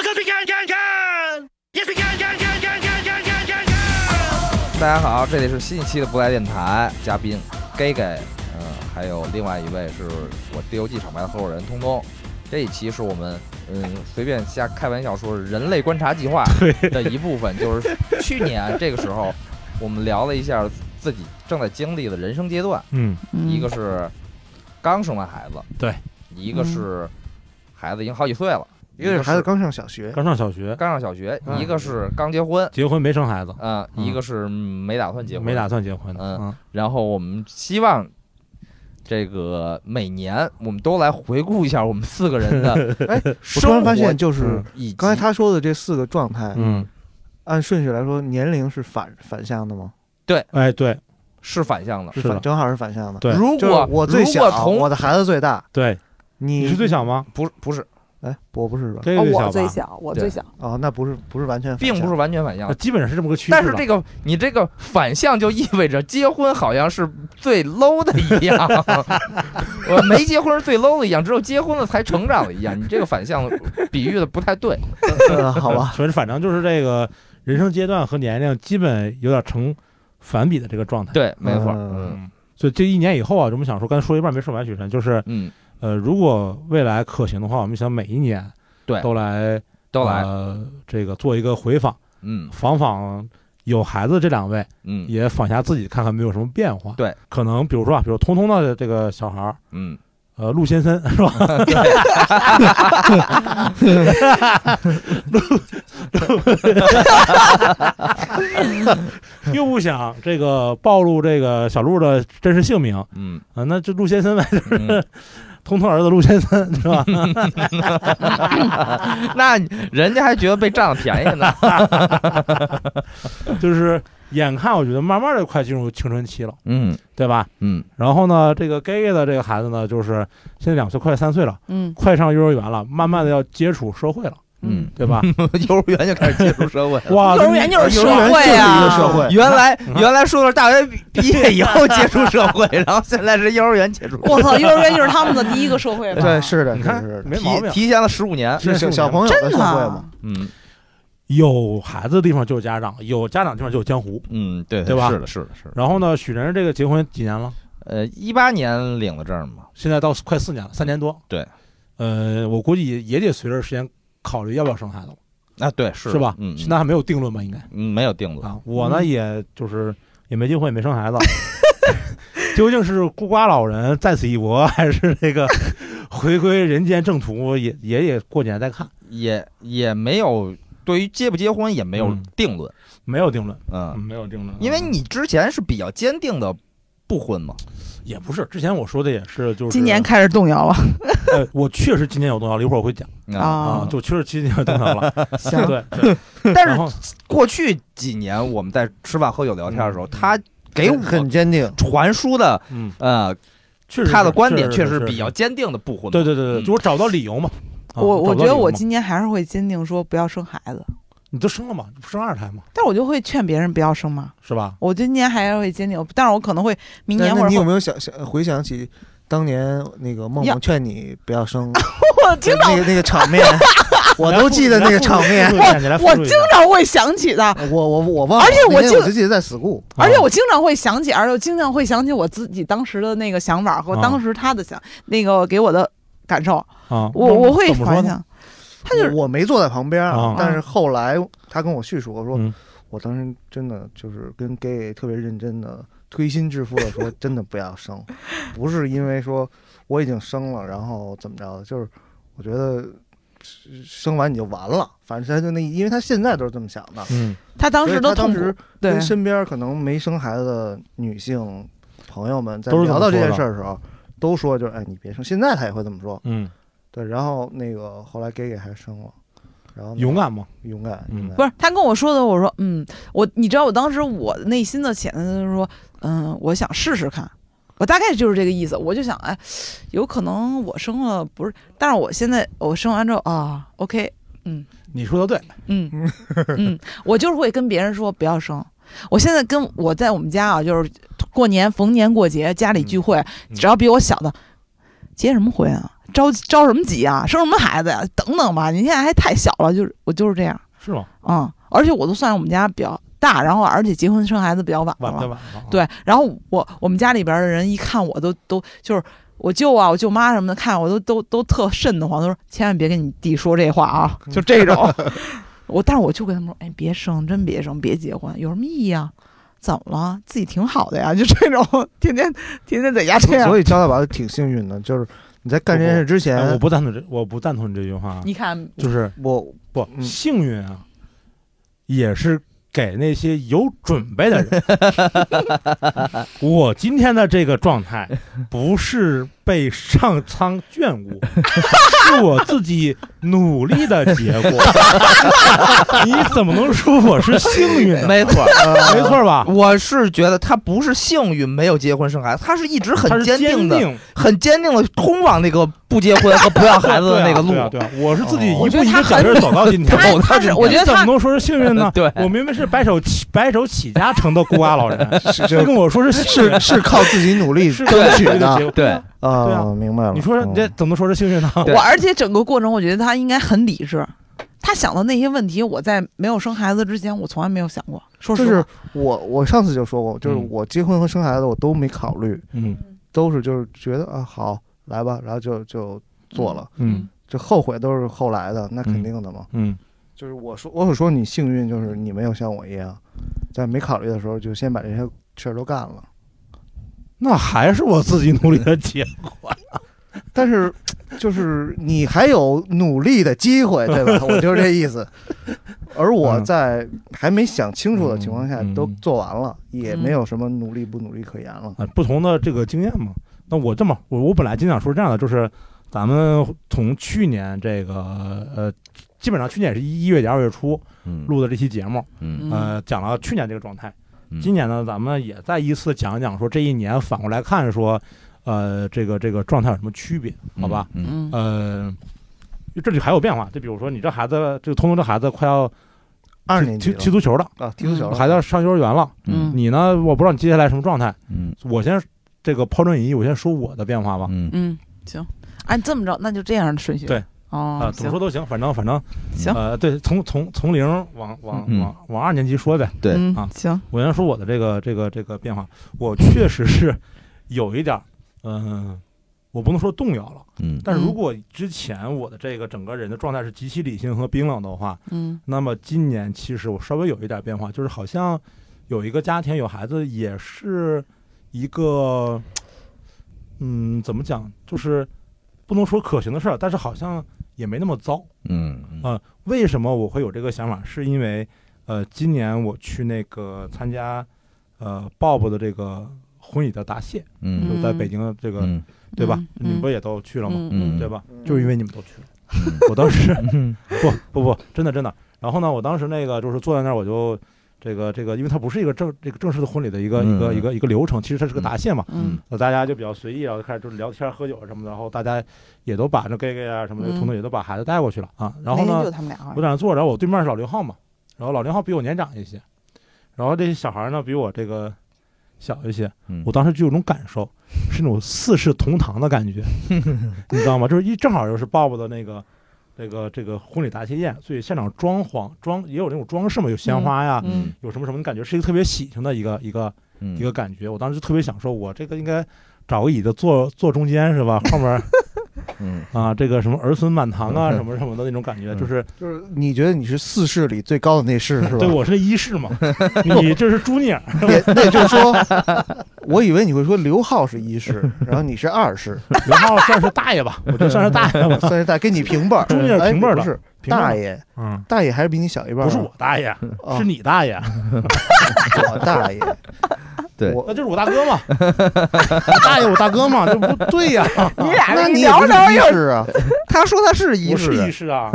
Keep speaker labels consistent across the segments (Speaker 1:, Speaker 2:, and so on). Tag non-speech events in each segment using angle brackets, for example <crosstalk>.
Speaker 1: 看看看，也是看看看看看看看看看。
Speaker 2: 大家好，这里是新一期的不来电台，嘉宾 gay gay，嗯，还有另外一位是我 DOG 厂牌的合伙人通通。这一期是我们嗯随便瞎开玩笑说是人类观察计划的一部分，就是去年这个时候我们聊了一下自己正在经历的人生阶段，
Speaker 3: 嗯，
Speaker 2: 一个是刚生完孩子，
Speaker 3: 对，
Speaker 2: 一个是孩子已经好几岁了，
Speaker 4: 因为
Speaker 2: 一个
Speaker 4: 孩子
Speaker 2: 是
Speaker 4: 刚上小学，
Speaker 3: 刚上小学，
Speaker 2: 刚上小学，
Speaker 3: 嗯
Speaker 2: 一个是刚结婚，
Speaker 3: 结婚没生孩子，
Speaker 2: 嗯，
Speaker 3: 嗯
Speaker 2: 一个是没打算结婚，
Speaker 3: 没打算结婚的，
Speaker 2: 嗯
Speaker 3: 嗯，
Speaker 2: 然后我们希望这个每年我们都来回顾一下我们四个人的
Speaker 4: 哎，我
Speaker 2: 生
Speaker 4: 突
Speaker 2: 活，
Speaker 4: 然发现，就是
Speaker 3: 嗯
Speaker 2: 以及
Speaker 4: 刚才他说的这四个状态，
Speaker 3: 嗯，
Speaker 4: 按顺序来说，年龄是反反向的吗？
Speaker 3: 哎，对
Speaker 2: 是反向的。
Speaker 3: 是的
Speaker 4: 反正好是反向的。
Speaker 3: 对
Speaker 2: 如
Speaker 4: 就是
Speaker 2: 果
Speaker 4: 我最
Speaker 2: 如果
Speaker 4: 小，
Speaker 2: 同
Speaker 4: 我的孩子最大，
Speaker 3: 对，
Speaker 4: 你
Speaker 3: 你是最小？吗？
Speaker 2: 不是不是，
Speaker 4: 哎，我不是吧？
Speaker 3: 这
Speaker 5: 哦
Speaker 3: 个
Speaker 5: 我
Speaker 3: 最
Speaker 5: 最
Speaker 3: 小吧，
Speaker 5: 小，我最小，
Speaker 4: 哦，那不是不是完全反向，
Speaker 2: 并不是完全反向
Speaker 3: 那。基本上是这么个趋势
Speaker 2: 但是
Speaker 3: 了
Speaker 2: 这个你这个反向就意味着结婚好像是最 low 的一样， <laughs> 我没结婚是最 low 的一样，只有结婚了才成长了一样。你这个反向比喻的不太对，
Speaker 3: <laughs>
Speaker 4: 呃，好吧？
Speaker 3: 反正反正就是这个人生阶段和年龄基本有点成反比的这个状态。，
Speaker 2: 对，没错，
Speaker 4: 嗯
Speaker 2: 嗯
Speaker 3: 嗯，所以这一年以后啊，我们想说，刚才说一半没说完，许晨，就是
Speaker 2: 嗯，
Speaker 3: 呃，如果未来可行的话，我们想每一年
Speaker 2: 对
Speaker 3: 都来
Speaker 2: 都来，
Speaker 3: 呃这个做一个回访，
Speaker 2: 嗯
Speaker 3: 访访有孩子这两位，
Speaker 2: 嗯
Speaker 3: 也访下自己看看有没有什么变化。
Speaker 2: 对，
Speaker 3: 可能比如说啊，比如通通的这个小孩儿，
Speaker 2: 嗯，
Speaker 3: 呃，陆先生是吧？陆陆又不想这个暴露这个小鹿的真实姓名啊、
Speaker 2: 嗯
Speaker 3: 呃那就陆先生呗，
Speaker 2: 嗯。
Speaker 3: 通通儿子陆先生是吧？
Speaker 2: 那人家还觉得被占了便宜呢。
Speaker 3: 就是眼看我觉得慢慢的快进入青春期了，
Speaker 2: 嗯
Speaker 3: 对吧？
Speaker 2: 嗯
Speaker 3: 然后呢，这个 gay 的这个孩子呢，就是现在两岁，快三岁了，
Speaker 5: 嗯
Speaker 3: 快上幼儿园了，慢慢的要接触社会了，
Speaker 2: 嗯， <laughs>
Speaker 3: 对吧？
Speaker 2: 幼儿园就开始接触社会了。
Speaker 3: 哇，哎
Speaker 5: 幼儿园就是
Speaker 4: 啊
Speaker 5: 社
Speaker 4: 幼儿园
Speaker 5: 会
Speaker 4: 就是一个
Speaker 5: 啊，
Speaker 4: 社会，
Speaker 2: 原来原来说的是大学毕业以后接触社会，然后现在是幼儿园接触，
Speaker 5: 我操，幼儿园就是他们的第一个社会吧？
Speaker 4: <laughs> 对，是的，
Speaker 3: 你
Speaker 4: 是
Speaker 3: 看
Speaker 4: 的是的，
Speaker 3: 没毛
Speaker 2: 提
Speaker 3: 病。
Speaker 2: 提前了十五年。
Speaker 4: 是小小朋友的
Speaker 5: 真
Speaker 4: 社
Speaker 5: 的
Speaker 4: 会嘛？
Speaker 5: 啊，
Speaker 2: 嗯
Speaker 3: 有孩子的地方就有家长，有家长的地方就有江湖。
Speaker 2: 嗯，对
Speaker 3: 对吧
Speaker 2: 是的，是的，是的。
Speaker 3: 然后呢，许晨这个结婚几年了？
Speaker 2: 呃，一八年领的证嘛，
Speaker 3: 现在到快四年了，三年多。
Speaker 2: 对，
Speaker 3: 呃，我估计也也得随着时间考虑要不要生孩子了，
Speaker 2: 啊，对，是
Speaker 3: 是
Speaker 2: 的
Speaker 3: 吧？
Speaker 2: 嗯，
Speaker 3: 现在还没有定论吧？应该
Speaker 2: 嗯没有定论。
Speaker 3: 啊，我呢，也就是也没结婚，也没生孩子， <laughs> 究竟是孤寡老人在此一搏，还是那个回归人间正途？也也也过几年再看，
Speaker 2: 也也没有对于结不结婚也没有
Speaker 3: 嗯
Speaker 2: 定论。
Speaker 3: 没有定论，
Speaker 6: 啊
Speaker 2: 嗯，
Speaker 3: 没有定论，
Speaker 2: 因为你之前是比较坚定的不婚嘛。
Speaker 3: 也不是之前我说的也是，就是
Speaker 5: 今年开始动摇了，
Speaker 3: 呃，我确实今年有动摇了，一会儿我会讲啊
Speaker 5: 啊，
Speaker 3: 就确实今年有动摇了，
Speaker 5: 行
Speaker 3: 对对，
Speaker 2: 但是
Speaker 3: 然后
Speaker 2: 过去几年我们在吃饭喝酒聊天的时候，
Speaker 3: 嗯
Speaker 2: 他给我
Speaker 4: 很坚定，
Speaker 2: 传输的
Speaker 3: 嗯，
Speaker 2: 呃
Speaker 3: 确实是
Speaker 2: 他的观点确实
Speaker 3: 是
Speaker 2: 比较坚定的不婚。
Speaker 3: 对对对对，
Speaker 2: 嗯
Speaker 3: 就我找到理由嘛。啊
Speaker 5: 我我
Speaker 3: 找到
Speaker 5: 觉得
Speaker 3: 理由
Speaker 5: 我
Speaker 3: 嘛
Speaker 5: 今年还是会坚定说不要生孩子，
Speaker 3: 你都生了嘛，生二胎嘛，
Speaker 5: 但是我就会劝别人不要生嘛。
Speaker 3: 是吧？
Speaker 5: 我今年还是会坚定，但是我可能会明
Speaker 4: 那
Speaker 5: 年
Speaker 4: 那
Speaker 5: 或
Speaker 4: 你
Speaker 5: 者
Speaker 4: 有
Speaker 5: 后
Speaker 4: 没有想想回想起当年那个梦
Speaker 5: 呀
Speaker 4: 梦劝你不要生
Speaker 5: 我经常
Speaker 4: 那个那个场面， <laughs> 我都记得那个场面。
Speaker 5: 我经常会想起的，
Speaker 4: <laughs> 我我我忘了，
Speaker 5: 而且我
Speaker 4: 那天
Speaker 5: 就
Speaker 4: 我就记得在 school，
Speaker 5: 而且我经常会想起，而且我经常会想起我自己当时的那个想法和
Speaker 3: 啊
Speaker 5: 当时他的想那个给我的感受，
Speaker 3: 啊，
Speaker 5: 我我会
Speaker 3: 怎么说
Speaker 5: 反
Speaker 3: 呢？
Speaker 5: 想，他就是
Speaker 4: 我我没坐在旁边
Speaker 3: 啊
Speaker 4: 但是后来他跟我叙述，我说、
Speaker 3: 嗯
Speaker 4: 我当时真的就是跟 gay 特别认真的推心置腹的说， <laughs> 真的不要生，不是因为说我已经生了，然后怎么着的，就是我觉得是生完你就完了，反正他就那，因为他现在都是这么想的。
Speaker 3: 嗯，
Speaker 5: 他当时
Speaker 4: 所
Speaker 5: 都
Speaker 4: 以他当
Speaker 5: 痛苦
Speaker 4: 时，
Speaker 5: 对
Speaker 4: 跟，身边可能没生孩子的女性朋友们在
Speaker 3: 都是这么
Speaker 4: 聊到这件
Speaker 3: 说的
Speaker 4: 事儿的时候，都说就是哎你别生，现在他也会这么说，
Speaker 3: 嗯，
Speaker 4: 对，然后那个后来给给还生了，然后呢
Speaker 3: 勇敢嘛，
Speaker 4: 勇敢，
Speaker 3: 嗯
Speaker 4: 勇敢
Speaker 5: 不是他跟我说的，我说嗯，我你知道我当时我内心的潜台词就是说，嗯，我想试试看，我大概就是这个意思，我就想哎，有可能我生了不是，但是我现在我生完之后啊，OK，
Speaker 3: 你说的对，
Speaker 5: 嗯
Speaker 3: <laughs>
Speaker 5: 嗯，我就是会跟别人说不要生。我现在跟我在我们家啊，就是过年逢年过节家里聚会，
Speaker 3: 嗯
Speaker 5: 只要比我小的，结什么婚啊？着急着什么急啊？生什么孩子呀、等等吧，你现在还太小了，就是我就是这样，
Speaker 3: 是吗？
Speaker 5: 嗯，而且我都算是我们家比较大，然后而且结婚生孩子比较晚
Speaker 3: 晚
Speaker 5: 了
Speaker 3: 的，晚啊了，，
Speaker 5: 啊对，然后我我们家里边的人一看我都都就是我舅啊、我舅妈什么的看我都都都特瘆得慌，都说千万别跟你弟说这话 <laughs> 啊，就这种。我但是我就跟他们说，哎，别生，真别生，别结婚，有什么意义啊？怎么了？自己挺好的呀，就这种， <laughs> 天天天天在家这样。
Speaker 4: 所以焦大宝挺幸运的，就是你在干这件事之前，
Speaker 3: 哎我不赞同这，我不赞同你这句话，啊
Speaker 5: 你看，
Speaker 3: 就是
Speaker 4: 我
Speaker 3: 不
Speaker 4: 嗯
Speaker 3: 幸运啊，也是给那些有准备
Speaker 2: <laughs>
Speaker 3: 的人。我今天的这个状态，不是被上苍眷顾，
Speaker 2: <laughs>
Speaker 3: 是我自己努力的结
Speaker 2: <laughs>
Speaker 3: 果。你怎么能说我是幸运呢？
Speaker 2: 没
Speaker 3: <laughs>
Speaker 2: 错儿，
Speaker 4: 呃
Speaker 3: 没错吧？
Speaker 2: 我是觉得他不是幸运没有结婚生孩子，他是一直
Speaker 3: 他
Speaker 2: 很
Speaker 3: 是坚
Speaker 2: 定的、
Speaker 3: 定
Speaker 2: 很坚定的通往那个不结婚和不要孩子的那个路
Speaker 3: <laughs> 对。啊，对啊对啊我是自己
Speaker 2: 哦
Speaker 3: 一步一个脚印走到今天
Speaker 2: 他
Speaker 3: 的。
Speaker 5: 他
Speaker 2: 走到
Speaker 5: 他
Speaker 2: 这
Speaker 5: 是
Speaker 2: 一？
Speaker 5: <laughs> 我觉得
Speaker 3: 哦怎么
Speaker 5: 他
Speaker 3: 能说是幸运呢
Speaker 2: 对
Speaker 3: 我明明是白手起白手起家成的孤寡老人，
Speaker 4: 是
Speaker 3: <laughs> 非跟
Speaker 4: 是
Speaker 3: 我说是幸运
Speaker 4: <laughs> 是是靠自己努力
Speaker 3: 是
Speaker 4: 争取
Speaker 3: 对
Speaker 4: 的
Speaker 3: 结果
Speaker 2: 对，
Speaker 3: 对
Speaker 4: 啊，
Speaker 3: 啊
Speaker 4: 明白了。
Speaker 3: 你说
Speaker 4: 嗯
Speaker 3: 这怎么说是幸运呢？
Speaker 2: 对
Speaker 5: 我而且整个过程，我觉得他应该很理智。他想的那些问题，我在没有生孩子之前，我从来没有想过。说实
Speaker 4: 嗯就
Speaker 5: 话，
Speaker 4: 是我我上次就说过，就是
Speaker 3: 嗯
Speaker 4: 我结婚和生孩子我都没考虑，
Speaker 3: <laughs> 嗯
Speaker 4: 都是就是觉得啊好来吧，然后就就做了。
Speaker 3: 嗯
Speaker 4: 这后悔都是后来的，那肯定的嘛。
Speaker 3: 嗯，
Speaker 4: 就是我说，我所说你幸运，就是你没有像我一样，在没考虑的时候就先把这些事儿都干了。
Speaker 3: 那还是我自己努力的结果。
Speaker 4: 但是，就是你还有努力的机会，对吧？我就是这
Speaker 3: <laughs>
Speaker 4: 意思。而我在还没想清楚的情况下
Speaker 3: 嗯嗯嗯
Speaker 4: 都做完了，也没有什么努力不努力可言了。
Speaker 3: 啊，不同的这个经验嘛。那我这么，我我本来就想说这样的，就是咱们从去年这个呃，基本上去年也是一月底二月初
Speaker 2: 嗯
Speaker 3: 录的这期节目，
Speaker 2: 嗯
Speaker 3: 呃，讲了去年这个状态。
Speaker 2: 嗯
Speaker 3: 今年呢，咱们也再依次讲一讲，说这一年反过来看说，呃，这个这个状态有什么区别？好吧，，
Speaker 2: 嗯
Speaker 5: 嗯，
Speaker 3: 呃，这里还有变化，就比如说你这孩子，这个通通这孩子快要
Speaker 4: 二年级
Speaker 3: 踢踢
Speaker 4: 了
Speaker 3: 足球了，
Speaker 4: 啊，踢足球了
Speaker 3: 孩子要上幼儿园了，
Speaker 5: 嗯
Speaker 3: 你呢，我不知道你接下来什么状态，
Speaker 2: 嗯
Speaker 3: 我先这个抛砖引玉，我先说我的变化吧。
Speaker 2: 嗯
Speaker 5: 嗯，行，按这么着，那就这样的顺序。
Speaker 3: 对，啊、
Speaker 5: 哦，
Speaker 3: 怎么
Speaker 5: 行，
Speaker 3: 说都行，反正反正，
Speaker 5: 行
Speaker 3: 呃，对，从从从零往往
Speaker 2: 嗯
Speaker 3: 往往二年级说呗。
Speaker 2: 对
Speaker 5: 嗯
Speaker 3: 啊，
Speaker 5: 行，
Speaker 3: 我先说我的这个这个这个变化，我确实是有一点儿，嗯、我不能说动摇了，
Speaker 2: 嗯
Speaker 3: 但是如
Speaker 5: 嗯
Speaker 3: 果之前我的这个整个人的状态是极其理性和冰冷的话，
Speaker 5: 嗯
Speaker 3: 那么今年其实我稍微有一点变化，就是好像有一个家庭有孩子也是一个，嗯，怎么讲，就是不能说可行的事儿，但是好像也没那么糟。
Speaker 2: 嗯
Speaker 3: 呃，为什么我会有这个想法？是因为呃，今年我去那个参加呃 Bob 的这个婚礼的答谢，
Speaker 2: 嗯
Speaker 3: 就在北京的这个，
Speaker 2: 嗯
Speaker 3: 对吧
Speaker 5: 嗯？
Speaker 3: 你们不也都去了吗？
Speaker 2: 嗯
Speaker 3: 对吧？
Speaker 4: 嗯
Speaker 3: 就是因为你们都去了，我当时
Speaker 2: 嗯
Speaker 3: <laughs> 不不不，真的真的。然后呢，我当时那个就是坐在那儿，我就这个这个，因为它不是一个正这个正式的婚礼的一个、一个
Speaker 2: 嗯
Speaker 3: 一个一个流程，其实它是个答谢嘛。
Speaker 5: 嗯
Speaker 3: 那大家就比较随意，然后就开始就是聊天、喝酒什么的，然后大家也都把这 gay gay 啊什么的，
Speaker 5: 嗯
Speaker 3: 彤彤也都把孩子带过去了啊。然后
Speaker 5: 那天
Speaker 3: 呢
Speaker 5: 就，他们俩好
Speaker 3: 我在那坐着，然后我对面是老零号嘛，然后老零号比我年长一些，然后这些小孩呢比我这个小一些，
Speaker 2: 嗯
Speaker 3: 我当时就有种感受，是那种四世同堂的
Speaker 2: <laughs>
Speaker 3: 感觉，你知道吗？就是一正好又是 Bob 的那个这个这个婚礼答谢宴，所以现场装潢装也有那种装饰嘛，有鲜花呀，
Speaker 5: 嗯
Speaker 3: 有什么什么，你感觉是一个特别喜庆的一个一个
Speaker 2: 嗯
Speaker 3: 一个感觉。我当时就特别想说，我这个应该找个椅子坐坐中间是吧？后
Speaker 2: <laughs>
Speaker 3: 面
Speaker 2: 嗯
Speaker 3: 啊这个什么儿孙满堂
Speaker 2: <laughs>
Speaker 3: 啊什么什么的那种感觉，
Speaker 2: 嗯
Speaker 3: 就是
Speaker 4: 就是你觉得你是四世里最高的那世是吧？
Speaker 3: 对，我是一世嘛， <laughs> 你这是朱尼尔，
Speaker 4: 也 <laughs> 那也就是说，我以为你会说刘浩是一世，然后你是二世，
Speaker 3: 刘浩算是大爷 <laughs> 吧，我这算是大
Speaker 4: <laughs>
Speaker 3: 爷吧， <laughs>
Speaker 4: 算是大跟你平辈儿，
Speaker 3: 中间是
Speaker 4: 哎
Speaker 3: 平辈儿
Speaker 4: 不
Speaker 3: 的
Speaker 4: 是
Speaker 3: 平辈儿
Speaker 4: 大
Speaker 3: 的，
Speaker 4: 爷，
Speaker 3: 嗯，
Speaker 4: 大爷还是比你小一辈儿，
Speaker 3: 不是我大爷，
Speaker 4: 啊，
Speaker 3: 是你大爷，
Speaker 4: 我哦
Speaker 3: <laughs>
Speaker 4: 大爷，
Speaker 2: 对
Speaker 4: 我
Speaker 3: 那就是我大哥嘛， <laughs> 我大爷我大哥嘛，这不对呀，
Speaker 5: 你俩
Speaker 4: 那你也
Speaker 5: 聊
Speaker 4: 不
Speaker 5: 着聊着
Speaker 4: 是一
Speaker 5: 又，
Speaker 4: 世啊，
Speaker 5: 他说他是
Speaker 3: <laughs>
Speaker 5: 一
Speaker 3: 我是
Speaker 5: 世，
Speaker 3: 一世啊，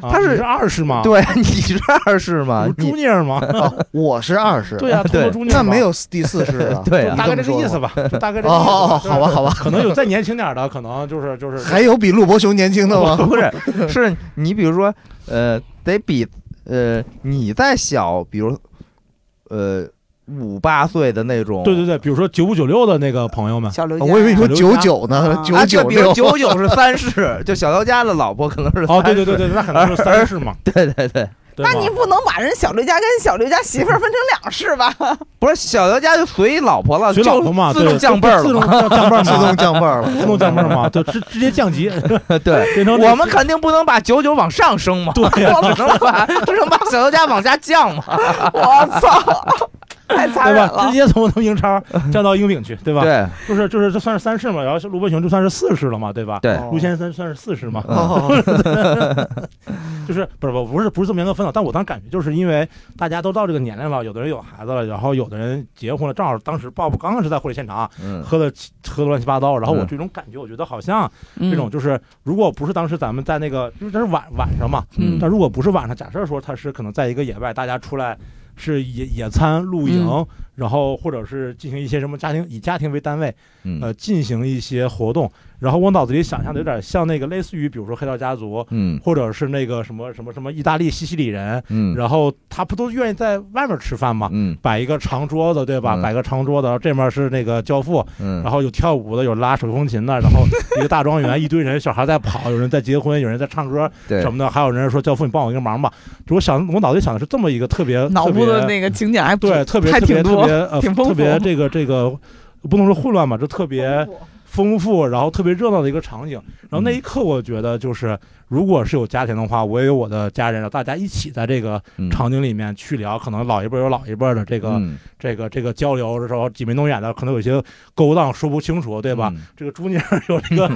Speaker 3: 啊
Speaker 2: 他是
Speaker 3: 你是二世吗？，
Speaker 2: 对，你是二世
Speaker 3: 我
Speaker 2: 嘛
Speaker 3: 是？
Speaker 2: 你
Speaker 3: 朱尼尔吗？
Speaker 4: 哦我是二世，
Speaker 3: <laughs> 对呀，啊通
Speaker 2: 对，
Speaker 3: 过朱尼尔
Speaker 4: 那
Speaker 3: 吗
Speaker 4: 没，有第四世啊
Speaker 3: <laughs>
Speaker 2: 对
Speaker 4: 你
Speaker 2: 啊
Speaker 4: 么
Speaker 3: 大概这个
Speaker 4: 说
Speaker 3: 意思
Speaker 4: 吧。
Speaker 3: 吧，啊就大概这个
Speaker 4: 哦
Speaker 3: 意思
Speaker 4: 哦，哦好吧，，好吧，
Speaker 3: 可能有再年轻点儿的，可能就是就是
Speaker 4: <laughs> 还有比陆伯雄年
Speaker 2: <laughs>
Speaker 4: 轻
Speaker 3: <laughs>
Speaker 4: 的
Speaker 3: 哦
Speaker 4: 吗？
Speaker 2: 不是，是你比如说，呃，得比呃你再小，比如呃五八岁的那种，
Speaker 3: 对对对，比如说九五九六的那个朋
Speaker 5: <laughs>
Speaker 3: 友们，
Speaker 5: 小刘
Speaker 4: 啊
Speaker 5: 家，
Speaker 4: 我以为你说
Speaker 3: 小刘
Speaker 4: 九
Speaker 3: 家
Speaker 4: 九呢，
Speaker 5: 啊
Speaker 4: 九
Speaker 2: 啊，就
Speaker 4: 九
Speaker 2: 比如
Speaker 4: 六
Speaker 2: 九九是三世，就小刘家的老婆可能是
Speaker 3: 哦，
Speaker 2: 三
Speaker 3: 对对对
Speaker 2: 世
Speaker 3: 对，那可能是三世嘛，
Speaker 2: 对对对，
Speaker 3: 对吧
Speaker 5: 那你不能把人小刘家跟小刘家媳妇儿分成两
Speaker 3: <laughs>
Speaker 5: 世吧？
Speaker 2: 不是小刘家就随老婆了，
Speaker 3: 随老婆嘛
Speaker 2: 就自动
Speaker 3: 对
Speaker 2: 啊降辈儿
Speaker 3: 自
Speaker 2: 了
Speaker 3: 动
Speaker 2: 嘛，
Speaker 3: 降降辈儿
Speaker 4: <laughs> 自动
Speaker 3: 嘛，
Speaker 4: 降辈儿了，
Speaker 3: <laughs> 自动降辈儿嘛，就直直接降级， <laughs>
Speaker 2: 对。
Speaker 3: 变成
Speaker 2: 我们肯定不能把九九往上升嘛，
Speaker 3: 对
Speaker 2: <laughs>
Speaker 3: 呀
Speaker 2: 我们只能
Speaker 3: <laughs>
Speaker 2: 把只能把小刘家往下降嘛，
Speaker 5: 我操，太残
Speaker 3: 对
Speaker 5: 忍
Speaker 3: 吧？直
Speaker 5: 了！
Speaker 3: 接从从英超降到英丙去，对吧？
Speaker 2: 对
Speaker 3: 就是就是这算是三世嘛，然后是卢本雄就算是四世了嘛，对吧？
Speaker 2: 对，
Speaker 4: 哦
Speaker 3: 卢先生算是四世嘛，
Speaker 4: 哦，
Speaker 3: <laughs> 就是不是不不是不是这么严格分了，但我当时感觉就是因为大家都到这个年龄了，有的人有孩子了，然后有的人结婚了，正好当时鲍勃刚刚是在婚礼现场啊
Speaker 2: 嗯，
Speaker 3: 喝的喝的乱七八糟，然后我
Speaker 2: 嗯
Speaker 3: 这种感觉，我觉得好像
Speaker 5: 这
Speaker 3: 这种就是如果不是当时咱们在那个，因为这是晚晚上嘛，
Speaker 5: 嗯
Speaker 3: 但如果不是晚上，假设说他是可能在一个野外，大家出来是野野餐、露营，
Speaker 5: 嗯
Speaker 3: 然后或者是进行一些什么家庭以家庭为单位，
Speaker 2: 嗯
Speaker 3: 呃，进行一些活动。然后我脑子里想象的有点像那个类似于，比如说黑道家族，
Speaker 2: 嗯
Speaker 3: 或者是那个什么什么什么意大利西西里人，
Speaker 2: 嗯
Speaker 3: 然后他不都愿意在外面吃饭吗？
Speaker 2: 嗯
Speaker 3: 摆一个长桌子，对吧？
Speaker 2: 嗯
Speaker 3: 摆个长桌子，然后这面是那个教父，
Speaker 2: 嗯
Speaker 3: 然后有跳舞的，有拉手风琴的，然后一个大庄
Speaker 2: <laughs>
Speaker 3: 园，一堆人，小孩在跑，有人在结婚，有人在唱歌
Speaker 2: 对
Speaker 3: 什么的，还有人说教父，你帮我一个忙吧。就我想，我脑子里想的是这么一个特别
Speaker 5: 脑部的
Speaker 3: 特别
Speaker 5: 那个景点还不
Speaker 3: 对，特别
Speaker 5: 还
Speaker 3: 特别
Speaker 5: 挺
Speaker 3: 特
Speaker 5: 多
Speaker 3: 别，呃
Speaker 5: 挺丰富
Speaker 3: 特别这个这个不能说混乱吧，就特别丰富，然后特别热闹的一个场景。然后那一刻，我觉得就是，如果是有家庭的话，我也有我的家人，然后大家一起在这个
Speaker 2: 嗯
Speaker 3: 场景里面去聊，可能老一辈有老一辈的这个
Speaker 2: 嗯
Speaker 3: 这个这个交流的时候，挤眉弄眼的，可能有些勾当说不清楚，对吧？
Speaker 2: 嗯
Speaker 3: 这个朱妮儿有
Speaker 2: <laughs>
Speaker 3: 这个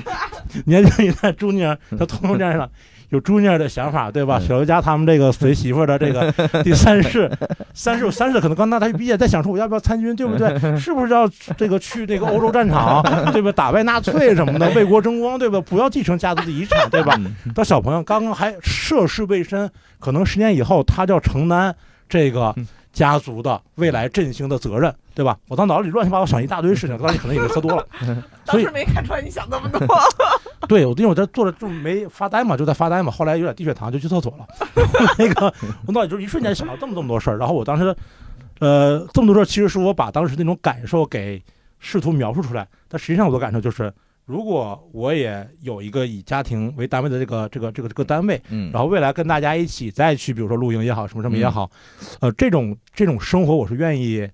Speaker 3: 年轻一代朱妮儿，她通通这样的有朱妮儿的想法，对吧？
Speaker 2: 嗯
Speaker 3: 小刘家他们这个随媳妇儿的这
Speaker 2: <laughs>
Speaker 3: 个第三世，三世有三世可能刚大学毕业，在想说我要不要参军，对不
Speaker 2: <laughs>
Speaker 3: 对？是不是要这个去这个欧洲战场，对吧？打败纳粹什么的，为国争光，对吧？不要继承家族的遗产，对吧？
Speaker 2: 嗯
Speaker 3: 到小朋友刚刚还涉世未深，可能十年以后他就要承担这个
Speaker 2: 嗯
Speaker 3: 家族的未来振兴的责任，对吧？我当脑子里乱七八糟想一大堆事情，当时可能也是喝多了，所以
Speaker 5: 没看出来你想那么多，
Speaker 3: 对我因为我在坐着就没发呆嘛，就在发呆嘛，后来有点低血糖就去厕所了，然后那个我脑里就一瞬间想到这么这么多事儿，然后我当时呃这么多事儿其实是我把当时那种感受给试图描述出来，但实际上我的感受就是。如果我也有一个以家庭为单位的这个这个这个这个单位，
Speaker 2: 嗯
Speaker 3: 然后未来跟大家一起再去，比如说露营也好，什么什么也好，呃，这种这种生活我是愿意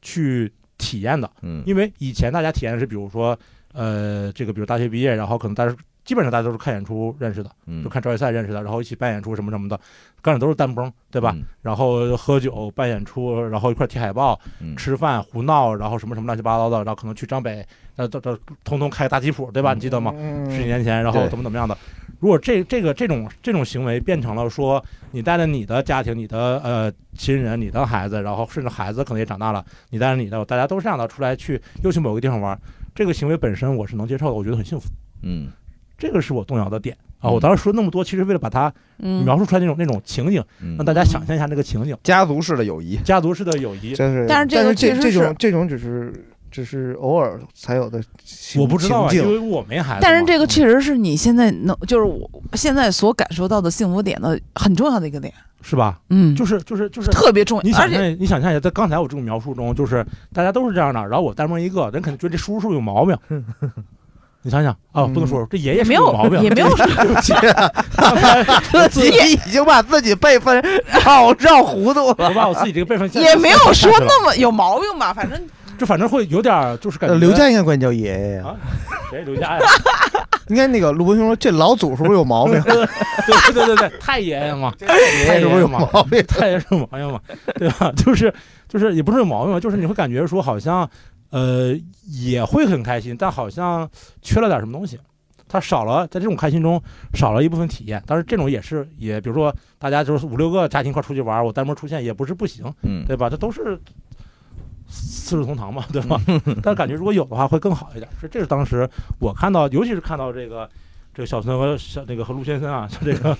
Speaker 3: 去体验的，
Speaker 2: 嗯
Speaker 3: 因为以前大家体验的是，比如说，呃，这个比如大学毕业，然后可能大家基本上大家都是看演出认识的，
Speaker 2: 嗯
Speaker 3: 就看职业赛认识的，然后一起办演出什么什么的，干的都是单崩，对吧？？然后喝酒、办演出，然后一块儿贴海报、
Speaker 2: 嗯
Speaker 3: 吃饭、胡闹，然后什么什么乱七八糟的，然后可能去张北，那这这通通开大吉普，对吧？你记得吗？
Speaker 4: 嗯
Speaker 3: 十几年前，然后
Speaker 2: 对
Speaker 3: 怎么怎么样的。如果这这个这种这种行为变成了说，你带着你的家庭、你的呃亲人、你的孩子，然后甚至孩子可能也长大了，你带着你的，大家都这样的出来去，又去某个地方玩，这个行为本身我是能接受的，我觉得很幸福，
Speaker 2: 嗯
Speaker 3: 这个是我动摇的点啊。
Speaker 2: 嗯
Speaker 3: 我当时说那么多，其实为了把它
Speaker 5: <laughs> 嗯
Speaker 3: 描述出来那种那种情景，
Speaker 2: 嗯
Speaker 3: 让大家想象一下那个情景，
Speaker 2: 家族式的友谊，
Speaker 3: 家族式的友谊。
Speaker 4: 真是，
Speaker 5: 但是这
Speaker 4: 但
Speaker 5: 个确
Speaker 4: 这
Speaker 5: 实
Speaker 4: 这
Speaker 5: 是
Speaker 4: 种这种只是只是偶尔才有的情，
Speaker 3: 我不知道啊，
Speaker 4: 情
Speaker 3: 因
Speaker 4: 境
Speaker 3: 为我没孩子嘛。
Speaker 5: 但是这个确实是你现在能，就是我现在所感受到的幸福点的很重要的一个点，
Speaker 3: 是吧？
Speaker 5: 嗯，
Speaker 3: 就是就是就是
Speaker 5: 特别重
Speaker 3: <laughs> 你
Speaker 5: 要，而
Speaker 3: 想
Speaker 5: 且
Speaker 3: 象，你想象一下，在刚才我这种描述中，就是大家都是这样的，然后我单摸一个，人肯定觉得这叔叔有毛病。
Speaker 4: 嗯
Speaker 3: <laughs> 你想想啊，不能说这爷爷
Speaker 5: 也
Speaker 3: 是
Speaker 5: 没
Speaker 3: 不是毛
Speaker 5: 有
Speaker 3: 病，
Speaker 5: 也没
Speaker 3: <laughs>
Speaker 5: 有 <laughs>
Speaker 2: 自己已经把自己辈分绕绕糊涂了。
Speaker 3: 我把我自己这个辈分现在
Speaker 5: 也没有说
Speaker 3: 下去了
Speaker 5: 那么有毛病吧，反正
Speaker 3: 就反正会有点儿就是感觉
Speaker 4: 呃刘家应该管你叫爷
Speaker 3: <laughs>
Speaker 4: 爷呀
Speaker 3: 啊，谁刘家呀？ <laughs>
Speaker 4: 应该那个陆文雄说这老祖是不是有毛病？
Speaker 3: 对对对对对，太爷爷嘛，
Speaker 4: 爷
Speaker 3: 太
Speaker 4: 爷是不
Speaker 3: 爷
Speaker 4: 是
Speaker 3: 爷
Speaker 4: 有
Speaker 3: 嘛，
Speaker 4: 毛病？
Speaker 3: 太爷是有毛病嘛，对吧？就是就是也不是有毛病嘛，就是你会感觉说好像呃也会很开心，但好像缺了点什么东西。他少了在这种开心中少了一部分体验，当然这种也是也，比如说大家就是五六个家庭一块出去玩，我单门出现也不是不行，
Speaker 2: 嗯
Speaker 3: 对吧？这都是四世同堂嘛，对吧？ <laughs> 但是感觉如果有的话会更好一点。这这是当时我看到，尤其是看到这个这个小孙和小那个和陆先生啊，像这个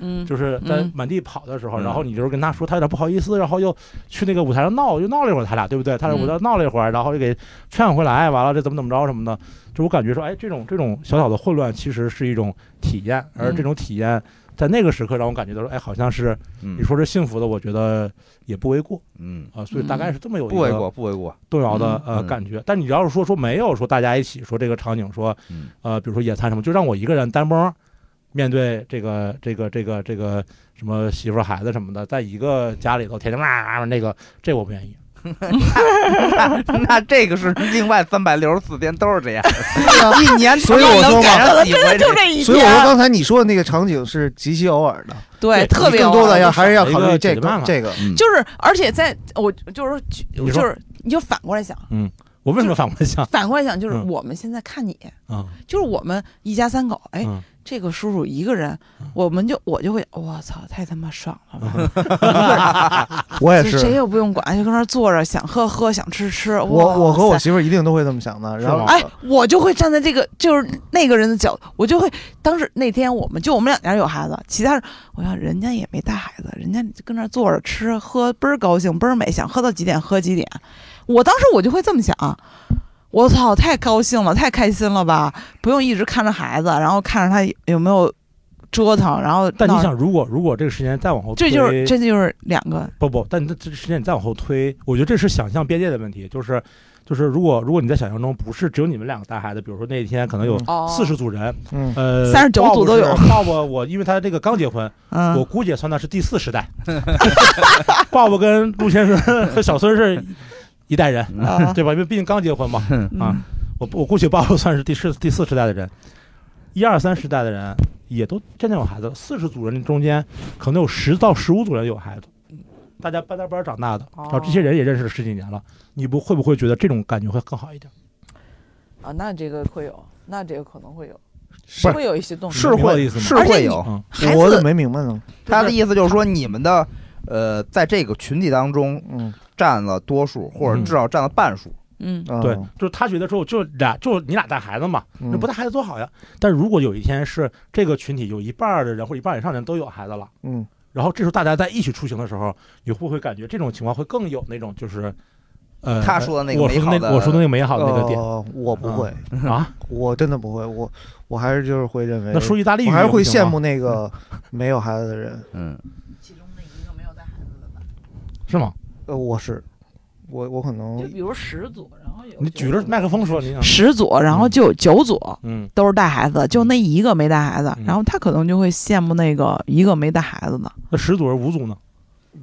Speaker 5: 嗯，
Speaker 3: 就是在
Speaker 5: 嗯
Speaker 3: 满地跑的时候，
Speaker 2: 嗯
Speaker 3: 然后你就是跟他说，他有点不好意思，然后又去那个舞台上闹，又闹了一会儿，他俩对不对？他俩
Speaker 5: 嗯
Speaker 3: 舞台上闹了一会儿，然后又给劝回来，完了这怎么怎么着什么的，就我感觉说，哎，这种这种小小的混乱其实是一种体验，而
Speaker 5: 嗯
Speaker 3: 这种体验在那个时刻让我感觉到说，哎，好像是你
Speaker 2: 嗯
Speaker 3: 说是幸福的，我觉得也不为过
Speaker 2: 嗯，
Speaker 3: 啊、所以大概是这么有一
Speaker 2: 不为
Speaker 3: 个
Speaker 2: 过，不为过， <laughs>
Speaker 3: 动摇的、
Speaker 2: 嗯
Speaker 3: 呃
Speaker 2: 嗯
Speaker 3: 感觉。但你要是说说没有说大家一起说这个场景说
Speaker 2: 嗯
Speaker 3: 呃，比如说野餐什么，就让我一个人单帮面对这个这个这个这个什么媳妇儿孩子什么的，在一个家里头天天哇哇那个，这我不愿意。
Speaker 2: 那这个是另外三百六十四天都是这样，
Speaker 4: <laughs> 一年，所以我说
Speaker 5: 能赶
Speaker 4: 嘛，
Speaker 5: 上
Speaker 2: 上几回
Speaker 5: 就这一
Speaker 4: 所以我说
Speaker 5: 天，啊
Speaker 4: 刚才你说的那个场景是极其偶尔的，
Speaker 5: 对，特别
Speaker 4: 更多的
Speaker 5: 偶尔
Speaker 4: 要还是要考虑这
Speaker 3: 一个解决办
Speaker 4: 个
Speaker 3: 法
Speaker 4: 这个，
Speaker 2: 嗯
Speaker 5: 就是，而且在我就是说举
Speaker 3: 你
Speaker 5: 就
Speaker 3: 说
Speaker 5: 是你就反过来想，
Speaker 3: 我为什么反过来想
Speaker 5: 反过来想就是
Speaker 3: 嗯
Speaker 5: 我们现在看你，
Speaker 3: 啊？
Speaker 5: 就是我们一家三口，哎，
Speaker 3: 嗯
Speaker 5: 这个叔叔一个人
Speaker 3: 嗯，
Speaker 5: 我们就我就会，我操，太他妈爽了吧！
Speaker 4: 我也
Speaker 5: 这谁
Speaker 4: 是，
Speaker 5: 也不用管，就跟那儿坐着，想喝喝，想吃吃。哇
Speaker 4: 我我和我
Speaker 5: 塞
Speaker 4: 媳妇儿一定都会这么想的。然后啊
Speaker 3: 是吗
Speaker 5: 哎，我就会站在这个就是那个人的角度，我就会当时那天我们就我们两家有孩子，其他人我想人家也没带孩子，人家就跟那儿坐着吃喝，倍儿高兴，倍儿美，想喝到几点喝几点。我当时我就会这么想，我操，太高兴了，太开心了吧，不用一直看着孩子，然后看着他有没有折腾，然后
Speaker 3: 但你
Speaker 5: 闹
Speaker 3: 想，如果如果这个时间再往后推，
Speaker 5: 这就是这就是两个
Speaker 3: 不不，但这这时间你再往后推，我觉得这是想象边界的问题，就是就是如果如果你在想象中不是只有你们两个带孩子，比如说那一天可能有
Speaker 4: 嗯
Speaker 5: 哦
Speaker 3: 四十组人，
Speaker 4: 嗯，
Speaker 3: 呃，
Speaker 5: 39组都有
Speaker 3: 鲍勃我因为他这个刚结婚，
Speaker 5: 嗯
Speaker 3: 我估计也算他是第四世代， <laughs> 鲍勃跟陆先生和小孙是一代人，
Speaker 5: 啊
Speaker 3: 对吧？因为毕竟刚结婚嘛，啊
Speaker 5: <laughs> 嗯
Speaker 3: 我我估计鲍勃算是第四第四世代的人，一二三世代的人也都渐渐有孩子，四十组人中间可能有十到十五组人有孩子，大家班搭班长大的，
Speaker 5: 哦
Speaker 3: 然后这些人也认识了十几年了，你不会不会觉得这种感觉会更好一点？
Speaker 5: 啊，那这个会有，那这个可能会有，
Speaker 2: 是
Speaker 5: 会有一些动作。
Speaker 2: 是
Speaker 3: 明白我的
Speaker 2: 会
Speaker 3: 意思吗
Speaker 2: 是
Speaker 5: 而且
Speaker 2: 会
Speaker 5: 你
Speaker 6: 哦
Speaker 2: 有，
Speaker 3: 嗯，
Speaker 5: 孩
Speaker 4: 我
Speaker 5: 子
Speaker 4: 怎么没明白呢？
Speaker 2: 他的意思就是说你们的呃，在这个群体当中
Speaker 4: 嗯，
Speaker 2: 占了多数，或者
Speaker 3: 嗯
Speaker 2: 至少占了半数，
Speaker 5: 嗯
Speaker 4: 啊
Speaker 3: 对，就是他觉得说就俩就你俩带孩子嘛，
Speaker 4: 嗯
Speaker 3: 那不带孩子多好呀。但如果有一天是这个群体有一半儿的人或者一半儿以上的人都有孩子了。
Speaker 4: 嗯，
Speaker 3: 然后这时候大家在一起出行的时候，你会不会感觉这种情况会更有那种就是，呃，
Speaker 2: 他说的那个
Speaker 3: 我说
Speaker 2: 美好
Speaker 3: 那
Speaker 2: 的
Speaker 3: 我说的那个美好的那个点、
Speaker 4: 呃我不会，
Speaker 3: 啊？
Speaker 4: 我真的不会，我我还是就是会认为
Speaker 3: 那，说意大利语
Speaker 4: 我还是会
Speaker 3: 不行
Speaker 4: 羡
Speaker 3: 吗
Speaker 4: 慕那个 <laughs> 没有孩子的人。
Speaker 2: 嗯，
Speaker 5: 其中的一个没有带孩子的吧？
Speaker 3: 是吗？
Speaker 4: 呃，我是，我我可能
Speaker 5: 就比如十组，然后有
Speaker 3: 你举着麦克风说你想，
Speaker 5: 十组，然后就有九组
Speaker 3: 嗯，
Speaker 5: 都是带孩子，就那一个没带孩子，
Speaker 3: 嗯
Speaker 5: 然后他可能就会羡慕那个一个没带孩子的。
Speaker 3: 那十组人五组呢？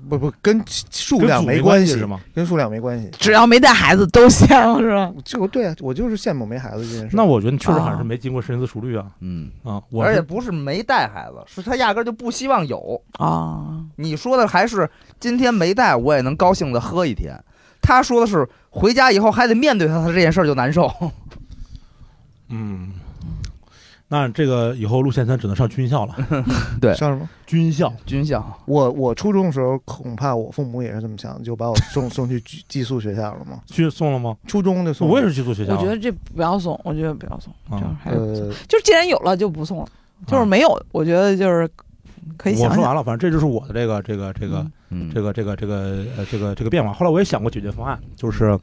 Speaker 4: 不不跟数
Speaker 3: 跟
Speaker 4: 量
Speaker 3: 组没
Speaker 4: 关
Speaker 3: 系是吗？
Speaker 4: 跟数量没关系。
Speaker 5: 只要没带孩子都羡慕是吧？
Speaker 4: 就对啊，我就是羡慕没孩子这件事。
Speaker 3: 那我觉得你确实好像
Speaker 5: 啊
Speaker 3: 是没经过深思熟虑啊
Speaker 2: 嗯，
Speaker 3: 啊！我
Speaker 2: 而且
Speaker 3: 是
Speaker 2: 不是没带孩子，是他压根儿就不希望有。
Speaker 3: 嗯
Speaker 5: 啊，
Speaker 2: 你说的还是今天没带，我也能高兴的喝一天。他说的是回家以后还得面对他，他这件事儿就难受。
Speaker 3: 嗯，那这个以后陆先生只能上军
Speaker 2: <laughs>
Speaker 3: 校了，
Speaker 2: 对
Speaker 4: 像什么？
Speaker 3: 军校
Speaker 2: 军校，
Speaker 4: 我我初中的时候，恐怕我父母也是这么想，就把我送 <laughs> 送去寄寄宿学校了嘛。
Speaker 3: 去送了吗？
Speaker 4: 初中就送了，
Speaker 3: 我也是去做学校啊
Speaker 5: 我
Speaker 3: 了，
Speaker 5: 觉得这不要送，我觉得不要送，就是
Speaker 3: 啊， <laughs>
Speaker 5: 还是不送
Speaker 4: 呃，，
Speaker 5: 就是既然有了就不送了，就是
Speaker 3: 啊
Speaker 5: 没有，我觉得就是可以
Speaker 3: 我
Speaker 5: 想
Speaker 3: 说
Speaker 5: 想
Speaker 3: 完了，反正这就是我的这个这个这个。
Speaker 5: 嗯
Speaker 2: 嗯
Speaker 3: 这个这个这个呃这个这个变化。后来我也想过解决方案，就是
Speaker 5: 嗯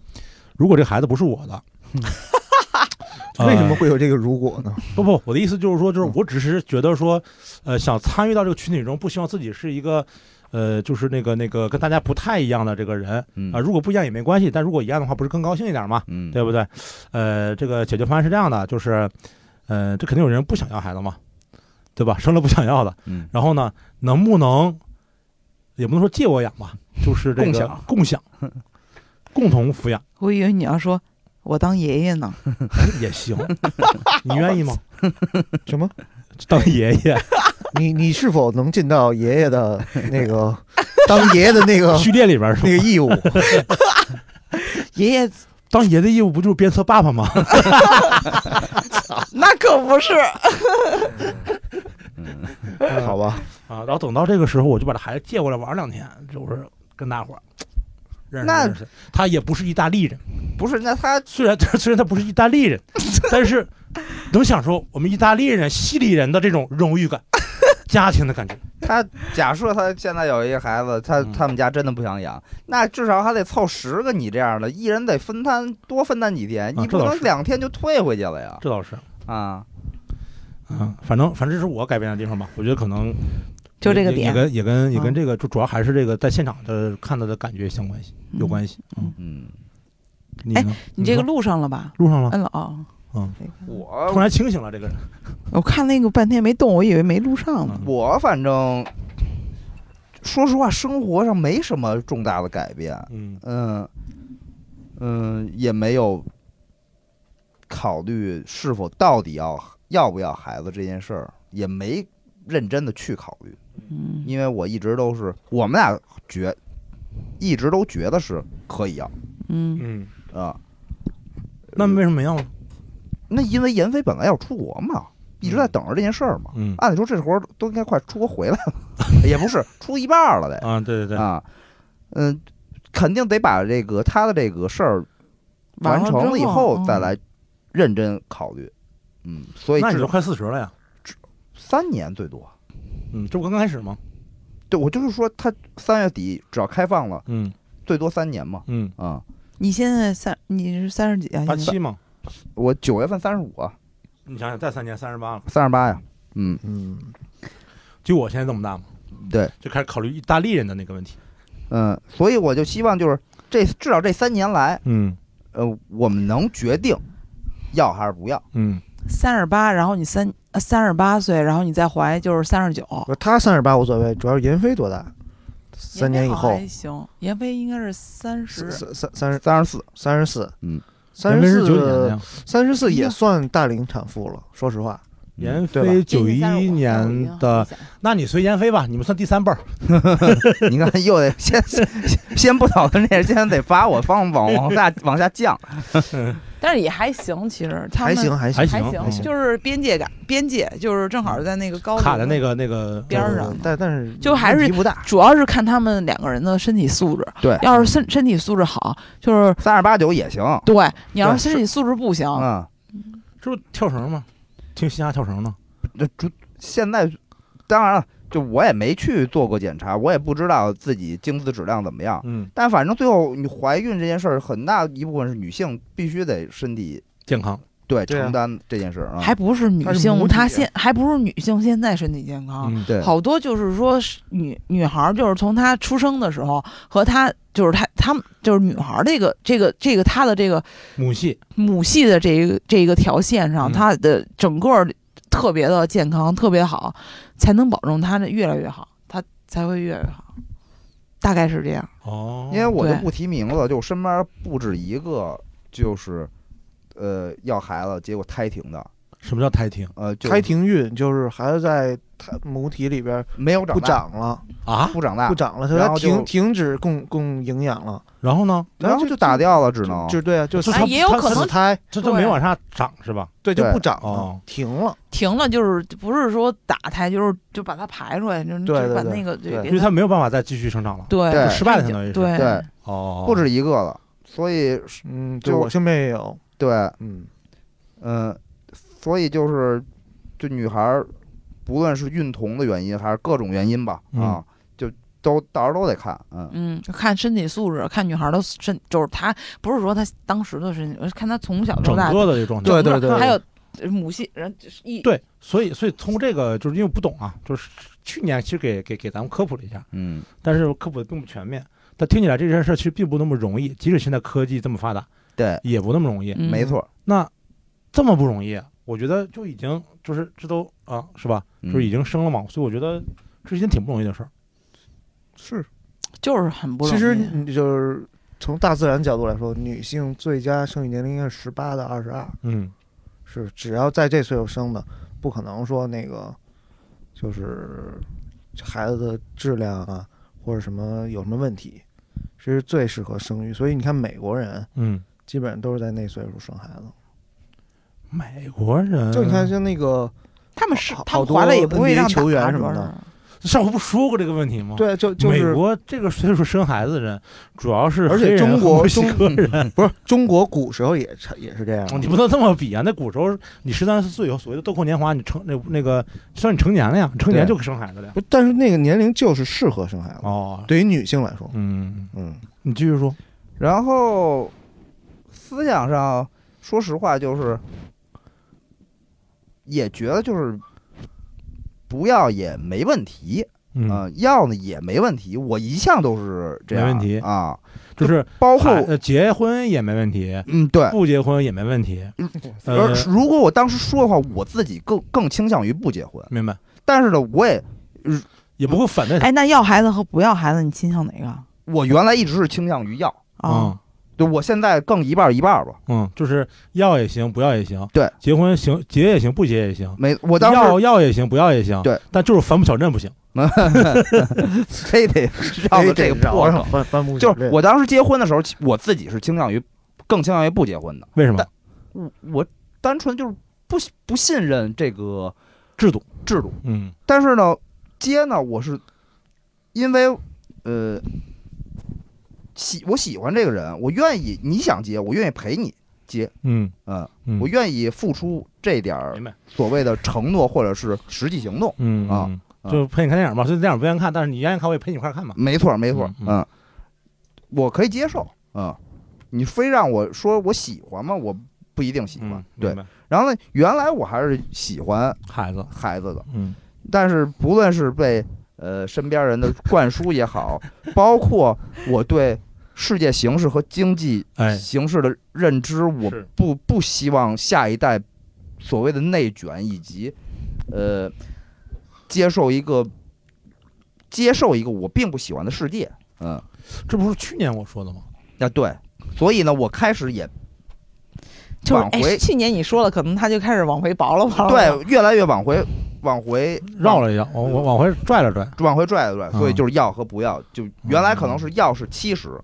Speaker 3: 如果这孩子不是我的
Speaker 4: 为
Speaker 3: 哎
Speaker 4: 什
Speaker 5: 哎
Speaker 4: 么会有这个如果呢？
Speaker 3: 呃不不？我的意思就是说，
Speaker 5: 嗯
Speaker 3: 就是我只是觉得说，呃，想参与到这个群体中，不希望自己是一个。呃，就是那个那个跟大家不太一样的这个人啊、
Speaker 2: 嗯
Speaker 3: 如果不一样也没关系，但如果一样的话，不是更高兴一点吗？
Speaker 2: 嗯
Speaker 3: 对不对？呃，这个解决方案是这样的，就是，呃，这肯定有人不想要孩子嘛，对吧？生了不想要的，
Speaker 2: 嗯
Speaker 3: 然后呢，能不能也不能说借我养
Speaker 4: <laughs>
Speaker 3: 吧，就是这个
Speaker 2: 共享
Speaker 3: 共享共同抚养
Speaker 5: 我以为你要说我当爷爷呢， <laughs>
Speaker 3: 也
Speaker 4: <laughs>
Speaker 3: 行，你愿意吗？
Speaker 4: 什么？
Speaker 3: 当爷
Speaker 4: <laughs>
Speaker 3: 爷
Speaker 4: 你你是否能尽到爷
Speaker 3: <laughs>
Speaker 4: 爷的那个当爷爷的那个
Speaker 3: 序列里边是
Speaker 4: 啊那
Speaker 3: 吗？
Speaker 4: 个
Speaker 3: <laughs>
Speaker 4: 义务？
Speaker 5: 爷爷
Speaker 3: 当爷的义务不就是鞭策爸爸
Speaker 4: <laughs>
Speaker 3: 吗？
Speaker 5: 那可不是，
Speaker 2: 嗯
Speaker 4: 好吧，
Speaker 3: 啊，然后等到这个时候，我就把这孩子借过来玩两天，就是跟大伙儿。 <sniffs> 认识
Speaker 2: 那
Speaker 3: 认识，他也不是意大利人，
Speaker 2: 不是，那他
Speaker 3: 虽然 <laughs> 虽然他不是意大利
Speaker 4: <laughs>
Speaker 3: 人，但是能享受我们意大利人、西里人的这种荣
Speaker 4: <laughs>
Speaker 3: 誉感、家庭的感觉。
Speaker 2: 他
Speaker 6: <laughs>
Speaker 2: 假设他现在有一个孩子，他
Speaker 3: 嗯
Speaker 2: 他们家真的不想养，那至少还得凑十个你这样的，一人得分摊多分担几天，
Speaker 3: 啊
Speaker 2: 你不
Speaker 3: 这倒
Speaker 2: 能
Speaker 3: 是
Speaker 2: 两天就退回去了呀
Speaker 3: 这倒是，
Speaker 2: 啊！
Speaker 3: 啊，反正反正这是我改变的地方吧。我觉得可能
Speaker 5: 就这个
Speaker 3: 也也
Speaker 5: 点，
Speaker 3: 跟也跟也跟
Speaker 5: 嗯
Speaker 3: 这个就主要还是这个在现场的看到的感觉相关系有关
Speaker 5: 系。
Speaker 3: 系。嗯，
Speaker 6: 嗯，
Speaker 3: 你
Speaker 5: 哎
Speaker 3: 呢
Speaker 5: 你这个
Speaker 3: 说
Speaker 5: 录上了吧？
Speaker 3: 录上了，
Speaker 5: 摁了啊！
Speaker 3: 嗯，
Speaker 6: 我
Speaker 3: 突然清醒了，这个人
Speaker 5: 我看那个半天没动，我以为没录上呢。
Speaker 3: 嗯
Speaker 6: 我反正说实话，生活上没什么重大的改变，
Speaker 3: 嗯
Speaker 6: 嗯嗯，也没有考虑是否到底要要不要孩子这件事儿，也没认真的去考虑，
Speaker 5: 嗯
Speaker 6: 因为我一直都是我们俩觉，一直都觉得是可以要
Speaker 5: 嗯
Speaker 3: 嗯，
Speaker 6: 啊、
Speaker 3: 那为什么没要呢？
Speaker 6: 那因为闫飞本来要出国嘛，一直在等着这件事儿嘛。
Speaker 3: 嗯
Speaker 6: 按理说这活儿都应该快出国回
Speaker 3: <laughs>
Speaker 6: 来了，也不是出一半儿了得。
Speaker 3: 啊，对对对，
Speaker 6: 啊，嗯，肯定得把这个他的这个事儿完成了以后嗯再，来认真考虑。嗯，所以
Speaker 3: 那你
Speaker 6: 至
Speaker 3: 都
Speaker 6: 少
Speaker 3: 快四十了呀，
Speaker 6: 三年最多。
Speaker 3: 嗯，这不刚开始吗？
Speaker 6: 对，我就是说，他三月底只要开放了，
Speaker 3: 嗯
Speaker 6: 最多三年嘛。
Speaker 3: 嗯，
Speaker 6: 啊、
Speaker 5: 你现在三你是三十几啊？
Speaker 3: 八
Speaker 5: 现在
Speaker 3: 七嘛，
Speaker 6: 我九月份三十五，啊
Speaker 3: 你想想，再三年三十八了，
Speaker 6: 三十八呀。嗯，
Speaker 4: 嗯，
Speaker 3: 就我现在这么大嘛，
Speaker 6: 对，
Speaker 3: 就开始考虑意大利人的那个问题。
Speaker 6: 嗯，所以我就希望就是这至少这三年来，
Speaker 3: 嗯
Speaker 6: 呃，我们能决定要还是不要。
Speaker 3: 嗯
Speaker 5: 三十八，然后你三呃三十八岁，然后你再怀就是三十九。
Speaker 4: 不是他三十八无所谓，主要是闫飞多大？三年以
Speaker 5: 闫飞好
Speaker 4: 后
Speaker 5: 像，还行，闫飞应该是三
Speaker 4: 三
Speaker 5: 十，
Speaker 4: 三三三十
Speaker 6: 三十四，
Speaker 4: 三十四，
Speaker 6: 嗯，
Speaker 4: 三
Speaker 3: 飞
Speaker 4: 十
Speaker 3: 是九几年的
Speaker 4: 四
Speaker 3: 呀，
Speaker 4: 三
Speaker 5: 哎
Speaker 4: 十四也算大龄产妇了。说实话，
Speaker 3: 闫
Speaker 4: 对
Speaker 3: 飞
Speaker 4: 吧
Speaker 3: 九一年的，那你随闫飞吧，你们算第三辈儿。
Speaker 6: 你看又得先先先不讨论这，先得把我放往往下往下降。
Speaker 5: 但是也还行，其实他
Speaker 4: 还
Speaker 5: 们
Speaker 4: 行还行
Speaker 3: 还，
Speaker 5: 还
Speaker 3: 行还行
Speaker 5: 就是边界感，边界就是正好在那个高
Speaker 3: 卡在
Speaker 5: 度
Speaker 3: 那个那个
Speaker 5: 边儿
Speaker 4: 呃
Speaker 5: 上
Speaker 4: 但但是
Speaker 5: 就还是
Speaker 4: 问题不大。
Speaker 5: 主要是看他们两个人的身体素质。
Speaker 6: 对
Speaker 5: 要是身身体素质好，就是
Speaker 6: 三十八九也行
Speaker 5: 对你要
Speaker 6: 对
Speaker 5: 是身体素质不行，
Speaker 6: 啊。
Speaker 3: 这不跳绳吗？听嘻哈跳绳呢。
Speaker 6: 这主现在当然了，就我也没去做过检查，我也不知道自己精子质量怎么样。
Speaker 3: 嗯，
Speaker 6: 但反正最后你怀孕这件事儿，很大一部分是女性必须得身体
Speaker 3: 健康。
Speaker 6: 对
Speaker 4: 对啊
Speaker 6: 承担这件事儿啊。
Speaker 5: 还不是女
Speaker 4: 她是母
Speaker 5: 性
Speaker 4: 体
Speaker 5: 她
Speaker 4: 啊
Speaker 5: 现还不是女性现在身体健康，
Speaker 3: 嗯，
Speaker 6: 对
Speaker 5: 好多就是说是女女孩儿就是从她出生的时候和她就是她她们就是女孩儿这个这个这个她的这个
Speaker 3: 母系。
Speaker 5: 母系的这一个这一个条线上，
Speaker 3: 嗯
Speaker 5: 她的整个儿特别的健康，特别好，才能保证她的越来越好，她才会越来越好，大概是这样。
Speaker 3: 哦
Speaker 6: 因为我就
Speaker 5: 对
Speaker 6: 不提名字，就身边不止一个就是呃要孩子结果胎停的，
Speaker 3: 什么叫胎停
Speaker 6: 呃就
Speaker 4: 胎停孕就是孩子在胎母体里边
Speaker 6: 没有长
Speaker 4: 不
Speaker 6: 大
Speaker 4: 长了，
Speaker 3: 啊？
Speaker 6: 不长大
Speaker 4: 不，长了，
Speaker 6: 然
Speaker 4: 它
Speaker 6: 后就
Speaker 4: 停停止供供营养了，
Speaker 3: 然后呢？
Speaker 6: 然后
Speaker 4: 就
Speaker 6: 就打掉了，只能
Speaker 4: 就对啊，就
Speaker 3: 就是
Speaker 5: 哎
Speaker 3: 他
Speaker 5: 也有
Speaker 3: 他
Speaker 5: 可能
Speaker 4: 死胎，
Speaker 3: 这这
Speaker 5: 对
Speaker 3: 没往下长是吧？
Speaker 4: 对，就
Speaker 6: 对
Speaker 4: 不长了
Speaker 3: 哦，
Speaker 4: 停了，
Speaker 5: 停了就是不是说打胎，就是就把它排出来，就
Speaker 4: 对
Speaker 5: 就
Speaker 4: 对
Speaker 5: 把
Speaker 4: 对
Speaker 5: 那个就
Speaker 4: 对
Speaker 5: 给
Speaker 3: 因为他没有办法再继续生长了。
Speaker 5: 对
Speaker 6: 对
Speaker 3: 就失败了相当于是
Speaker 5: 对
Speaker 6: 对
Speaker 3: 哦，
Speaker 6: 不止一个了，所以
Speaker 4: 嗯，对
Speaker 6: 就
Speaker 4: 我身边也有，
Speaker 6: 对。
Speaker 4: 嗯，
Speaker 6: 嗯，所以就是，就女孩儿，不论是孕酮的原因还是各种原因吧，啊，就都到时候都得看，嗯，
Speaker 5: 嗯，看身体素质，看女孩的身，就是她不是说她当时的身体，而是看她从小
Speaker 3: 整
Speaker 5: 到大，
Speaker 3: 个的这个状态。
Speaker 4: 对
Speaker 5: 整个
Speaker 4: 对对
Speaker 5: 还有呃母系人就是一
Speaker 3: 对，所以所以通过这个，就是因为不懂啊，就是去年其实给给给咱们科普了一下，
Speaker 6: 嗯，
Speaker 3: 但是科普的并不全面。但听起来这件事儿其实并不那么容易，即使现在科技这么发达，
Speaker 6: 对，
Speaker 3: 也不那么容易。
Speaker 5: 嗯
Speaker 6: 没错儿，
Speaker 3: 那这么不容易，我觉得就已经就是这都啊，是吧？就是已
Speaker 6: 经
Speaker 3: 经生了嘛，所以我觉得这是一件挺不容易的事儿。
Speaker 4: 是，
Speaker 5: 就是很不容易。
Speaker 4: 其实你就是从大自然角度来说，女性最佳生育年龄应该是十八到二十二，
Speaker 3: 嗯，
Speaker 4: 是只要在这岁数生的，不可能说那个就是孩子的质量啊或者什么有什么问题，是最适合生育。所以你看美国人
Speaker 3: 嗯，
Speaker 4: 基本上都是在那岁数生孩子，
Speaker 3: 美国人
Speaker 4: 就你看像那
Speaker 3: 哦
Speaker 4: 个
Speaker 5: 他们是
Speaker 4: 好
Speaker 5: 他们
Speaker 4: 好多
Speaker 5: 怀了也不会
Speaker 4: NBA
Speaker 5: 让打
Speaker 4: 球员什么
Speaker 5: 主要
Speaker 4: 的
Speaker 5: 是
Speaker 3: 上回不说过这个问题吗？，
Speaker 4: 对，就就
Speaker 3: 美
Speaker 4: 是
Speaker 3: 国这个岁数生孩子的人，主要是
Speaker 4: 而且
Speaker 3: 黑人
Speaker 4: 中
Speaker 3: 和
Speaker 4: 国
Speaker 3: 墨西哥人，
Speaker 4: <laughs> 不是中国古时候也差也是这样的，
Speaker 3: 你不能这么比啊！那古时候你十三四岁以后，所谓的豆蔻年华，你成那那个算你成年了呀，成年
Speaker 4: 对
Speaker 3: 就生孩子了呀。
Speaker 4: 不，但是那个年龄就是适合生孩子，
Speaker 3: 哦，
Speaker 4: 对于女性来说，
Speaker 3: 嗯，
Speaker 4: 嗯，
Speaker 3: 你继续说。
Speaker 6: 然后思想上，说实话就是，也觉得就是不要也没问题啊、
Speaker 3: 嗯，
Speaker 6: 要呢也没问题。我一向都是这样，
Speaker 3: 没问题
Speaker 6: 啊，
Speaker 3: 就是
Speaker 6: 包括
Speaker 3: 孩呃结婚也没问题，
Speaker 6: 嗯对。
Speaker 3: 不结婚也没问题。
Speaker 6: 而
Speaker 3: 呃，
Speaker 6: 如果我当时说的话，我自己更更倾向于不结婚，
Speaker 3: 明白，
Speaker 6: 但是呢，我也
Speaker 3: 也不会反对他。
Speaker 5: 哎，那要孩子和不要孩子，你倾向哪个？哦啊、
Speaker 6: 我原来一直是倾向于要，哦
Speaker 3: 嗯
Speaker 6: 对我现在更一半儿一半儿吧。
Speaker 3: 嗯，就是要也行，不要也行。
Speaker 6: 对，
Speaker 3: 结婚行，结也行，不结也行。
Speaker 6: 没，我当时
Speaker 3: 要要也行，不要也行。
Speaker 6: 对，
Speaker 3: 但就是反目小镇不行。
Speaker 6: 非
Speaker 3: <laughs>
Speaker 6: 得绕
Speaker 4: 非
Speaker 6: 到
Speaker 4: 得
Speaker 6: 这个
Speaker 4: 绕
Speaker 6: 破
Speaker 4: 上
Speaker 6: 梗，
Speaker 4: 翻翻不
Speaker 6: 就是我当时结婚的时候，其我自己是倾向于更倾向于不结婚的，
Speaker 3: 为什么
Speaker 6: 但？我我单纯就是不不信任这个
Speaker 3: 制度。
Speaker 6: 制度。
Speaker 3: 嗯
Speaker 6: 但是呢，接呢，我是因为呃喜我喜欢这个人，我愿意你想接，我愿意陪你接，
Speaker 3: 嗯
Speaker 6: 嗯，
Speaker 3: 嗯，
Speaker 6: 我愿意付出这点儿
Speaker 3: 明白。
Speaker 6: 所谓的承诺或者是实际行动。
Speaker 3: 嗯
Speaker 6: 啊啊
Speaker 3: 嗯就陪你看电影嘛，虽然电影不愿意看，但是你愿意看，我也陪你一块儿看嘛。
Speaker 6: 没错，没错，
Speaker 3: 嗯
Speaker 6: 嗯，我可以接受，嗯，你非让我说我喜欢吗？我不一定喜欢
Speaker 3: 嗯，，
Speaker 6: 对
Speaker 3: 明。白，
Speaker 6: 然后呢，原来我还是喜欢
Speaker 3: 孩子，
Speaker 6: 孩子的，
Speaker 3: 嗯
Speaker 6: 但是不论是被呃身边人的灌输也好，包括我对世界形势和经济
Speaker 3: 哎
Speaker 6: 形势的认知，我
Speaker 3: 是
Speaker 6: 不不希望下一代所谓的内卷以及呃接受一个接受一个我并不喜欢的世界，嗯，
Speaker 3: 这不是去年我说的吗？
Speaker 6: 那对，所以呢，我开始也
Speaker 5: 就是
Speaker 6: 往
Speaker 5: 哎
Speaker 6: 回
Speaker 5: 去年你说了，可能他就开始往回薄了薄了。
Speaker 6: 对越来越往回往回
Speaker 3: 绕了一绕，往往往回拽了拽。
Speaker 6: 往回拽了拽，所以
Speaker 3: 嗯
Speaker 6: 就是要和不要，就原来可能是要是七十，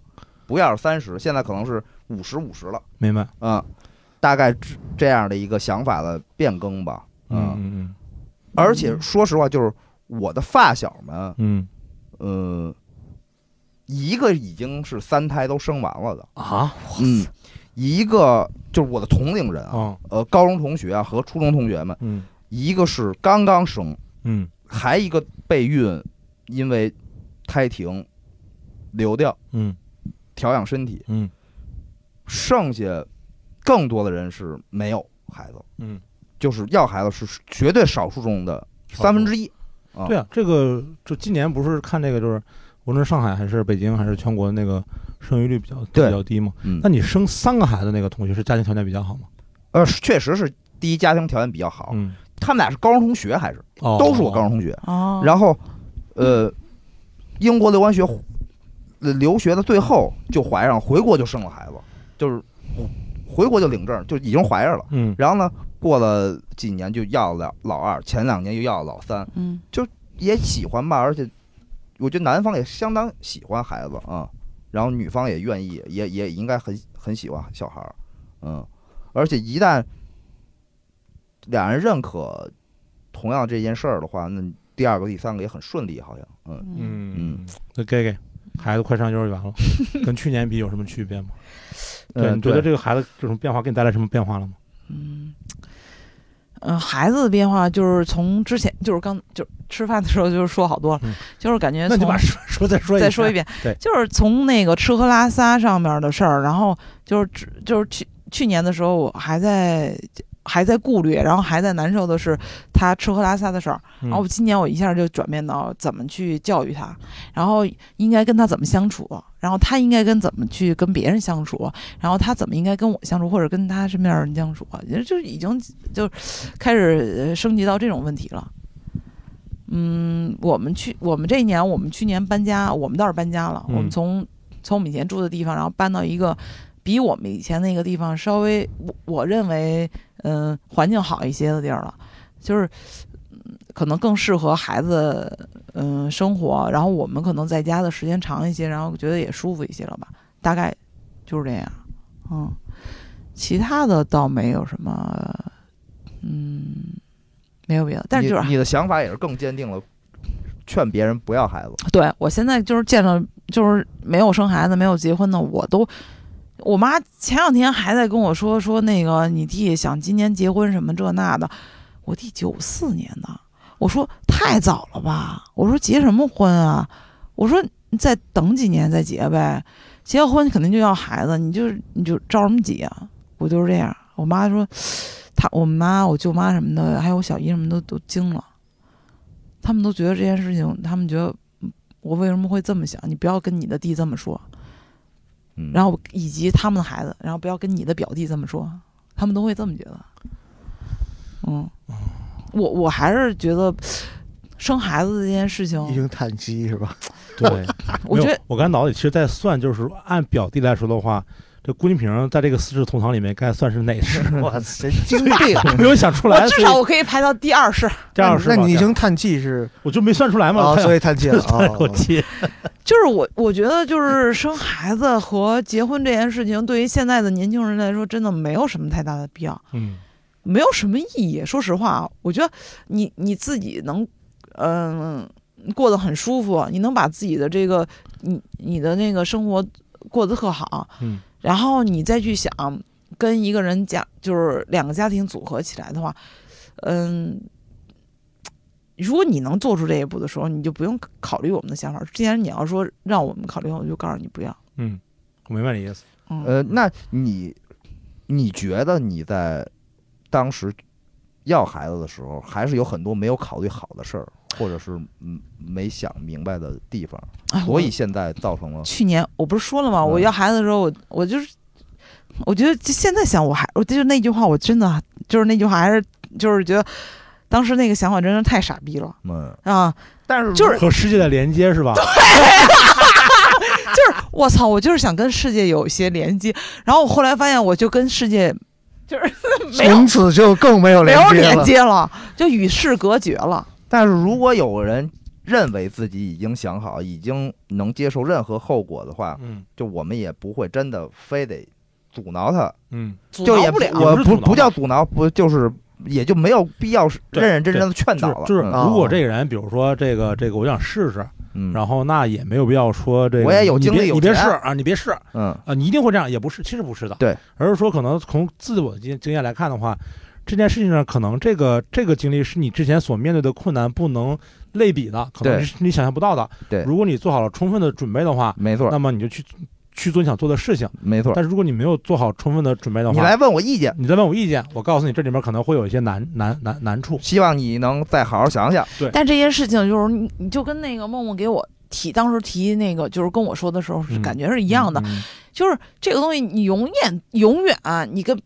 Speaker 6: 不要是三十，现在可能是五十五十了，
Speaker 3: 明白。
Speaker 6: 嗯，大概这这样的一个想法的变更吧，
Speaker 3: 嗯嗯
Speaker 6: 而且说实话，就是我的发小们，
Speaker 3: 嗯
Speaker 6: 嗯，一个已经是三胎都生完了的，
Speaker 3: 嗯啊
Speaker 6: 嗯，一个就是我的同龄人啊，
Speaker 3: 哦
Speaker 6: 呃，高中同学啊和初中同学们，
Speaker 3: 嗯
Speaker 6: 一个是刚刚生，
Speaker 3: 嗯
Speaker 6: 还一个备孕，因为胎停流掉。
Speaker 3: 嗯
Speaker 6: 调养身体，
Speaker 3: 嗯
Speaker 6: 剩下更多的人是没有孩子，
Speaker 3: 嗯，
Speaker 6: 就是要孩子是绝对少数中的三分之一。啊
Speaker 3: 对啊，这个就今年不是看这个，就是无论上海还是北京还是全国那个生育率比较比
Speaker 6: 对
Speaker 3: 较低嘛。
Speaker 6: 嗯
Speaker 3: 那，你生三个孩子那个同学是家庭条件比较好吗？
Speaker 6: 呃，是确实是第一家庭条件比较好，
Speaker 3: 嗯，
Speaker 6: 他们俩是高中同学，还是
Speaker 3: 哦，
Speaker 6: 哦都是我高中同学。
Speaker 5: 哦，
Speaker 6: 然后，呃，英国留完学，呃留学的最后就怀上，回国就生了孩子，就是回国就领证，就已经怀上了。
Speaker 3: 嗯
Speaker 6: 然后呢，过了几年就要了老二，前两年又要了老三，
Speaker 5: 嗯，
Speaker 6: 也喜欢吧，而且我觉得男方也相当喜欢孩子啊、然后女方也愿意，也也应该很很喜欢小孩儿，嗯，而且一旦俩人认可同样这件事儿的话，那第二个、第三个也很顺利，好像，嗯，
Speaker 5: 嗯，
Speaker 3: 嗯，那给给孩子快上幼儿园了，跟去年比有什么区别
Speaker 6: <laughs>
Speaker 3: 吗？对，
Speaker 6: 嗯
Speaker 3: 你觉得
Speaker 6: 对
Speaker 3: 这个孩子这种变化给你带来什么变化了吗？
Speaker 5: 嗯，呃，孩子的变化就是从之前就是刚就是吃饭的时候就是说好多了，
Speaker 3: 嗯
Speaker 5: 就是感觉
Speaker 3: 那你
Speaker 5: 从
Speaker 3: 把说说再说一
Speaker 5: 再说一
Speaker 3: 遍。对
Speaker 5: 遍，就是从那个吃喝拉撒上面的事儿，然后就是只就是去去年的时候，我还在还在顾虑，然后还在难受的是他吃喝拉撒的事儿，
Speaker 3: 嗯
Speaker 5: 然后今年我一下就转变到怎么去教育他，然后应该跟他怎么相处，然后他应该跟怎么去跟别人相处，然后他怎么应该跟我相处，或者跟他身边的人相处，也就已经就开始呃升级到这种问题了。嗯，我们去我们这一年，我们去年搬家，我们倒是搬家了，
Speaker 3: 嗯
Speaker 5: 我们从从我们以前住的地方，然后搬到一个比我们以前那个地方稍微我我认为嗯、呃环境好一些的地儿了，就是。嗯可能更适合孩子，嗯、生活。然后我们可能在家的时间长一些，然后觉得也舒服一些了吧。大概就是这样，嗯，其他的倒没有什么，嗯，没有别的。但是就是
Speaker 6: 你你的想法也是更坚定了，劝别人不要孩子，
Speaker 5: 对我现在就是见了，就是没有生孩子、没有结婚的，我都，我妈前两天还在跟我说说那个你弟想今年结婚什么这那的，我弟九四年的，我说太早了吧，我说结什么婚啊，我说你再等几年再结呗，结了婚肯定就要孩子，你就你就着什么急啊？我就是这样，我妈说。他我妈、我舅妈什么的，还有我小姨什么的都惊了，他们都觉得这件事情，他们觉得嗯我为什么会这么想？你不要跟你的弟这么说，
Speaker 2: 嗯，
Speaker 5: 然后以及他们的孩子，然后不要跟你的表弟这么说，他们都会这么觉得。嗯，
Speaker 3: 哦
Speaker 5: 我我还是觉得生孩子这件事情，
Speaker 4: 一声叹息是吧？
Speaker 3: 对，
Speaker 5: 我
Speaker 3: 没
Speaker 5: 觉
Speaker 3: 有
Speaker 5: 得
Speaker 3: 我刚才脑子里其实在算，就是说按表弟来说的话，这郭金平在这个四世同堂里面该算是哪 <laughs> 世？
Speaker 4: 我 <laughs> 神
Speaker 5: 经病。
Speaker 3: 没有想出
Speaker 5: 我
Speaker 3: 来，
Speaker 5: 至
Speaker 3: 所以
Speaker 5: 少我可以排到第二世，
Speaker 3: 这样是吧
Speaker 4: 那你一
Speaker 3: 这样
Speaker 4: 声叹气是
Speaker 3: 我就没算出来
Speaker 6: 哦
Speaker 3: 嘛，
Speaker 4: 啊，
Speaker 3: 太 <laughs>
Speaker 4: 所以叹气了啊
Speaker 3: 叹了。口气。
Speaker 5: 就是我，我觉得就是生孩子和结婚这件事情，对于现在的年轻人来说，真的没有什么太大的必要，
Speaker 3: 嗯，
Speaker 5: 没有什么意义。说实话啊，我觉得你你自己能，嗯、过得很舒服，你能把自己的这个你你的那个生活过得特好，
Speaker 3: 嗯，
Speaker 5: 然后你再去想跟一个人家就是两个家庭组合起来的话，嗯。如果你能做出这一步的时候，你就不用考虑我们的想法。既然你要说让我们考虑，我就告诉你不要。
Speaker 3: 嗯，我明白你意思。
Speaker 5: 嗯，
Speaker 6: 呃，那你你觉得你在当时要孩子的时候，还是有很多没有考虑好的事儿，或者是嗯没想明白的地方，
Speaker 5: 哎
Speaker 6: 所
Speaker 5: 我
Speaker 6: 以现在造成了
Speaker 5: 去年我不是说了吗？
Speaker 6: 啊嗯
Speaker 5: 我要孩子的时候，我我就是，我觉得就现在想我还，我就是那句话，我真的就是那句话，还是就是觉得当时那个想法真是太傻逼了
Speaker 6: 嗯，
Speaker 5: 啊！
Speaker 6: 但是
Speaker 5: 就是
Speaker 3: 和世界的连接是吧？
Speaker 5: 就是我操，我就是想跟世界有一些连接，然后我后来发现，我就跟世界就是没有
Speaker 4: 从此就更没有
Speaker 5: 没
Speaker 4: 连
Speaker 5: 有
Speaker 4: 接
Speaker 5: 连
Speaker 4: 了。
Speaker 5: 接了，就与世隔绝了。
Speaker 6: 但是如果有人认为自己已经想好，已经能接受任何后果的话，
Speaker 3: 嗯
Speaker 6: 就我们也不会真的非得阻挠他，
Speaker 3: 嗯，
Speaker 5: 阻
Speaker 6: 就也
Speaker 5: 挠不了，
Speaker 6: 我
Speaker 3: 不是
Speaker 6: 不
Speaker 3: 阻挠
Speaker 6: 不叫阻挠，不就是也就没有必要是
Speaker 3: 对
Speaker 6: 认认真真的劝
Speaker 3: 就
Speaker 6: 导
Speaker 3: 是
Speaker 6: 了，
Speaker 3: 就是，
Speaker 6: 嗯
Speaker 4: 啊
Speaker 3: 如果这个人，比如说这个这个，我想试试，
Speaker 6: 嗯，
Speaker 3: 然后那也没有必要说这个，
Speaker 6: 我也有
Speaker 3: 你
Speaker 6: 精
Speaker 3: 别
Speaker 6: 力有
Speaker 3: 你别试
Speaker 6: 钱
Speaker 3: 啊，你别试啊，
Speaker 6: 嗯
Speaker 3: 你一定会这样，也不是，其实不是的，
Speaker 6: 对，
Speaker 3: 而是说可能从自我经经验来看的话，这件事情上可能这个这个经历是你之前所面对的困难不能类比的，可能
Speaker 6: 对
Speaker 3: 是你想象不到的，
Speaker 6: 对
Speaker 3: 如果你做好了充分的准备的话，
Speaker 6: 没错
Speaker 3: 那么你就去去做你想做的事情，
Speaker 6: 没错，
Speaker 3: 但是如果你没有做好充分的准备的
Speaker 6: 你
Speaker 3: 话，
Speaker 6: 来问我意见，
Speaker 3: 你再问我意见，我告诉你这里面可能会有一些难难难难处，
Speaker 6: 希望你能再好好想想，
Speaker 5: 但这件事情就是你，你就跟那个梦梦给我提当时提那个，就是跟我说的时候是
Speaker 3: 嗯
Speaker 5: 感觉是一样的，
Speaker 3: 嗯，嗯
Speaker 5: 就是这个东西你永远永远啊、你跟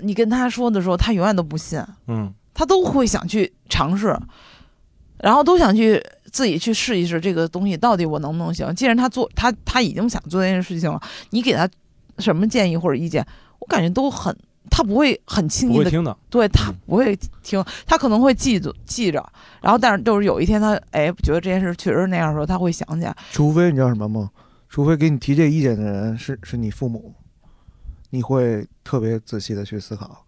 Speaker 5: 你跟他说的时候，他永远都不信，
Speaker 3: 嗯。
Speaker 5: 他都会想去尝试，然后都想去自己去试一试这个东西到底我能不能行。既然他做他他已经想做这件事情了，你给他什么建议或者意见，我感觉都很他不会很轻
Speaker 3: 不
Speaker 5: 易
Speaker 3: 会
Speaker 5: 的
Speaker 3: 听的，
Speaker 5: 对他
Speaker 3: 嗯
Speaker 5: 不会听，他可能会记住记着，然后但是就是有一天他哎觉得这件事确实是那样的时候，他会想起来。
Speaker 4: 除非你知道什么吗？除非给你提这意见的人是是你父母，你会特别仔细的去思考。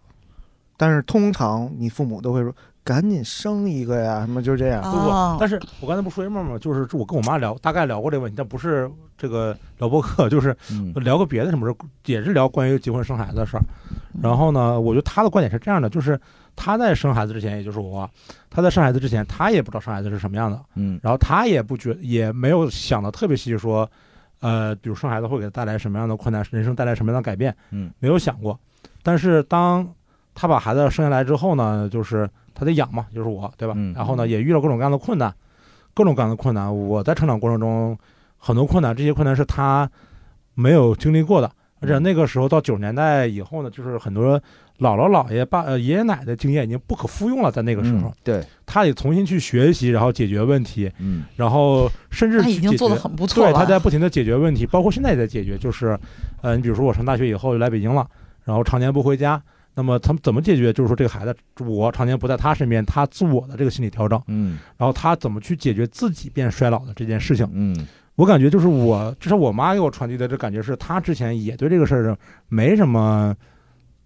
Speaker 4: 但是通常你父母都会说：“赶紧生一个呀，什么就是这样。
Speaker 5: 啊
Speaker 3: 不不
Speaker 5: 哦，
Speaker 3: 但是我刚才不说一梦吗？就是我跟我妈聊，大概聊过这个问题，但不是这个聊播客，就是
Speaker 6: 嗯
Speaker 3: 聊个别的什么事儿，也是聊关于结婚生孩子的事儿。然后呢，我觉得她的观点是这样的，就是她在生孩子之前，也就是我，她在生孩子之前，她也不知道生孩子是什么样的，
Speaker 6: 嗯
Speaker 3: 然后她也不觉也没有想的特别细说，呃，比如生孩子会给她带来什么样的困难，人生带来什么样的改变，
Speaker 6: 嗯，
Speaker 3: 没有想过。但是当她把孩子生下来之后呢，就是她得养嘛，就是我，对吧？
Speaker 6: 嗯
Speaker 3: 然后呢，也遇到各种各样的困难，各种各样的困难。我在成长过程中很多困难，这些困难是她没有经历过的。而
Speaker 6: 嗯
Speaker 3: 且那个时候到九十年代以后呢，就是很多姥姥姥爷、爸呃爷爷奶奶的经验已经不可复用了，在那个时候
Speaker 6: 嗯，对，
Speaker 3: 她得重新去学习，然后解决问题，
Speaker 6: 嗯
Speaker 3: 然后甚至
Speaker 5: 他已
Speaker 3: 去
Speaker 5: 经
Speaker 3: 解
Speaker 5: 做的
Speaker 3: 决
Speaker 5: 很不错
Speaker 3: 对，他
Speaker 5: 了。
Speaker 3: 在不停的解决问题，包括现在也在解决。就是，呃，你比如说我上大学以后就来北京了，然后常年不回家，那么他们怎么解决？就是说这个孩子我常年不在他身边，他自我的这个心理调整，
Speaker 6: 嗯
Speaker 3: 然后他怎么去解决自己变衰老的这件事情？
Speaker 6: 嗯
Speaker 3: 我感觉就是我，至少我妈给我传递的这感觉是，她之前也对这个事儿没什么，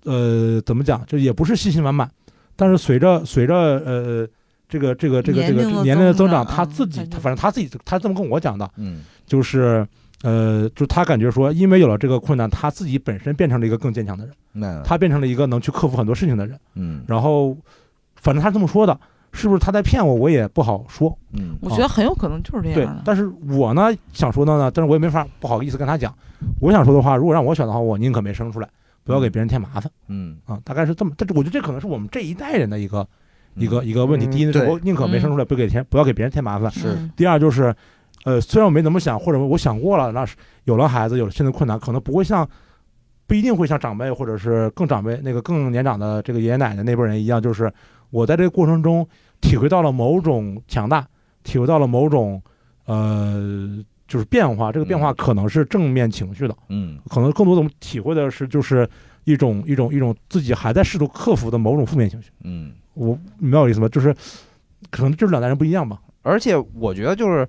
Speaker 3: 呃，怎么讲，就也不是信心满满，但是随着随着呃。这个这个这个这个
Speaker 5: 年龄的
Speaker 3: 年龄的增
Speaker 5: 增
Speaker 3: 长，
Speaker 5: 长
Speaker 3: 她
Speaker 5: 嗯
Speaker 3: 自己，
Speaker 5: 感觉
Speaker 3: 她反正她自己，她这么跟我讲的，
Speaker 6: 嗯
Speaker 3: 就是呃，就他感觉说，因为有了这个困难，他自己本身变成了一个更坚强的人，
Speaker 6: 那
Speaker 3: 他变成了一个能去克服很多事情的人。
Speaker 6: 嗯
Speaker 3: 然后，反正他是这么说的，是不是他在骗我，我也不好说。
Speaker 6: 嗯
Speaker 5: 我觉得很有可能就是这
Speaker 3: 对
Speaker 5: 样的，。
Speaker 3: 但是我呢想说的呢，但是我也没法不好意思跟他讲。我想说的话，如果让我选的话，我宁可没生出来，不要给别人添麻烦
Speaker 2: 嗯
Speaker 3: 啊。大概是这么，但是我觉得这可能是我们这一代人的一个一个一个问题。
Speaker 4: 嗯
Speaker 3: 第一呢，
Speaker 2: 对
Speaker 3: 我宁可没生出来，不给添，不要给别人添麻烦。
Speaker 5: 是
Speaker 3: 第二就是，呃，虽然我没怎么想，或者我想过了，那是有了孩子，有了现在困难，可能不会像，不一定会像长辈或者是更长辈那个更年长的这个爷爷奶奶那辈人一样，就是我在这个过程中体会到了某种强大，体会到了某种呃就是变化，这个变化可能是正面情绪的，
Speaker 2: 嗯
Speaker 3: 可能更多的我们体会的是就是一种一种一种自己还在试图克服的某种负面情绪。
Speaker 2: 嗯，
Speaker 3: 我你明白我意思吗？就是可能就是两代人不一样吧。
Speaker 2: 而且
Speaker 6: 我觉得就是，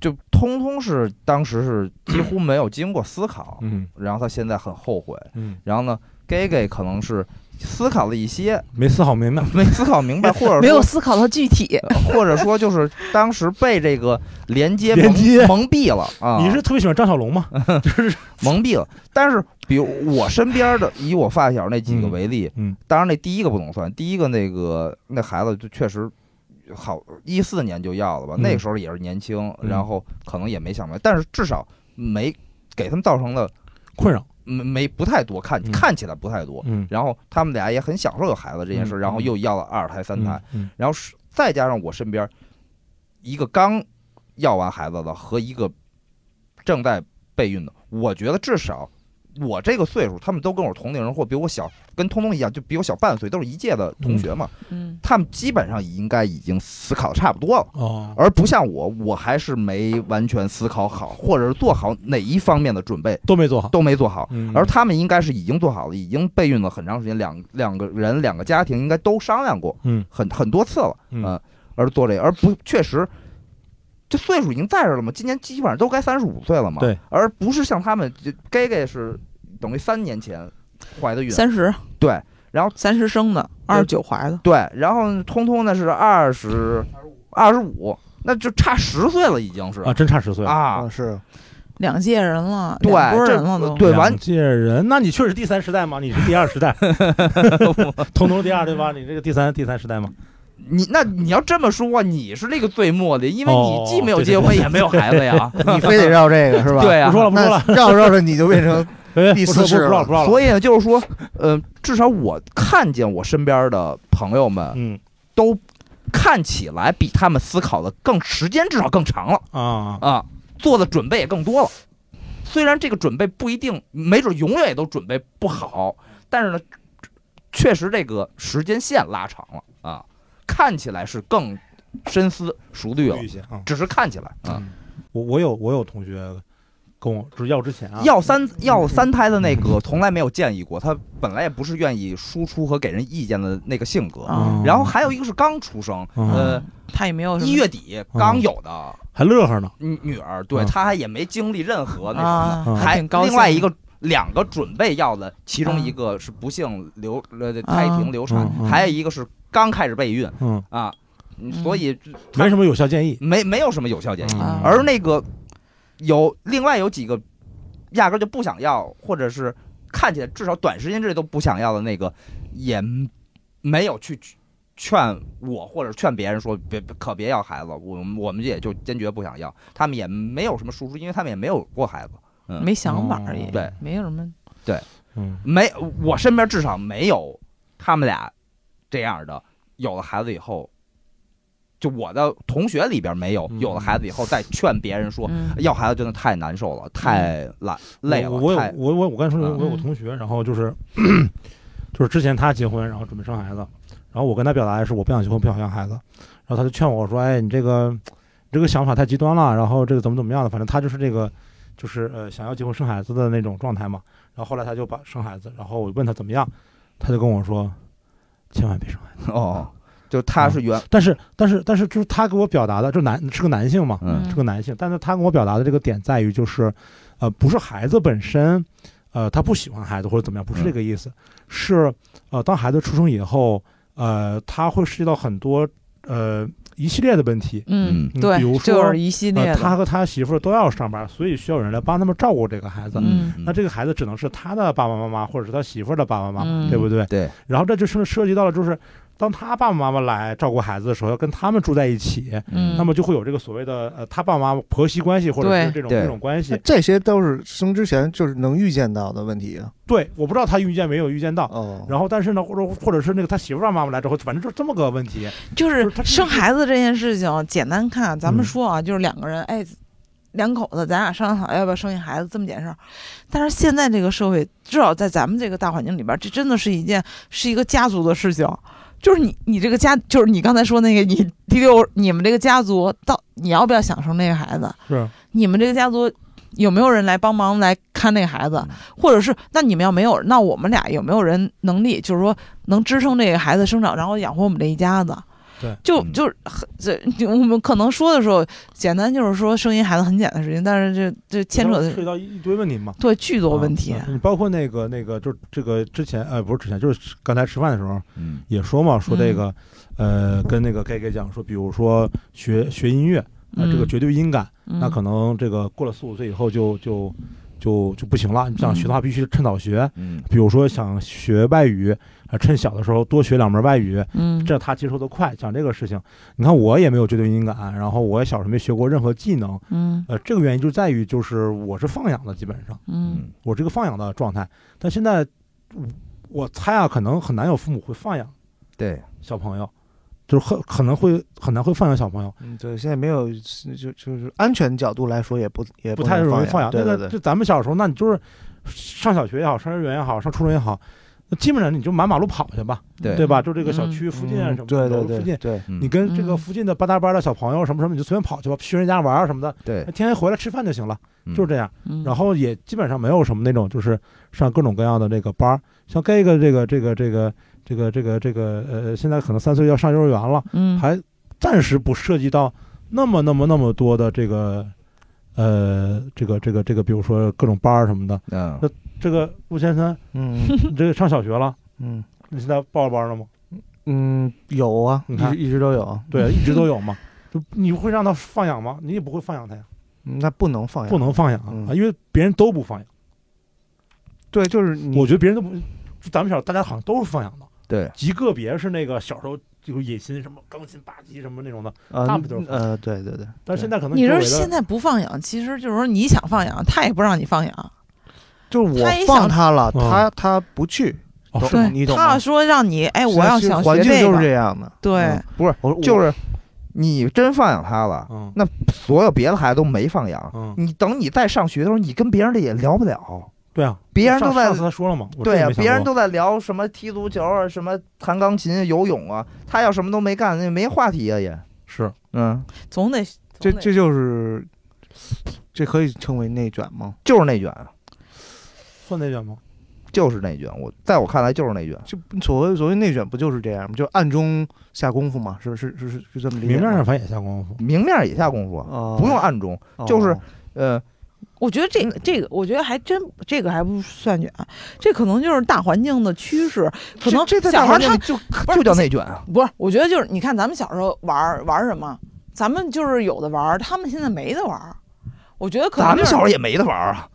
Speaker 6: 就通通是当时是几乎没有经过思考，
Speaker 3: 嗯
Speaker 6: 然后他现在很后悔，
Speaker 3: 嗯，
Speaker 6: 然后呢，gay gay 可能是思考了一些，
Speaker 3: 没思考明白。
Speaker 6: 没思考明白，或者
Speaker 5: 没有
Speaker 6: 说
Speaker 5: 思考到具体，
Speaker 6: 或者说就是当时被这个连接
Speaker 3: 连
Speaker 6: 蒙
Speaker 3: 接
Speaker 6: 蒙蔽了啊，嗯
Speaker 3: 你是特别喜欢张小龙吗？就是
Speaker 6: 蒙蔽了。但是比如我身边的，以我发小那几个
Speaker 3: 嗯
Speaker 6: 为例，
Speaker 3: 嗯
Speaker 6: 当然那第一个不能算，第一个那个那孩子就确实。好，一四年就要了吧，
Speaker 3: 嗯
Speaker 6: 那个时候也是年轻，
Speaker 3: 嗯
Speaker 6: 然后可能也没想明白，但是至少没给他们造成了
Speaker 3: 困扰，
Speaker 6: 没没不太多看、
Speaker 3: 嗯
Speaker 6: 看起来不太多，
Speaker 3: 嗯，
Speaker 6: 然后他们俩也很享受有孩子这件事，
Speaker 3: 嗯
Speaker 6: 然后又要了二胎三胎，
Speaker 3: 嗯，
Speaker 6: 然后是再加上我身边一个刚要完孩子的和一个正在备孕的，我觉得至少我这个岁数，他们都跟我同龄人或比我小，跟通通一样，就比我小半岁，都是一届的同学嘛，
Speaker 5: 嗯，
Speaker 6: 他们基本上应该已经思考得差不多了。
Speaker 3: 嗯哦，
Speaker 6: 而不像我，我还是没完全思考好，或者是做好哪一方面的准备
Speaker 3: 都没做好，
Speaker 6: 都没做好。
Speaker 3: 嗯
Speaker 6: 而他们应该是已经做好了，已经备孕了很长时间，两两个人两个家庭应该都商量过，
Speaker 3: 嗯
Speaker 6: 很很多次了，
Speaker 3: 嗯
Speaker 6: 呃而做这个，而不确实，这岁数已经在这儿了嘛，今年基本上都该三十五岁了嘛，
Speaker 3: 对，
Speaker 6: 而不是像他们这 gay gay 是等于三年前怀的孕，
Speaker 5: 三十
Speaker 6: 对，然后
Speaker 5: 三十生的，二十九怀的，
Speaker 6: 对，然后通通呢是二十二十五，那就差十岁了，已经是
Speaker 3: 啊，真差十岁。
Speaker 6: 啊
Speaker 4: 啊，，
Speaker 3: <laughs>
Speaker 4: 是
Speaker 5: 两届人了，
Speaker 6: 对
Speaker 5: 两拨
Speaker 6: 这
Speaker 5: 人了都，
Speaker 6: 对完
Speaker 3: 两届人，那你确实第三时代吗？你是第二时
Speaker 6: <laughs>
Speaker 3: 代， <laughs> 彤彤第二对吧？你这个第三第三时代吗？
Speaker 6: 你那你要这么说，你是这个最末的，因为
Speaker 3: 哦
Speaker 6: 你既没有
Speaker 3: 对
Speaker 6: 结
Speaker 3: 对
Speaker 6: 婚，
Speaker 3: 对
Speaker 6: 也没有孩子 <laughs> 呀。
Speaker 4: 你非得绕
Speaker 3: <laughs>
Speaker 4: 这个是吧？
Speaker 6: 对哎呀、
Speaker 3: 不说了，不说了，
Speaker 4: 那绕着绕着你就
Speaker 3: <laughs>
Speaker 4: 变成
Speaker 3: 哎
Speaker 4: 第
Speaker 3: 不
Speaker 4: 四
Speaker 3: 说不
Speaker 4: 世
Speaker 3: 说了，
Speaker 4: 了
Speaker 3: 不说了。
Speaker 6: 所以呢，就是说，呃，至少我看见我身边的朋友们
Speaker 3: 嗯
Speaker 6: 都看起 <laughs> 来比他们思考的更时间至少更长了
Speaker 3: 啊，
Speaker 6: 啊，做的准备也更多了。虽然这个准备不一定，没准永远也都准备不好，但是呢，确实这个时间线拉长了啊，看起来是更深思熟虑了
Speaker 3: 绿，一些啊。
Speaker 6: 只是看起来啊。
Speaker 3: 嗯我我有我有同学跟我就是要之前啊，
Speaker 6: 要三要三胎的那个从来没有建议过，他本来也不是愿意输出和给人意见的那个性格。
Speaker 5: 啊
Speaker 3: 嗯
Speaker 6: 然后还有一个是刚出生，
Speaker 3: 嗯
Speaker 6: 呃，
Speaker 5: 他也没哦有什么
Speaker 6: 一月底刚有的
Speaker 3: 还乐呵呢，
Speaker 6: 女女儿，对，
Speaker 3: 嗯
Speaker 6: 她还也没经历任何那
Speaker 5: 啊
Speaker 6: 什么，，
Speaker 5: 还
Speaker 6: 还
Speaker 5: 挺高兴
Speaker 6: 另外一个两个准备要的，其中
Speaker 5: 嗯
Speaker 6: 一个是不幸流呃胎
Speaker 5: 啊
Speaker 6: 停流产
Speaker 3: 嗯，嗯
Speaker 6: 还有一个是刚开始备孕
Speaker 3: 嗯，
Speaker 6: 啊，嗯所以
Speaker 3: 没什么有效建议。
Speaker 6: 没没有什么有效建议。
Speaker 5: 啊
Speaker 3: 嗯
Speaker 6: 而那个有另外有几个压根儿就不想要，或者是看起来至少短时间之内都不想要的那个，也没有去劝我或者劝别人说别可别要孩子，我们我们也就坚决不想要。他们也没有什么输出，因为他们也没有过孩子，
Speaker 5: 没想法儿
Speaker 3: 哦
Speaker 5: 也
Speaker 6: 对
Speaker 5: 没有什么
Speaker 3: 嗯
Speaker 6: 没我身边至少没有他们俩这样的有了孩子以后。就我的同学里边没有
Speaker 3: 嗯
Speaker 6: 有了孩子以后再劝别人说
Speaker 5: 嗯
Speaker 6: 要孩子真的太难受了，太懒累了，
Speaker 3: 嗯我我有
Speaker 6: 太
Speaker 3: 我我我刚才说
Speaker 6: 嗯
Speaker 3: 我有个同学，然后就是就是之前他结婚，然后准备生孩子，然后我跟他表达的是我不想结婚，不想要孩子，然后他就劝我说，哎，你这个你这个想法太极端了，然后这个怎么怎么样的，反正他就是这个就是呃想要结婚生孩子的那种状态嘛。然后后来他就把生孩子，然后我问他怎么样，他就跟我说，千万别生孩子。
Speaker 6: 哦，就他是原
Speaker 3: 但是但是但是就是他给我表达的，就男是个男性嘛，
Speaker 6: 嗯
Speaker 3: 是个男性，但是他跟我表达的这个点在于就是，呃，不是孩子本身，呃，他不喜欢孩子或者怎么样，不是这
Speaker 5: 嗯
Speaker 3: 个意思，是呃，当孩子出生以后，呃，他会涉及到很多呃一系列的问题，
Speaker 5: 嗯
Speaker 3: 嗯
Speaker 5: 对
Speaker 3: 比如，
Speaker 5: 就
Speaker 3: 说
Speaker 5: 是一系列
Speaker 3: 呃，他
Speaker 5: 的
Speaker 3: 和他媳妇儿都要上班，所以需要有人来帮他们照顾这个孩子。
Speaker 5: 嗯
Speaker 3: 那这个孩子只能是他的爸爸妈妈，或者是他媳妇儿的爸爸妈妈，
Speaker 5: 嗯
Speaker 3: 对不对？
Speaker 6: 对。
Speaker 3: 然后这就涉涉及到了，就是当他爸爸妈妈来照顾孩子的时候，要跟他们住在一起，
Speaker 5: 嗯
Speaker 3: 那么就会有这个所谓的呃，他爸妈婆媳关系或者
Speaker 5: 对
Speaker 3: 是这种
Speaker 6: 对
Speaker 3: 这种关系。
Speaker 4: 这些都是生之前就是能预见到的问题啊。
Speaker 3: 对，我不知道他遇见没有遇见
Speaker 5: 嗯
Speaker 3: 到。
Speaker 4: 哦，
Speaker 3: 啊然后，但是呢，或者或者是那个他媳妇儿妈妈来之后，反正就这么个问题。
Speaker 5: 就是
Speaker 3: 就是他
Speaker 5: 生孩子这件事情，简单看，咱们
Speaker 3: 嗯
Speaker 5: 说啊，就是两个人，哎，两口子，咱俩商量好要不要生一孩子，这么点事儿。但是现在这个社会，至少在咱们这个大环境里边，这真的是一件是一个家族的事情。就是你，你这个家，就是你刚才说那个，你第六，你们这个家族到你要不要想生那个孩子？
Speaker 3: 是，
Speaker 5: 你们这个家族有没有人来帮忙来看那个孩子
Speaker 6: 嗯？
Speaker 5: 或者是那你们要没有，那我们俩有没有人能力，就是说能支撑这个孩子生长，然后养活我们这一家子？
Speaker 3: 对，
Speaker 5: 就
Speaker 6: 嗯
Speaker 5: 就是很这就我们可能说的时候，简单就是说生一孩子很简单的事情，但是这这牵扯
Speaker 3: 涉及
Speaker 5: 的
Speaker 3: 到一一堆问题嘛。
Speaker 5: 对巨多问题
Speaker 3: 啊。嗯你包括那个那个，就是这个之前呃，不是之前，就是刚才吃饭的时候
Speaker 6: 嗯
Speaker 3: 也说嘛，说这个、
Speaker 5: 嗯
Speaker 3: 呃，跟那个 gay gay 讲说，比如说学学音乐，呃，这个
Speaker 5: 嗯
Speaker 3: 绝对音感，那
Speaker 5: 嗯
Speaker 3: 可能这个过了四五岁以后就就就就不行了。你想学的话，必须趁早学。
Speaker 6: 嗯
Speaker 3: 比如说想学外语，啊，趁小的时候多学两门外语，
Speaker 5: 嗯
Speaker 3: 这样他接受的快。讲这个事情，你看我也没有绝对音感，啊然后我也小时候没学过任何技能，
Speaker 5: 嗯
Speaker 3: 呃，这个原因就在于就是我是放养的，基本上
Speaker 5: 嗯
Speaker 6: 嗯
Speaker 3: 我这个放养的状态。但现在嗯我猜啊，可能很难有父母会放养
Speaker 6: 对，
Speaker 3: 小朋友，就是很可能会很难会放养小朋友，
Speaker 4: 嗯，对，现在没有就就是安全角度来说，也不也
Speaker 3: 不太
Speaker 4: 能
Speaker 3: 容易
Speaker 4: 放
Speaker 3: 放养。
Speaker 4: 对对
Speaker 3: 那个
Speaker 4: 对，
Speaker 3: 就咱们小时候，那你就是上小学也好，上幼儿园也好，上初中也好，那基本上你就满马路跑去吧，
Speaker 6: 对
Speaker 3: 对吧？就这个小
Speaker 5: 嗯
Speaker 3: 区附近啊
Speaker 4: 嗯
Speaker 3: 什么
Speaker 4: 对
Speaker 3: 的，楼
Speaker 4: 对
Speaker 3: 附
Speaker 4: 对
Speaker 3: 近
Speaker 4: 对，对，
Speaker 6: 嗯
Speaker 3: 你跟这个
Speaker 5: 嗯
Speaker 3: 附近的吧嗒吧的小朋友什么什么，你就随便跑去吧，去人家玩儿什么的，
Speaker 6: 对，
Speaker 3: 天天回来吃饭就行了，
Speaker 6: 嗯
Speaker 3: 就是这样。
Speaker 5: 嗯，
Speaker 3: 然后也基本上没有什么那种就是上各种各样的那个班儿，像 gay 个这个这个这个这个这个这个呃，现在可能三岁要上幼儿园了，
Speaker 5: 嗯
Speaker 3: 还暂时不涉及到那么那么那么多的这个呃这个这个这个，比如说各种班儿什么的。
Speaker 6: 嗯
Speaker 3: 那这个陆先生，
Speaker 4: 嗯
Speaker 3: 你这个上小学了，
Speaker 4: 嗯
Speaker 3: 你现在报了班了吗？
Speaker 4: 嗯，有啊，
Speaker 3: 你
Speaker 4: 一
Speaker 3: 看
Speaker 4: 直一直都有啊，
Speaker 3: <laughs> 对，一直都有
Speaker 4: <laughs>
Speaker 3: 嘛。就你会让他放养吗？你也不会放养他呀，
Speaker 4: 嗯那不能放养，
Speaker 3: 不能放养
Speaker 4: 嗯
Speaker 3: 啊，因为别人都不放养。
Speaker 4: 对，就是你
Speaker 3: 我觉得别人都不，就咱们小时候大家好像都是放养的。
Speaker 6: 对，
Speaker 3: 极个别是那个小时候就有野心，什么钢琴八级什么那种的，
Speaker 4: 呃
Speaker 3: 大部分都是
Speaker 4: 呃，对对对，
Speaker 3: 但是现在可能
Speaker 5: 你
Speaker 3: 周
Speaker 5: 说
Speaker 3: 围
Speaker 5: 现
Speaker 3: 的
Speaker 5: 在不放养，其实就是说你想放养，他也不让你放养。
Speaker 4: 就是我
Speaker 5: 他也想
Speaker 4: 放他了，
Speaker 3: 嗯
Speaker 4: 他他不去，
Speaker 3: 哦是
Speaker 4: 懂
Speaker 5: 对
Speaker 3: 吗？
Speaker 4: 你，懂
Speaker 5: 他
Speaker 4: 吗
Speaker 5: 要说让你，哎，
Speaker 4: 现
Speaker 5: 我
Speaker 4: 在
Speaker 5: 要
Speaker 4: 其实
Speaker 5: 想
Speaker 4: 环
Speaker 5: 学
Speaker 4: 境
Speaker 5: 这
Speaker 4: 就是
Speaker 5: 个，
Speaker 4: 这样的，
Speaker 5: 对
Speaker 4: 嗯，
Speaker 6: 不是，
Speaker 4: 我
Speaker 6: 就是是你真放养他了，
Speaker 3: 嗯
Speaker 6: 所有别的孩子都没放养，
Speaker 3: 嗯，
Speaker 6: 你等你再上学的时候，你跟别人的也聊不了，
Speaker 3: 对
Speaker 4: <laughs>
Speaker 3: 啊，
Speaker 6: 别人都
Speaker 3: 上
Speaker 6: 在
Speaker 3: 上次他说了嘛，我
Speaker 6: 对
Speaker 3: 呀
Speaker 4: 啊
Speaker 6: 呀、、别人都在聊什么踢足球啊，什么弹钢琴、游泳啊，他要什么都没干，那没话题啊也。
Speaker 3: 是
Speaker 6: 嗯，
Speaker 5: 总得
Speaker 4: 这
Speaker 5: 总得
Speaker 4: 这就是这可以称为内卷吗？
Speaker 6: 就是内卷，
Speaker 3: 算内卷吗？
Speaker 6: 就是内卷。我在我看来就是内卷。
Speaker 4: 就所谓所谓内卷不就是这样吗？就暗中下功夫嘛，是不是是是是这么理解
Speaker 3: 明
Speaker 4: 吗？
Speaker 3: 面上反正也下功夫，
Speaker 6: 明面也下功夫，
Speaker 4: 哦
Speaker 6: 不用暗中。就是
Speaker 4: 哦
Speaker 6: 呃，
Speaker 5: 我觉得这个这个，我觉得还真这个还不算卷，这可能就是大环境的趋势，可能
Speaker 6: 这这在大
Speaker 5: 小孩
Speaker 6: 环
Speaker 5: 儿
Speaker 6: 境
Speaker 5: 他
Speaker 6: 里就
Speaker 5: 不是
Speaker 6: 就叫内卷啊。
Speaker 5: 不是，我觉得就是你看咱们小时候玩儿玩儿什么，咱们就是有的玩儿，他们现在没得玩儿。我觉得可能
Speaker 6: 咱们
Speaker 5: 就是
Speaker 6: 小时候也没得玩儿啊，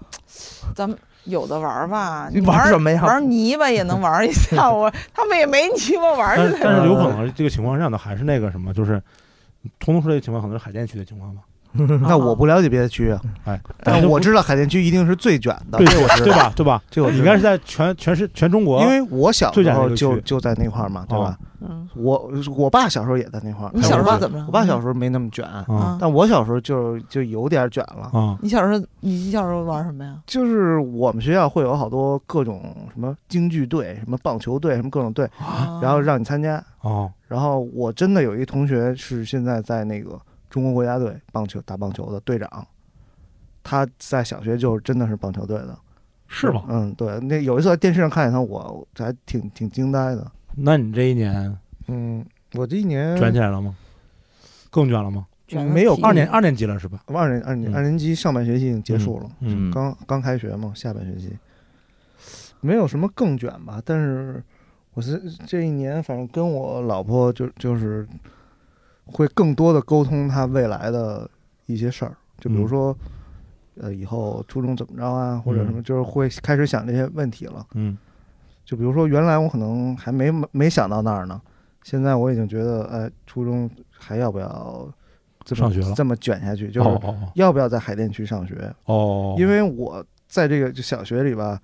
Speaker 5: 咱们有的玩儿吧，
Speaker 6: 你
Speaker 5: 你
Speaker 6: 玩
Speaker 5: 玩
Speaker 6: 儿
Speaker 5: 儿
Speaker 6: 什么呀
Speaker 5: 玩儿泥巴也能玩儿一下午，他们也没泥巴玩
Speaker 3: 但
Speaker 5: 儿
Speaker 3: 是
Speaker 5: 去。
Speaker 3: 但是有
Speaker 4: 嗯
Speaker 3: 可能这个情况是这样的，还是那个什么，就是彤彤说这个情况可能是海淀区的情况吧，
Speaker 4: 那我不了解别的区啊，
Speaker 3: 哎，
Speaker 4: 但我知道海淀区一定是最卷的，
Speaker 3: 对
Speaker 4: 这我知
Speaker 3: 对
Speaker 4: 道，
Speaker 3: 吧对吧？
Speaker 4: 这我
Speaker 3: 你
Speaker 4: 知
Speaker 3: 应
Speaker 4: 道
Speaker 3: 该是，在全全是全中国，
Speaker 4: 因为我小
Speaker 3: 最
Speaker 4: 时
Speaker 3: 卷的
Speaker 4: 候
Speaker 3: 一个
Speaker 4: 就
Speaker 3: 区哦
Speaker 4: 就在那块儿嘛，对吧？
Speaker 5: 嗯，
Speaker 4: 我我爸小时候也在那块儿，
Speaker 5: 你小时
Speaker 3: 哎
Speaker 5: 候
Speaker 3: 我
Speaker 5: 怎么着？
Speaker 4: 我爸小时候没那么卷，
Speaker 3: 啊
Speaker 5: 啊，
Speaker 4: 但我小时候就就有点卷了。
Speaker 3: 啊
Speaker 5: 你小时候你小时候玩儿什么呀？
Speaker 4: 就是我们学校会有好多各种什么京剧队、什么棒球队、什么各种队，
Speaker 5: 啊
Speaker 4: 然后让你参加。
Speaker 3: 哦
Speaker 4: 然后我真的有一同学是现在在那个中国国家队棒球打棒球的队长，他在小学就是真的是棒球队的，
Speaker 3: 是吗？
Speaker 4: 嗯，对，那有一次在电视上看见他，我我还挺挺惊呆的。
Speaker 3: 那你这一年
Speaker 4: 嗯，我这一年
Speaker 3: 卷起来了吗？更卷了吗？
Speaker 5: 卷得
Speaker 4: 没有
Speaker 5: 皮
Speaker 3: 二年二年级了是吧？
Speaker 4: 二年二年
Speaker 3: 嗯
Speaker 4: 二年级上半学期已经结束了，
Speaker 3: 嗯，
Speaker 4: 刚刚开学嘛，下半学期没有什么更卷吧，但是我是这一年反正跟我老婆就就是会更多的沟通她未来的一些事儿，就比如
Speaker 3: 嗯
Speaker 4: 说、呃以后初中怎么着啊，或者什么，
Speaker 3: 嗯
Speaker 4: 就是会开始想这些问题了。
Speaker 3: 嗯
Speaker 4: 就比如说原来我可能还没没想到那儿呢，现在我已经觉得，呃，初中还要不要这么
Speaker 3: 上学了
Speaker 4: 这么卷下去？就
Speaker 3: 哦
Speaker 4: 是
Speaker 3: 哦
Speaker 4: 要不要在海淀区上学？
Speaker 3: 哦哦，
Speaker 4: 因为我在这个就小学里吧，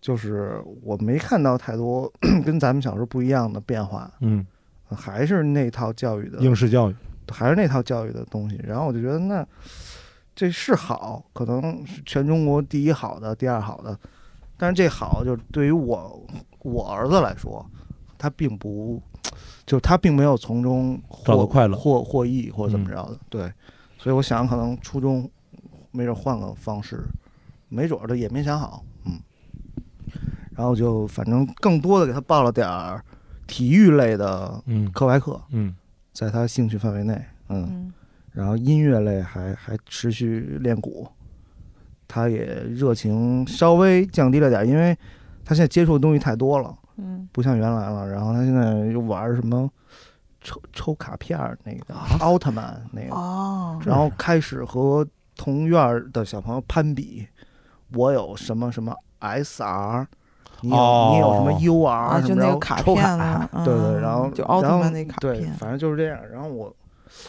Speaker 4: 就是我没看到太多 <clears throat> 跟咱们小时候不一样的变化，
Speaker 3: 嗯，
Speaker 4: 还是那套教育的
Speaker 3: 应试教育，
Speaker 4: 还是那套教育的东西。然后我就觉得那这是好，可能是全中国第一好的、第二好的，但是这好就是对于我我儿子来说，他并不就是他并没有从中
Speaker 3: 找到
Speaker 4: 获
Speaker 3: 快乐嗯
Speaker 4: 获获益或者怎么着的。对，所以我想可能初中没准换个方式，没准儿的也没想好，嗯。然后就反正更多的给他报了点儿体育类的
Speaker 3: 嗯
Speaker 4: 课外课，
Speaker 3: 嗯
Speaker 4: 在他兴趣范围内，嗯，
Speaker 5: 嗯
Speaker 4: 然后音乐类还还持续练鼓，他也热情稍微降低了点儿，因为他现在接触的东西太多了，
Speaker 5: 嗯，
Speaker 4: 不像原来了。然后他现在又玩儿什么抽抽卡片儿那个奥特曼那个，
Speaker 5: 啊哦，
Speaker 4: 然后开始和同院儿的小朋友攀比，我有什么什么 SR。你有、你有什么
Speaker 3: 哦
Speaker 4: UR
Speaker 5: 啊，
Speaker 4: 什
Speaker 5: 就那
Speaker 4: 么然
Speaker 5: 个
Speaker 4: 后
Speaker 5: 卡
Speaker 4: 抽
Speaker 5: 片
Speaker 4: 卡
Speaker 5: 了，嗯
Speaker 4: 对对，然后
Speaker 5: 就奥特
Speaker 4: 然后
Speaker 5: 曼那卡
Speaker 4: 对
Speaker 5: 片，，
Speaker 4: 反正就是这样。然后我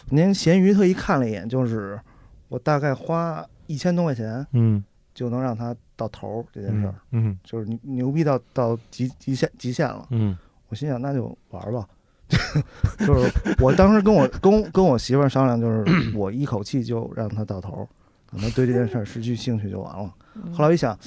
Speaker 4: 您闲鱼特意看了一眼，就是我大概花一千多块钱
Speaker 3: 嗯，
Speaker 4: 就能让他到头儿这件事儿，
Speaker 3: 嗯
Speaker 4: 就是牛牛逼到到极极限极限了。
Speaker 3: 嗯
Speaker 4: 我心想那就玩儿吧， <laughs> 就是我当时跟我跟跟我媳妇儿商量，就是
Speaker 5: <clears throat>
Speaker 4: 我一口气就让他到头儿，可能对这件事儿失去兴趣就完了。
Speaker 5: 嗯
Speaker 4: 后来我一想。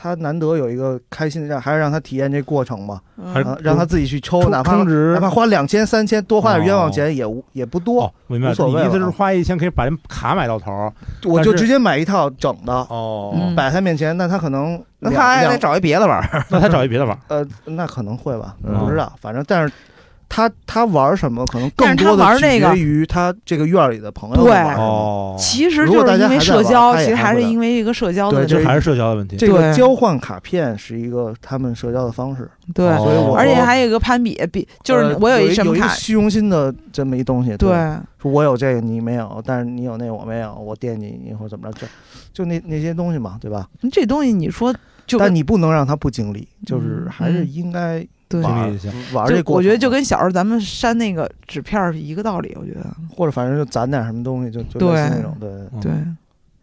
Speaker 4: 他难得有一个开心的，让还是让他体验这过程吧，
Speaker 3: 还
Speaker 4: 啊
Speaker 5: 嗯
Speaker 4: 让他自己去抽，
Speaker 3: 充
Speaker 4: 哪怕
Speaker 3: 充值
Speaker 4: 哪怕花两千、三千，多花点冤枉钱也无也不多
Speaker 3: 哦，，明白
Speaker 4: 无所
Speaker 3: 了，你
Speaker 4: 谓
Speaker 3: 意思
Speaker 4: 了
Speaker 3: 是
Speaker 4: 啊
Speaker 3: 花一千可以把人卡买到头儿
Speaker 4: 我就
Speaker 3: 但是
Speaker 4: 直接买一套整的
Speaker 3: 哦
Speaker 5: 嗯
Speaker 4: 摆他面前，那他可能
Speaker 6: 那
Speaker 4: 两
Speaker 6: 他还得
Speaker 4: 两
Speaker 6: 找一别的玩儿。
Speaker 3: 那他找一别的玩儿，
Speaker 4: 呃，那可能会吧，
Speaker 6: 嗯
Speaker 4: 不知道，反正但是他他玩什么，可能
Speaker 5: 但
Speaker 4: 更
Speaker 5: 是他
Speaker 4: 多的
Speaker 5: 玩
Speaker 4: 取
Speaker 5: 那个
Speaker 4: 决于他这个院儿里的朋友
Speaker 5: 对
Speaker 4: 玩什么。
Speaker 3: 哦，
Speaker 5: 其实
Speaker 4: 如果
Speaker 5: 就
Speaker 4: 大
Speaker 5: 是
Speaker 4: 家
Speaker 5: 因为
Speaker 4: 还在
Speaker 5: 社
Speaker 4: 玩
Speaker 5: 交，
Speaker 4: 他
Speaker 5: 其
Speaker 4: 也
Speaker 5: 实
Speaker 4: 还
Speaker 5: 还
Speaker 4: 不
Speaker 5: 是
Speaker 4: 能
Speaker 5: 因为一个社交的
Speaker 4: 对
Speaker 3: 这
Speaker 5: 问
Speaker 4: 是
Speaker 5: 题，
Speaker 3: 还是社交的问题，
Speaker 4: 这个
Speaker 5: 对
Speaker 4: 交换卡片是一个他们社交的方式，
Speaker 5: 对，
Speaker 3: 哦
Speaker 4: 所以我
Speaker 5: 而且还有一个攀比，比就是
Speaker 4: 呃
Speaker 5: 我
Speaker 4: 有
Speaker 5: 一什么
Speaker 4: 有一个
Speaker 5: 卡，
Speaker 4: 虚荣心的这么一东西，
Speaker 5: 对，嗯
Speaker 4: 说我有这个你没有，但是你有那个我没有，我惦记你或者怎么着，就就那那些东西嘛，对吧？
Speaker 5: 嗯这东西你说就
Speaker 4: 但你不能让他不经历，就是
Speaker 5: 嗯
Speaker 4: 还是
Speaker 5: 嗯
Speaker 4: 应该
Speaker 5: 对。
Speaker 4: 玩
Speaker 3: 经历一下
Speaker 4: 玩
Speaker 5: 就
Speaker 4: 这过程。
Speaker 5: 我觉得就跟小时候咱们删那个纸片儿是一个道理，我觉得
Speaker 4: 或者反正就攒点什么东西，就就类似那种，对
Speaker 3: 嗯
Speaker 5: 对，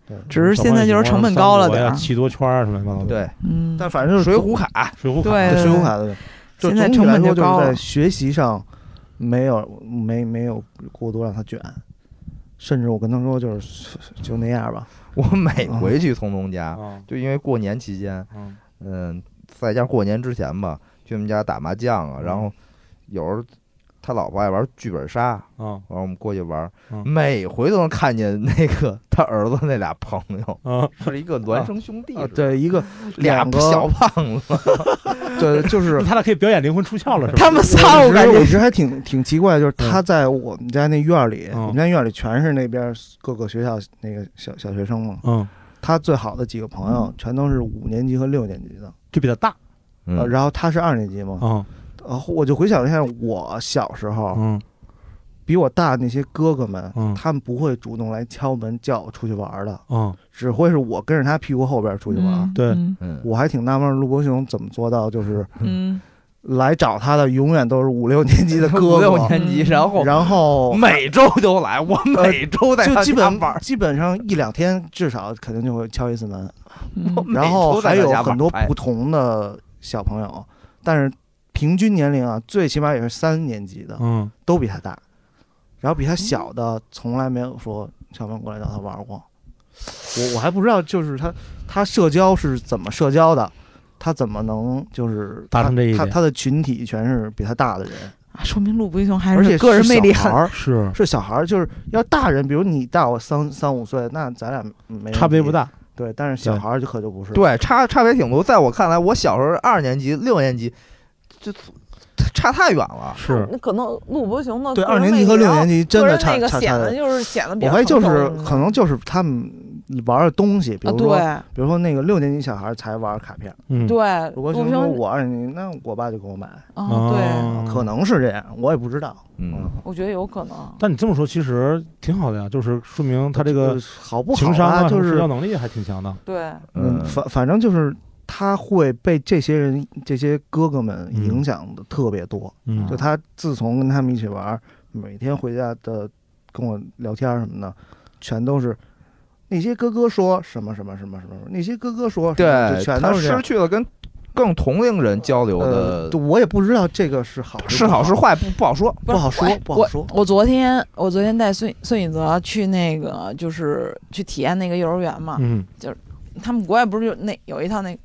Speaker 4: 对。
Speaker 5: 只是现在就是成本高了点
Speaker 3: 我
Speaker 5: 儿
Speaker 3: 啊要，七多圈儿什么乱七八糟的，
Speaker 6: 对，
Speaker 5: 嗯，
Speaker 4: 但反正就是
Speaker 6: 水浒卡，
Speaker 3: 水浒卡，
Speaker 5: 对
Speaker 4: 对水浒卡的，就
Speaker 5: 现在
Speaker 4: 总体
Speaker 5: 成
Speaker 4: 来
Speaker 5: 本
Speaker 4: 说
Speaker 5: 就
Speaker 4: 就
Speaker 5: 高
Speaker 4: 是在
Speaker 5: 了，
Speaker 4: 学习上没有没没有过多让他卷，甚至我跟他说就是就那样
Speaker 6: 嗯
Speaker 4: 吧，
Speaker 2: 我每回去聪聪
Speaker 5: 哦
Speaker 2: 家，
Speaker 3: 啊，
Speaker 2: 就因为过年期间，
Speaker 3: 嗯
Speaker 2: 嗯，在家过年之前吧，去他们家打麻将啊，然后有时候他老婆爱玩剧本杀，
Speaker 3: 啊
Speaker 2: 然后我们过去玩，
Speaker 3: 嗯，
Speaker 2: 每回都能看见那个他儿子那俩朋友 <laughs>
Speaker 3: 啊，
Speaker 2: 是一个孪生兄弟
Speaker 4: 啊，
Speaker 2: 似的，
Speaker 4: 对一个
Speaker 2: 俩
Speaker 4: 两
Speaker 2: 小
Speaker 4: 个，
Speaker 2: 胖 <laughs> 子，
Speaker 4: 对就是
Speaker 3: 那
Speaker 6: 嗯
Speaker 3: 他俩可以表演灵魂出窍了，是吧？
Speaker 5: 他们仨
Speaker 4: 我
Speaker 5: 我感
Speaker 4: 一直我
Speaker 5: 觉
Speaker 4: 一直还挺挺奇怪，就是他在我们家那院儿里，
Speaker 3: 嗯
Speaker 4: 我们家院儿里全是那边儿各个学校那个小小学生嘛。
Speaker 3: 嗯，
Speaker 4: 他最好的几个朋友全都是五年级和六年级的，
Speaker 3: 就比他大，
Speaker 4: 呃，
Speaker 2: 嗯
Speaker 4: 然后他是二年级嘛。
Speaker 3: 嗯
Speaker 4: 呃，我就回想了一下，我小时候
Speaker 3: 嗯
Speaker 4: 比我大那些哥哥们
Speaker 3: 嗯，
Speaker 4: 他们不会主动来敲门叫我出去玩儿的，
Speaker 3: 嗯，
Speaker 4: 只会是我跟着他屁股后边儿出去玩儿。
Speaker 5: 嗯
Speaker 3: 对
Speaker 5: 嗯
Speaker 2: 嗯，
Speaker 4: 我还挺纳闷儿，陆伯雄怎么做到就是
Speaker 5: 嗯，
Speaker 4: 来找他的永远都是五六年级的
Speaker 2: <laughs>
Speaker 4: 哥
Speaker 2: 五六
Speaker 4: 哥，
Speaker 2: 年级，
Speaker 6: 嗯
Speaker 2: 然后
Speaker 4: 然 <laughs>
Speaker 2: <laughs>
Speaker 4: 后
Speaker 2: 每周都来，我
Speaker 6: 呃
Speaker 2: 每周在
Speaker 4: 就
Speaker 2: 他
Speaker 4: 基
Speaker 2: 家
Speaker 4: 本
Speaker 2: 玩，
Speaker 4: 基本上一两天至少肯定就会敲一次门，
Speaker 2: <laughs>
Speaker 5: 嗯
Speaker 4: <laughs>
Speaker 2: 我每
Speaker 4: 然后
Speaker 2: 周在
Speaker 4: 还
Speaker 2: 他
Speaker 4: 有
Speaker 2: 家
Speaker 4: 很多
Speaker 2: 玩哎
Speaker 4: 不同的小朋友，但是平均年龄啊，最起码也是三年级的，
Speaker 3: 嗯
Speaker 4: 都比他大，然后比他小的从来没有说小朋友过来找他玩过，我我还不知道就是他他社交是怎么社交的。他怎么能就是
Speaker 3: 达
Speaker 4: 他
Speaker 3: 成这一
Speaker 4: 他
Speaker 3: 点
Speaker 4: 他的群体全是比他大的人，
Speaker 5: 啊说明陆不雄还
Speaker 4: 而且
Speaker 5: 是个人
Speaker 4: 是
Speaker 5: 魅力
Speaker 4: 小
Speaker 5: 很
Speaker 4: 孩儿
Speaker 3: 是
Speaker 4: 是小孩儿，就是要大人，比如你大我三三五岁，那咱俩没
Speaker 3: 差别不
Speaker 4: 大。
Speaker 3: 大，
Speaker 4: 对，但是小孩儿就可就不是。
Speaker 2: 对，差差别挺多。在我看来，我小时候二年级、六年级，就差太远了。
Speaker 3: 是
Speaker 5: 可能陆伯雄的
Speaker 4: 嗯对，二年级和六年
Speaker 5: 级
Speaker 4: 级真的差差差的。
Speaker 5: 就是显得
Speaker 4: 我怀疑就是可能就是他们玩的东西，比
Speaker 5: 啊，
Speaker 4: 如说、
Speaker 5: 对
Speaker 4: 比如说那个六年级小孩才玩卡片，
Speaker 3: 嗯
Speaker 5: 对，
Speaker 4: 如果
Speaker 5: 陆
Speaker 4: 熊
Speaker 5: 不
Speaker 4: 说哦
Speaker 5: 雄
Speaker 4: 我二年级，那我爸就给我买，
Speaker 5: 啊，对，
Speaker 3: 嗯
Speaker 4: 可能是这样，我也不知道。
Speaker 2: 嗯，
Speaker 5: 我觉得有可能，
Speaker 3: 但你这么说其实挺好的呀，就是说明他这个
Speaker 4: 就是好不好
Speaker 3: 情商
Speaker 4: 啊，
Speaker 3: 啊，
Speaker 4: 就
Speaker 3: 社
Speaker 4: 是
Speaker 3: 交能力还挺强的。
Speaker 5: 对，
Speaker 4: 嗯，反反正就是他会被这些人、这些哥哥们影响的特别多。
Speaker 3: 嗯
Speaker 4: 就他自从跟他们一起玩儿，每天回家的跟我聊天儿什么的，全都是那些哥哥说什么什么什么什么，那些哥哥说什么就
Speaker 2: 对，
Speaker 4: 全
Speaker 2: 他
Speaker 4: 都是这
Speaker 2: 失
Speaker 4: 样。
Speaker 2: 去了跟更同龄人交流
Speaker 4: 呃，
Speaker 2: 的
Speaker 4: 对，我也不知道这个是好
Speaker 2: 是好是坏
Speaker 4: 坏，
Speaker 2: 不不好说。
Speaker 4: 不好说，不好说。
Speaker 5: 我昨天我昨天带孙孙以泽去那个就是去体验那个幼儿园嘛，
Speaker 3: 嗯
Speaker 5: 他们国外不是有那有一套那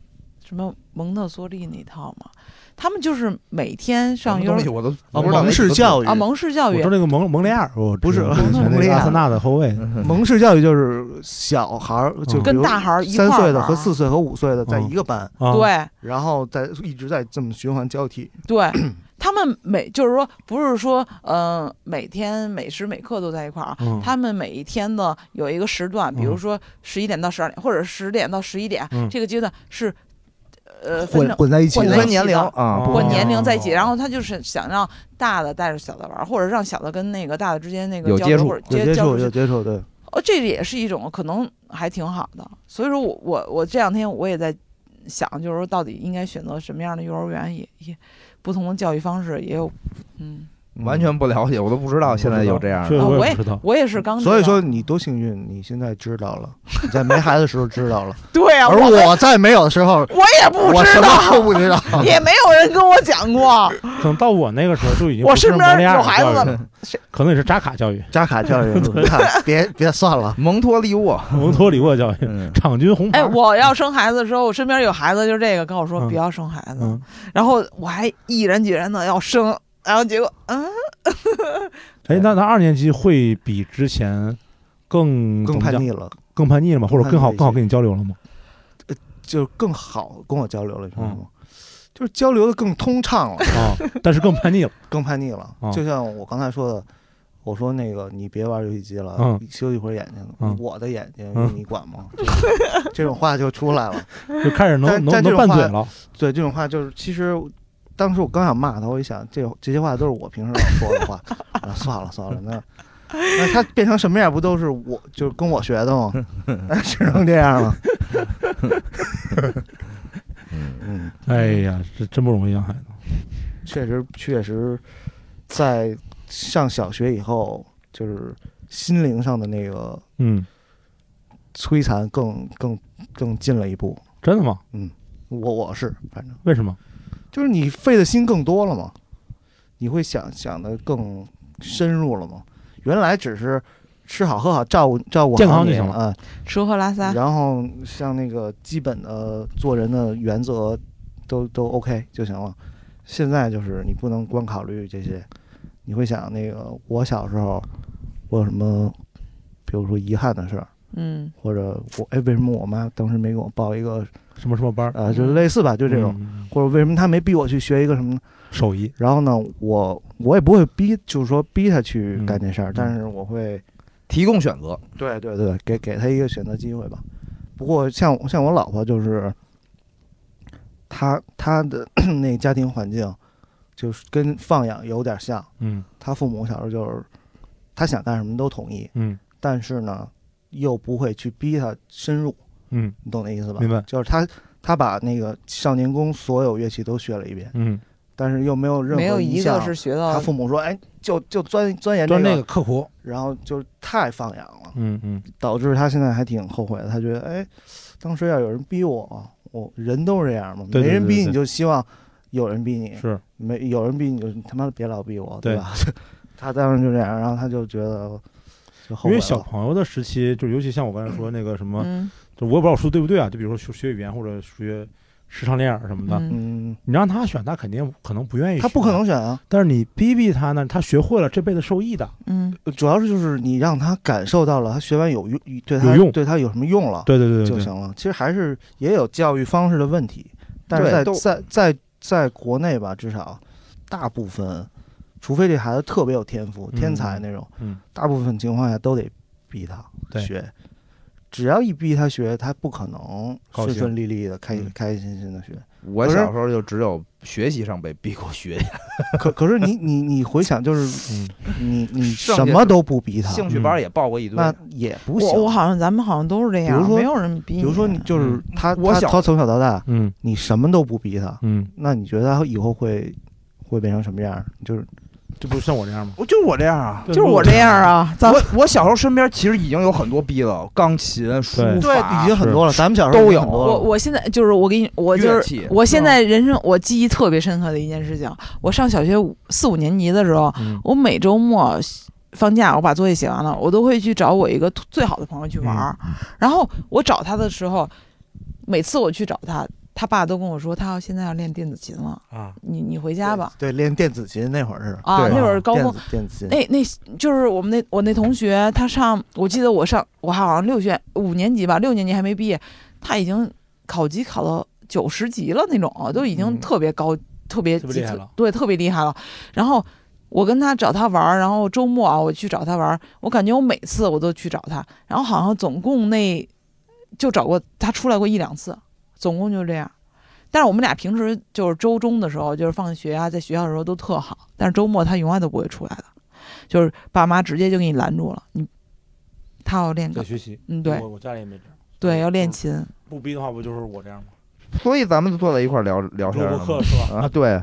Speaker 5: 什么蒙特梭利那套嘛，他们就是每天上
Speaker 2: 什
Speaker 5: 幼
Speaker 2: 么
Speaker 5: 儿
Speaker 2: 东西我都不
Speaker 4: 啊，
Speaker 2: 知道
Speaker 4: 蒙
Speaker 2: 哪几
Speaker 4: 氏
Speaker 2: 个字
Speaker 4: 教育
Speaker 5: 啊蒙氏教
Speaker 3: 嗯我
Speaker 5: 育
Speaker 3: 知道，那个蒙蒙雷尔，我
Speaker 4: 不是
Speaker 3: 知道
Speaker 4: 不是
Speaker 3: 以前那
Speaker 4: 蒙雷
Speaker 3: 个
Speaker 4: 尔
Speaker 3: 阿森纳的后卫，
Speaker 4: 蒙氏教育就是小孩儿，就
Speaker 3: 嗯
Speaker 5: 跟大孩儿一块
Speaker 4: 三
Speaker 5: 儿
Speaker 4: 岁的
Speaker 5: 玩
Speaker 4: 和四岁和五岁的在
Speaker 3: 嗯
Speaker 4: 一个班，
Speaker 3: 啊，
Speaker 5: 对
Speaker 4: 然后再一直在这么循环交替。
Speaker 5: 对，他们每就是说不是说呃每天每时每刻都在一块儿啊，
Speaker 3: 嗯，
Speaker 5: 他们每一天的有一个时段，比如
Speaker 3: 嗯
Speaker 5: 说十一点到十二点，或者十点到十一点
Speaker 3: 嗯
Speaker 5: 这个阶段是呃分
Speaker 4: 混
Speaker 5: 成。
Speaker 4: 混在一起
Speaker 5: 混
Speaker 6: 不
Speaker 5: 在
Speaker 4: 的
Speaker 6: 分
Speaker 5: 一起
Speaker 6: 年龄
Speaker 5: 的
Speaker 6: <laughs> 啊，不
Speaker 5: 或
Speaker 3: 哦
Speaker 5: 年龄在一起，
Speaker 3: 哦
Speaker 5: 然后他就是想让大的带着小的玩儿，或者让小的跟那个大的之间那个
Speaker 2: 有
Speaker 5: 交
Speaker 2: 接
Speaker 5: 流
Speaker 2: 触
Speaker 5: 或者
Speaker 4: 有
Speaker 5: 接
Speaker 4: 接
Speaker 5: 交
Speaker 4: 触
Speaker 5: 流
Speaker 4: 有接触，对，
Speaker 5: 哦，这也是一种可能，还挺好的。所以说我我我这两天我也在想，就是说到底应该选择什么样的幼儿园，也也不同的教育方式也有，嗯，
Speaker 2: 完全不了解，我都不知道现在有这样
Speaker 3: 对，
Speaker 2: 的。
Speaker 5: 啊
Speaker 3: 我
Speaker 5: 我
Speaker 3: 也
Speaker 5: 也
Speaker 3: 不知道。
Speaker 5: 我也是刚知道，
Speaker 4: 所以说你多幸运，你现在知道了，
Speaker 5: <laughs>
Speaker 4: 你在没孩子的时候知道了，
Speaker 5: 对啊，
Speaker 4: 而
Speaker 5: 我
Speaker 4: 我在没有的时候，
Speaker 5: 我也不
Speaker 4: 我
Speaker 5: 知
Speaker 4: 什么都
Speaker 5: 道，
Speaker 4: 不知道。
Speaker 5: 也没有人跟我讲
Speaker 4: <laughs>
Speaker 5: 过，
Speaker 3: 可能到我那个时候就已经
Speaker 5: 我
Speaker 3: 不是
Speaker 5: 身边
Speaker 3: 蒙雷尔
Speaker 5: 有孩子
Speaker 3: 教育
Speaker 5: 了
Speaker 3: 了，可能也是扎卡教育、
Speaker 4: 扎卡教育，你
Speaker 5: <laughs>
Speaker 4: 看，别别算了，
Speaker 2: 蒙托利沃，
Speaker 3: 蒙托里沃教育、
Speaker 2: 嗯，
Speaker 3: 场均红牌
Speaker 5: 哎，。我要生孩子的时候，我身边有孩子，就是这个跟我说
Speaker 3: 嗯
Speaker 5: 不要生孩子，
Speaker 3: 嗯，
Speaker 5: 然后我还毅然决然的要生，然后结果嗯，
Speaker 3: 哎，那那二年级会比之前更
Speaker 4: 更叛、
Speaker 3: 怎么
Speaker 4: 逆
Speaker 3: 讲
Speaker 4: 了，
Speaker 3: 更叛逆了吗？或者更好、
Speaker 4: 更叛
Speaker 3: 更好
Speaker 4: 逆一些
Speaker 3: 跟你交流了
Speaker 4: <laughs>
Speaker 3: 吗？
Speaker 4: 就更好跟我交流了，你知道吗？就是交流的更通畅了，
Speaker 3: 啊，但是更叛逆了。
Speaker 4: 更叛逆了
Speaker 3: 哦。
Speaker 4: 就像我刚才说的，我说那个你别玩游戏机了
Speaker 3: 嗯，
Speaker 4: 休息会儿眼
Speaker 3: 嗯
Speaker 4: 睛，我的眼睛
Speaker 3: 嗯
Speaker 4: 你管吗？这种话就出来了。
Speaker 3: 就开始能
Speaker 4: 但
Speaker 3: 能
Speaker 4: 但这
Speaker 3: 能
Speaker 4: 种
Speaker 3: 拌
Speaker 4: 话
Speaker 3: 嘴了，
Speaker 4: 对，这种话就是其实当时我刚想骂他，我一想这这些话都是我平时老说的话，啊，算了算了，那那他变成什么样不都是我就是跟我学
Speaker 3: <laughs>
Speaker 4: 的吗？那只能这样了。嗯，
Speaker 3: 哎呀，这真不容易养啊孩子。
Speaker 4: 确实确实，在上小学以后，就是心灵上的那个
Speaker 3: 嗯，
Speaker 4: 摧残更更更进了一步。
Speaker 3: 真的吗？
Speaker 4: 我我是反正。
Speaker 3: 为什么？
Speaker 4: 就是你费的心更多了嘛，你会想想的更深入了嘛。原来只是吃好喝好，照顾照顾好
Speaker 3: 健康就
Speaker 4: 你
Speaker 3: 行了
Speaker 4: 啊、
Speaker 5: 吃喝拉撒，
Speaker 4: 然后像那个基本的做人的原则都都 OK 就行了。现在就是你不能光考虑这些，你会想那个我小时候我有什么，比如说遗憾的事儿，
Speaker 5: 嗯
Speaker 4: 或者我哎为什么我妈当时没给我报一个
Speaker 3: 什么什么班儿？
Speaker 4: 呃，就是类似吧，就这种，
Speaker 3: 嗯
Speaker 4: 或者为什么她没逼我去学一个什么
Speaker 3: 手艺。
Speaker 4: 然后呢，我我也不会逼，就是说逼他去
Speaker 3: 嗯
Speaker 4: 干这事儿，
Speaker 3: 嗯
Speaker 4: 但是我会，
Speaker 2: 提供选择，
Speaker 4: 对对对，给给他一个选择机会吧。不过像像我老婆就是，她她的 <clears throat> 那家庭环境，就是跟放养有点像。
Speaker 3: 嗯
Speaker 4: 她父母小时候就是，她想干什么都同意，
Speaker 3: 嗯
Speaker 4: 但是呢，又不会去逼她深入，
Speaker 3: 嗯
Speaker 4: 你懂那意思吧？
Speaker 3: 明白
Speaker 4: 就是她她把那个少年宫所有乐器都学了一遍，
Speaker 3: 嗯，
Speaker 4: 但是又没有任何
Speaker 5: 没有一个
Speaker 4: 项
Speaker 5: 是学
Speaker 4: 他
Speaker 5: 到
Speaker 4: 父母说，哎，就就钻钻研这
Speaker 3: 钻
Speaker 4: 个，
Speaker 3: 这个刻苦。
Speaker 4: 然后就太放养了，
Speaker 3: 嗯嗯
Speaker 4: 导致他现在还挺后悔的。他觉得，哎，当时要有人逼我，我人都是这样嘛，
Speaker 3: 对对
Speaker 4: 没人
Speaker 3: 对
Speaker 4: 逼
Speaker 3: 对
Speaker 4: 你就希望有人逼你，
Speaker 3: 嗯是。
Speaker 4: 没有人逼你就他妈别老逼我，
Speaker 3: 对
Speaker 4: 吧？ <laughs> 他当时就这样，然后他就觉得就后
Speaker 3: 因
Speaker 4: 悔
Speaker 3: 为
Speaker 4: 了。
Speaker 3: 小朋友的时期，就是尤其像我刚才说那个什么，
Speaker 5: 嗯
Speaker 3: 就我也不知道我说对不对啊，就比如说学学语言或者学时尚练耳什么的，
Speaker 5: 嗯
Speaker 4: 嗯，
Speaker 3: 你让他选，他肯定可能不愿意，
Speaker 4: 他不可能。选啊，
Speaker 3: 但是你逼逼他呢，他学会了，这辈子受益的。
Speaker 5: 嗯，
Speaker 4: 主要是就是你让他感受到了，他学完有用，对他
Speaker 3: 有用
Speaker 4: 对他有什么用了，
Speaker 3: 对对对
Speaker 4: 就
Speaker 3: 对
Speaker 4: 行
Speaker 3: 对，
Speaker 4: 了。其实还是也有教育方式的问题，但是
Speaker 2: 对
Speaker 4: 在
Speaker 2: 都
Speaker 4: 在在在国内吧，至少大部分，除非这孩子特别有天赋、
Speaker 3: 嗯
Speaker 4: 天才那种，
Speaker 3: 嗯
Speaker 4: 大部分情况下都得逼他
Speaker 3: 对
Speaker 4: 学。只要一逼他学，他不可能
Speaker 3: 高
Speaker 4: 顺
Speaker 3: 兴
Speaker 4: 顺利利的、开
Speaker 3: 嗯
Speaker 4: 开开心心的学。
Speaker 2: 我
Speaker 4: 不是
Speaker 2: 小时候就只有学习上被逼过学习，
Speaker 4: 可可是
Speaker 3: <laughs>
Speaker 4: 你你你回想，就是
Speaker 3: 嗯， <laughs>
Speaker 4: 你你
Speaker 2: 剩
Speaker 4: 什
Speaker 2: 下
Speaker 4: 么
Speaker 2: 是
Speaker 4: 都不逼他，
Speaker 2: 兴趣
Speaker 6: 嗯
Speaker 2: 班也报过一堆。
Speaker 4: 那也不行。
Speaker 5: 我我好像咱们好像都是这
Speaker 4: 比
Speaker 5: 样
Speaker 4: 如，说
Speaker 5: 没有人逼。
Speaker 4: 比如说你就是
Speaker 3: 嗯
Speaker 4: 他，
Speaker 2: 我
Speaker 4: 他
Speaker 2: 小
Speaker 4: 他从小到大，
Speaker 3: 嗯
Speaker 4: 你什么都不逼他，
Speaker 3: 嗯，
Speaker 4: 那你觉得他以后会会变成什么样儿？就是
Speaker 3: 这不是像我这样吗？
Speaker 6: 我就我这样啊。
Speaker 5: 就是我这样啊，咱
Speaker 6: 我我小时候身边其实已经有很多逼了，钢琴、书
Speaker 3: 对
Speaker 6: 法
Speaker 4: 已经很多了，咱们小时
Speaker 6: 都
Speaker 4: 候已经
Speaker 6: 有
Speaker 4: 很多
Speaker 5: 我
Speaker 4: 了
Speaker 5: 我现在就是我给你，我就
Speaker 6: 乐
Speaker 5: 是
Speaker 6: 器
Speaker 5: 我现在人生我记忆特别深刻的一件事情，我上小学五四五年级的时候，
Speaker 3: 嗯
Speaker 5: 我每周末放假，我把作业写完了，我都会去找我一个最好的朋友去玩儿。
Speaker 4: 嗯
Speaker 5: 然后我找他的时候，每次我去找他，他爸都跟我说他要现在要练电子琴了，
Speaker 3: 啊，
Speaker 5: 你你回家吧。
Speaker 4: 对，练电子琴那会儿是
Speaker 5: 啊，
Speaker 2: 对
Speaker 5: 那会儿高
Speaker 4: 电
Speaker 5: 中
Speaker 4: 子电子琴，
Speaker 5: 那那就是我们那我那同学，他上我记得我上我好像六学五年级吧，六年级还没毕业，他已经考级考到九十级了那种，都已经
Speaker 4: 嗯
Speaker 5: 特别高，特别
Speaker 3: 特别厉害了
Speaker 5: 对，特别厉害了。然后我跟他找他玩儿，然后周末啊我去找他玩儿，我感觉我每次我都去找他，然后好像总共那就找过他出来过一两次，总共就这样。但是我们俩平时就是周中的时候，就是放学啊，在学校的时候都特好，但是周末他永远都不会出来的，就是爸妈直接就给你拦住了，你他要练
Speaker 3: 得
Speaker 5: 个，
Speaker 3: 学习。
Speaker 5: 嗯，对
Speaker 3: 我我家里也没这样，
Speaker 5: 对，要练
Speaker 3: 嗯
Speaker 5: 琴，
Speaker 3: 不逼的话不就是我这样吗？
Speaker 6: 所以咱们就坐在一块儿聊聊天儿
Speaker 3: 录
Speaker 6: 了
Speaker 3: 播
Speaker 6: 嘛
Speaker 3: 课是吧？
Speaker 6: 啊，对。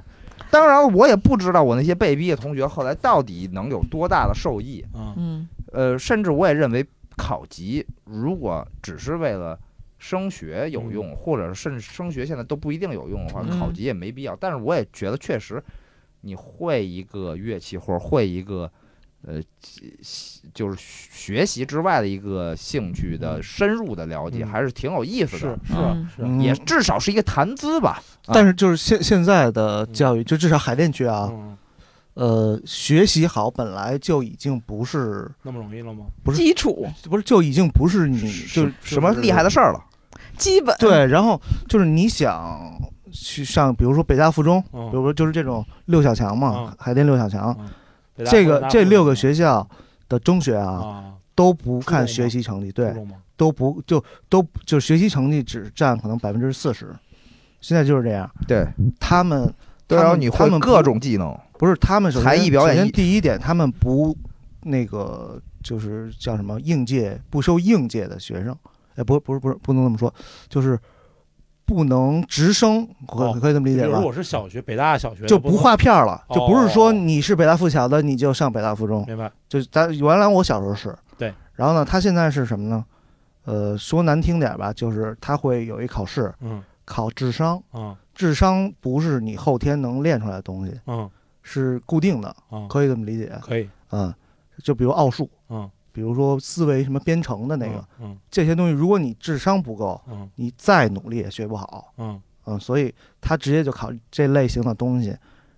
Speaker 6: 当然，我也不知道我那些被逼的同学后来到底能有多大的受益。
Speaker 3: 嗯
Speaker 5: 嗯，
Speaker 6: 呃，甚至我也认为考级如果只是为了升学有用，或者是甚至升学现在都不一定有用的话，
Speaker 5: 嗯
Speaker 6: 考级也没必要。但是我也觉得确实，你会一个乐器或者会一个呃，就是学习之外的一个兴趣的深入的了解，
Speaker 3: 嗯
Speaker 6: 还是挺有意思
Speaker 3: 是
Speaker 6: 的。
Speaker 3: 是
Speaker 6: 啊
Speaker 3: 啊是啊，
Speaker 4: 嗯
Speaker 6: 也至少是一个谈资吧，
Speaker 4: 但是就是现现在的教育，就至少海淀区啊，
Speaker 3: 嗯，
Speaker 4: 呃，学习好本来就已经不是
Speaker 3: 那么容易了吗？
Speaker 4: 不是
Speaker 5: 基础
Speaker 4: 不是就已经不是
Speaker 6: 嗯
Speaker 4: 你就是
Speaker 6: 什么厉害的事儿了？
Speaker 5: 基本，
Speaker 4: 对，然后就是你想去上，比如说北大附中，比
Speaker 3: 嗯，
Speaker 4: 如说就是这种六小强嘛
Speaker 3: 嗯，
Speaker 4: 海淀六小强，
Speaker 3: 北大或
Speaker 4: 这
Speaker 3: 者
Speaker 4: 个
Speaker 3: 大
Speaker 4: 这
Speaker 3: 附
Speaker 4: 六
Speaker 3: 中
Speaker 4: 个
Speaker 3: 吗
Speaker 4: 学校的中学啊，
Speaker 3: 啊，
Speaker 4: 都
Speaker 3: 中
Speaker 4: 不
Speaker 3: 吗
Speaker 4: 看学习成绩，对
Speaker 3: 初，中吗？
Speaker 4: 都不就都就学习成绩只占可能百分之四十，现在就是这样，
Speaker 6: 对，
Speaker 4: 他们。
Speaker 6: 对，然后
Speaker 4: 他们
Speaker 6: 你
Speaker 4: 他
Speaker 6: 会
Speaker 4: 们
Speaker 6: 各
Speaker 4: 不
Speaker 6: 种技能，
Speaker 4: 不是他们首先
Speaker 6: 才艺表演
Speaker 4: 首
Speaker 6: 艺
Speaker 4: 先第一点，他们不那个就是叫什么应届不收应届的学生，哎，不不是不是不能这么说，就是不能直升，可
Speaker 3: 哦
Speaker 4: 可以这么理
Speaker 3: 比
Speaker 4: 解
Speaker 3: 如
Speaker 4: 吧
Speaker 3: 说？我是小学，北大小学
Speaker 4: 就
Speaker 3: 不
Speaker 4: 不画片了，
Speaker 3: 哦
Speaker 4: 就不是说你是北大附小的你就上北大附中，
Speaker 3: 明白？
Speaker 4: 就咱原来我小时候是，
Speaker 3: 对，
Speaker 4: 然后呢，他现在是什么呢？呃，说难听点吧，就是他会有一考试，
Speaker 3: 嗯
Speaker 4: 考智商，
Speaker 3: 嗯
Speaker 4: 智商不是你后天能练出来的东西，
Speaker 3: 嗯
Speaker 4: 是固定的，
Speaker 3: 嗯，
Speaker 4: 可以这么理解。
Speaker 3: 可以，
Speaker 4: 嗯，就比如奥数，
Speaker 3: 嗯，
Speaker 4: 比如说思维什么编程的那个、
Speaker 3: 嗯，
Speaker 4: 这些东西，如果你智商不够，
Speaker 3: 嗯
Speaker 4: 你再努力也学不好。
Speaker 3: 嗯嗯，
Speaker 4: 嗯，所以他直接就考这类型的东西，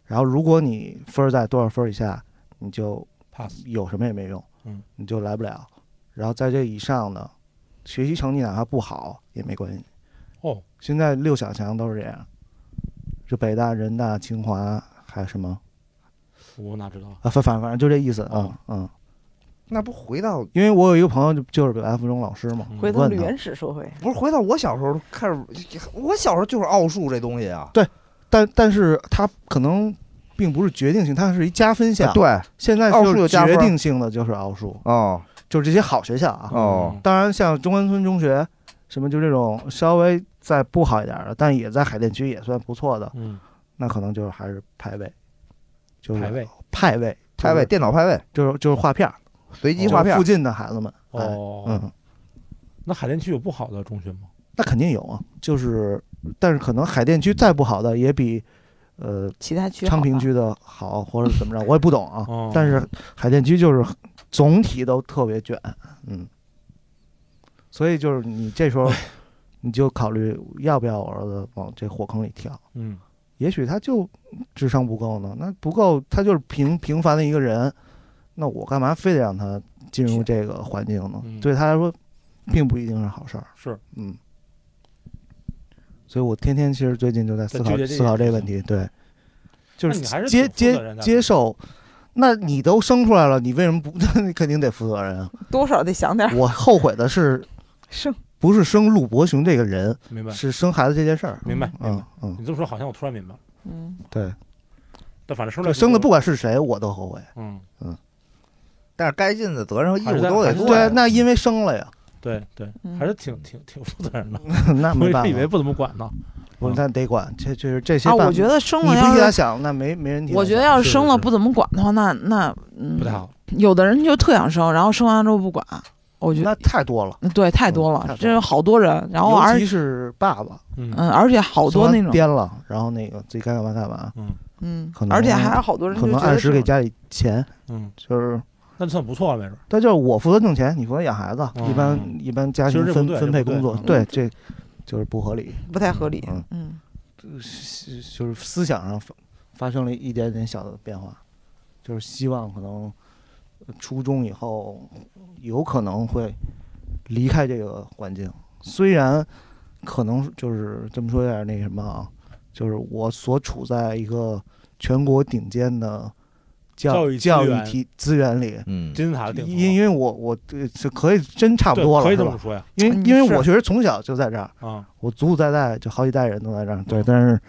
Speaker 4: 然后如果你分儿在多少分儿以下，你就
Speaker 3: pass
Speaker 4: 有什么也没用，
Speaker 3: 嗯，
Speaker 4: 你就来不了。然后在这以上的学习成绩哪怕不好也没关系。
Speaker 3: 哦，
Speaker 4: 现在六小强都是这样，就北大、人大、清华还什么
Speaker 3: 我哪知道？
Speaker 4: 啊，反反反正就这意思啊、
Speaker 3: 哦
Speaker 4: 嗯。
Speaker 6: 那不回到
Speaker 4: 因为我有一个朋友就就是北大附中老师嘛，
Speaker 3: 嗯
Speaker 5: 回到
Speaker 4: 问
Speaker 5: 了
Speaker 4: 他
Speaker 5: 原始社会，
Speaker 6: 不是回到我小时候开始，我小时候就是奥数这东西啊。
Speaker 4: 但但是他可能并不是决定性，它是一加分项。，
Speaker 6: 啊对，
Speaker 4: 现在
Speaker 6: 奥
Speaker 4: 就
Speaker 6: 数有
Speaker 4: 是
Speaker 6: 加分
Speaker 4: 决定性的就是奥数，
Speaker 6: 哦
Speaker 4: 就是这些好学校啊。
Speaker 6: 哦，
Speaker 4: 当然，像中关村中学什么，就这种稍微再不好一点的，但也在海淀区也算不错的，
Speaker 3: 嗯，
Speaker 4: 那可能就是还是排位，就是哎
Speaker 3: 排位
Speaker 4: 派位
Speaker 6: 派位，电脑派位，
Speaker 4: 就是就是画片儿，
Speaker 6: 随机
Speaker 4: 就是
Speaker 6: 画片
Speaker 4: 附。近的孩子们。哎，
Speaker 3: 哦，
Speaker 4: 嗯，
Speaker 3: 那海淀区有不好的中学吗？
Speaker 4: 那肯定有啊，就是但是可能海淀区再不好的也比呃
Speaker 5: 其他区好
Speaker 4: 昌平
Speaker 5: 吧，
Speaker 4: 区的好，或者怎么着，我也不懂啊。
Speaker 3: 哦
Speaker 4: 但是海淀区就是总体都特别卷，嗯，所以就是你这时候你就考虑要不要我儿子往这火坑里跳。
Speaker 3: 嗯，
Speaker 4: 也许他就智商不够呢，那不够，他就是平平凡的一个人，那我干嘛非得让他进入这个环境呢？
Speaker 3: 嗯
Speaker 4: 对他来说，并不一定是好事儿。
Speaker 3: 是，
Speaker 4: 嗯。所以我天天其实最近就在思
Speaker 3: 在纠
Speaker 4: 考
Speaker 3: 结这
Speaker 4: 思
Speaker 3: 件
Speaker 4: 考这
Speaker 3: 事
Speaker 4: 个问题，对，就
Speaker 3: 那你还是
Speaker 4: 接
Speaker 3: 挺负责
Speaker 4: 接
Speaker 3: 任的
Speaker 4: 接受。那你 <laughs> 都生出来了，你为什么不？那你肯定得负责任啊！
Speaker 5: 多少得想点儿。
Speaker 4: 我后悔的是
Speaker 5: <laughs> 生
Speaker 4: 不是生陆伯雄这个人，
Speaker 3: 明白，
Speaker 4: 是生孩子这件事儿。
Speaker 3: 明白，明
Speaker 4: 嗯
Speaker 3: 白。
Speaker 4: 嗯，
Speaker 3: 你这么说好像我突然明白了，
Speaker 5: 嗯，
Speaker 4: 对，
Speaker 3: 但反正生
Speaker 4: 就
Speaker 3: 了
Speaker 4: 生的不，管是谁，我都后悔。
Speaker 3: 嗯，
Speaker 6: 但是该尽的责任和义
Speaker 3: 还是
Speaker 6: 务
Speaker 3: 在
Speaker 6: 都得
Speaker 3: 还是
Speaker 6: 做。
Speaker 3: 在
Speaker 4: 对，那因为生了呀， <laughs>
Speaker 3: 对对，
Speaker 5: 嗯
Speaker 3: 还是挺挺挺负责任的，
Speaker 4: 那
Speaker 3: 我
Speaker 4: 嗯没
Speaker 3: 一
Speaker 4: 办
Speaker 3: 直以为嗯
Speaker 4: 法，
Speaker 3: 不怎么管呢，
Speaker 4: 我那得管。这这是这些
Speaker 5: 啊，
Speaker 4: 办
Speaker 5: 我觉得生
Speaker 4: 你
Speaker 5: 了
Speaker 4: 不替他
Speaker 5: 要是
Speaker 4: 想，那没没人替他想。
Speaker 5: 我觉得要
Speaker 3: 是
Speaker 5: 是生了
Speaker 3: 是
Speaker 5: 不怎么管的话，那那嗯
Speaker 3: 不太好。
Speaker 5: 有的人就特想生，然后生完之后不管，我觉得
Speaker 4: 那太多了，
Speaker 5: 对太多
Speaker 4: 嗯太多
Speaker 5: 了
Speaker 4: 了，
Speaker 5: 这有好多人，然后
Speaker 4: 尤
Speaker 5: 而
Speaker 4: 其是爸爸，
Speaker 3: 嗯，
Speaker 5: 嗯，而且好多那种
Speaker 4: 编了，然后那个自己该干嘛干嘛，
Speaker 5: 嗯
Speaker 4: 可，能
Speaker 5: 而且还有好多人
Speaker 4: 可
Speaker 5: 就
Speaker 4: 能
Speaker 5: 觉得
Speaker 4: 按时
Speaker 5: 是
Speaker 4: 给家里钱，
Speaker 3: 嗯，
Speaker 4: 就是
Speaker 3: 那就算不错了，没准儿。
Speaker 4: 但就是我负责挣钱，你负责养孩子，
Speaker 3: 嗯
Speaker 4: 一般一般家
Speaker 3: 其实
Speaker 4: 庭
Speaker 3: 这不
Speaker 4: 分
Speaker 3: 对
Speaker 4: 分
Speaker 3: 这
Speaker 4: 配
Speaker 3: 不对
Speaker 4: 工作
Speaker 3: 嗯，
Speaker 4: 对，这就是不合理，
Speaker 5: 不太合理
Speaker 4: 嗯，
Speaker 5: 嗯，
Speaker 4: 是就是思想上发发生了一点点小的变化，就是希望可能呃初中以后有可能会离开这个环境，虽然可能就是这么说有点那什么啊，就是我所处在一个全国顶尖的
Speaker 3: 教
Speaker 4: 教
Speaker 3: 育资
Speaker 4: 教育
Speaker 3: 源
Speaker 4: 体资源里，
Speaker 2: 嗯，
Speaker 3: 金字塔的顶
Speaker 4: 因
Speaker 3: 层，
Speaker 4: 因为我我呃这可以真差不多
Speaker 3: 对可以
Speaker 4: 了是
Speaker 3: 这么
Speaker 4: 吧？
Speaker 3: 说呀，
Speaker 4: 因
Speaker 5: 嗯
Speaker 4: 为因为
Speaker 5: 是
Speaker 4: 我确实从小就在这儿，
Speaker 3: 啊，
Speaker 4: 我祖祖代代就好几代人都在这儿，对，
Speaker 3: 嗯
Speaker 4: 但是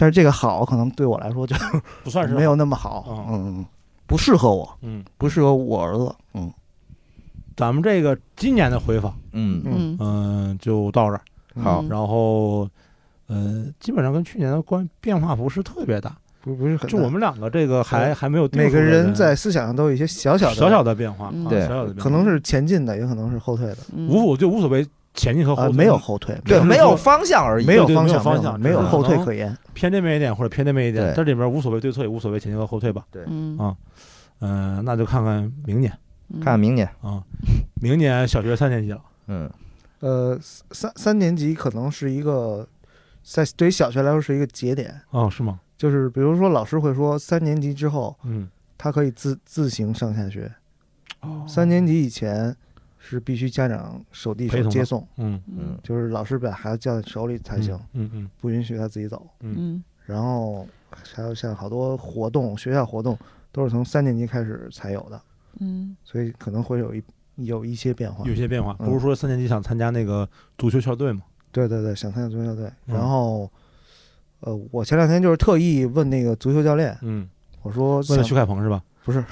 Speaker 4: 但是这个好可能对我来说就
Speaker 3: 不算是
Speaker 4: 没有，那么好，
Speaker 3: 嗯
Speaker 4: 嗯，嗯不适合我，
Speaker 3: 嗯，
Speaker 4: 不适合我儿子，嗯，
Speaker 3: 咱们这个今年的回访，
Speaker 2: 嗯，
Speaker 4: 嗯
Speaker 5: 嗯，
Speaker 3: 嗯，就到这儿。
Speaker 2: 好
Speaker 5: 嗯
Speaker 3: 然后，呃，基本上跟去年的关变化不是特别大，
Speaker 4: 不不是很大，
Speaker 3: 就我们两个这个还还没有定
Speaker 4: 每
Speaker 3: 出
Speaker 4: 个
Speaker 3: 的
Speaker 4: 人在思想上都有一些小小
Speaker 3: 小
Speaker 4: 的
Speaker 3: 小的变化，啊
Speaker 5: 嗯
Speaker 3: 小
Speaker 2: 对
Speaker 3: 小的变化，
Speaker 4: 可能是前进的，也可能是后退的，
Speaker 5: 嗯
Speaker 3: 无我就无所谓前进和哦后
Speaker 4: 啊，
Speaker 3: 退，嗯
Speaker 4: 没有后退，
Speaker 6: 对，
Speaker 3: 没
Speaker 6: 没
Speaker 3: 有
Speaker 6: 有方向而已。
Speaker 4: 没有
Speaker 3: 对对
Speaker 4: 方
Speaker 3: 没有
Speaker 4: 向，
Speaker 3: 方
Speaker 4: 没有
Speaker 3: 向
Speaker 4: 没有
Speaker 3: 只是
Speaker 4: 后退
Speaker 3: 能
Speaker 4: 可言，
Speaker 3: 偏这边一点或者偏那边一点，
Speaker 6: 对
Speaker 3: 这里边无所谓对错，也无所谓前进和后退吧。
Speaker 5: 嗯
Speaker 3: 啊嗯，那就看看明年
Speaker 5: 嗯
Speaker 2: 看看明年，
Speaker 3: 啊，明年小学三年级了，
Speaker 2: 嗯，
Speaker 4: 呃，三三年级可能是一个在对于小学来说是一个节点，
Speaker 3: 哦，是吗？
Speaker 4: 就是比如说老师会说三年级之后
Speaker 3: 嗯，
Speaker 4: 他可以自自行上下学，
Speaker 3: 哦
Speaker 4: 三年级以前是必须家长手递
Speaker 3: 陪
Speaker 4: 手
Speaker 3: 同
Speaker 4: 接
Speaker 3: 的
Speaker 4: 送，
Speaker 3: 嗯，
Speaker 5: 嗯
Speaker 4: 就是老师把孩子叫在手里才
Speaker 3: 嗯
Speaker 4: 行，，
Speaker 3: 嗯嗯
Speaker 4: 不允许他自己走。
Speaker 5: 嗯
Speaker 4: 然后还有像好多活动，学校活动都是从三年级开始才有的，
Speaker 5: 嗯
Speaker 4: 所以可能会有一有一些变化
Speaker 3: 有。些变化，
Speaker 4: 嗯
Speaker 3: 不是说三年级想参加那个足球校队吗？
Speaker 4: 对对对，想参加足球校队。
Speaker 3: 嗯
Speaker 4: 然后，呃，我前两天就是特意问那个足球教练，
Speaker 3: 嗯，
Speaker 4: 我说
Speaker 3: 为
Speaker 4: 想
Speaker 3: 了徐凯鹏是吧？
Speaker 4: 不是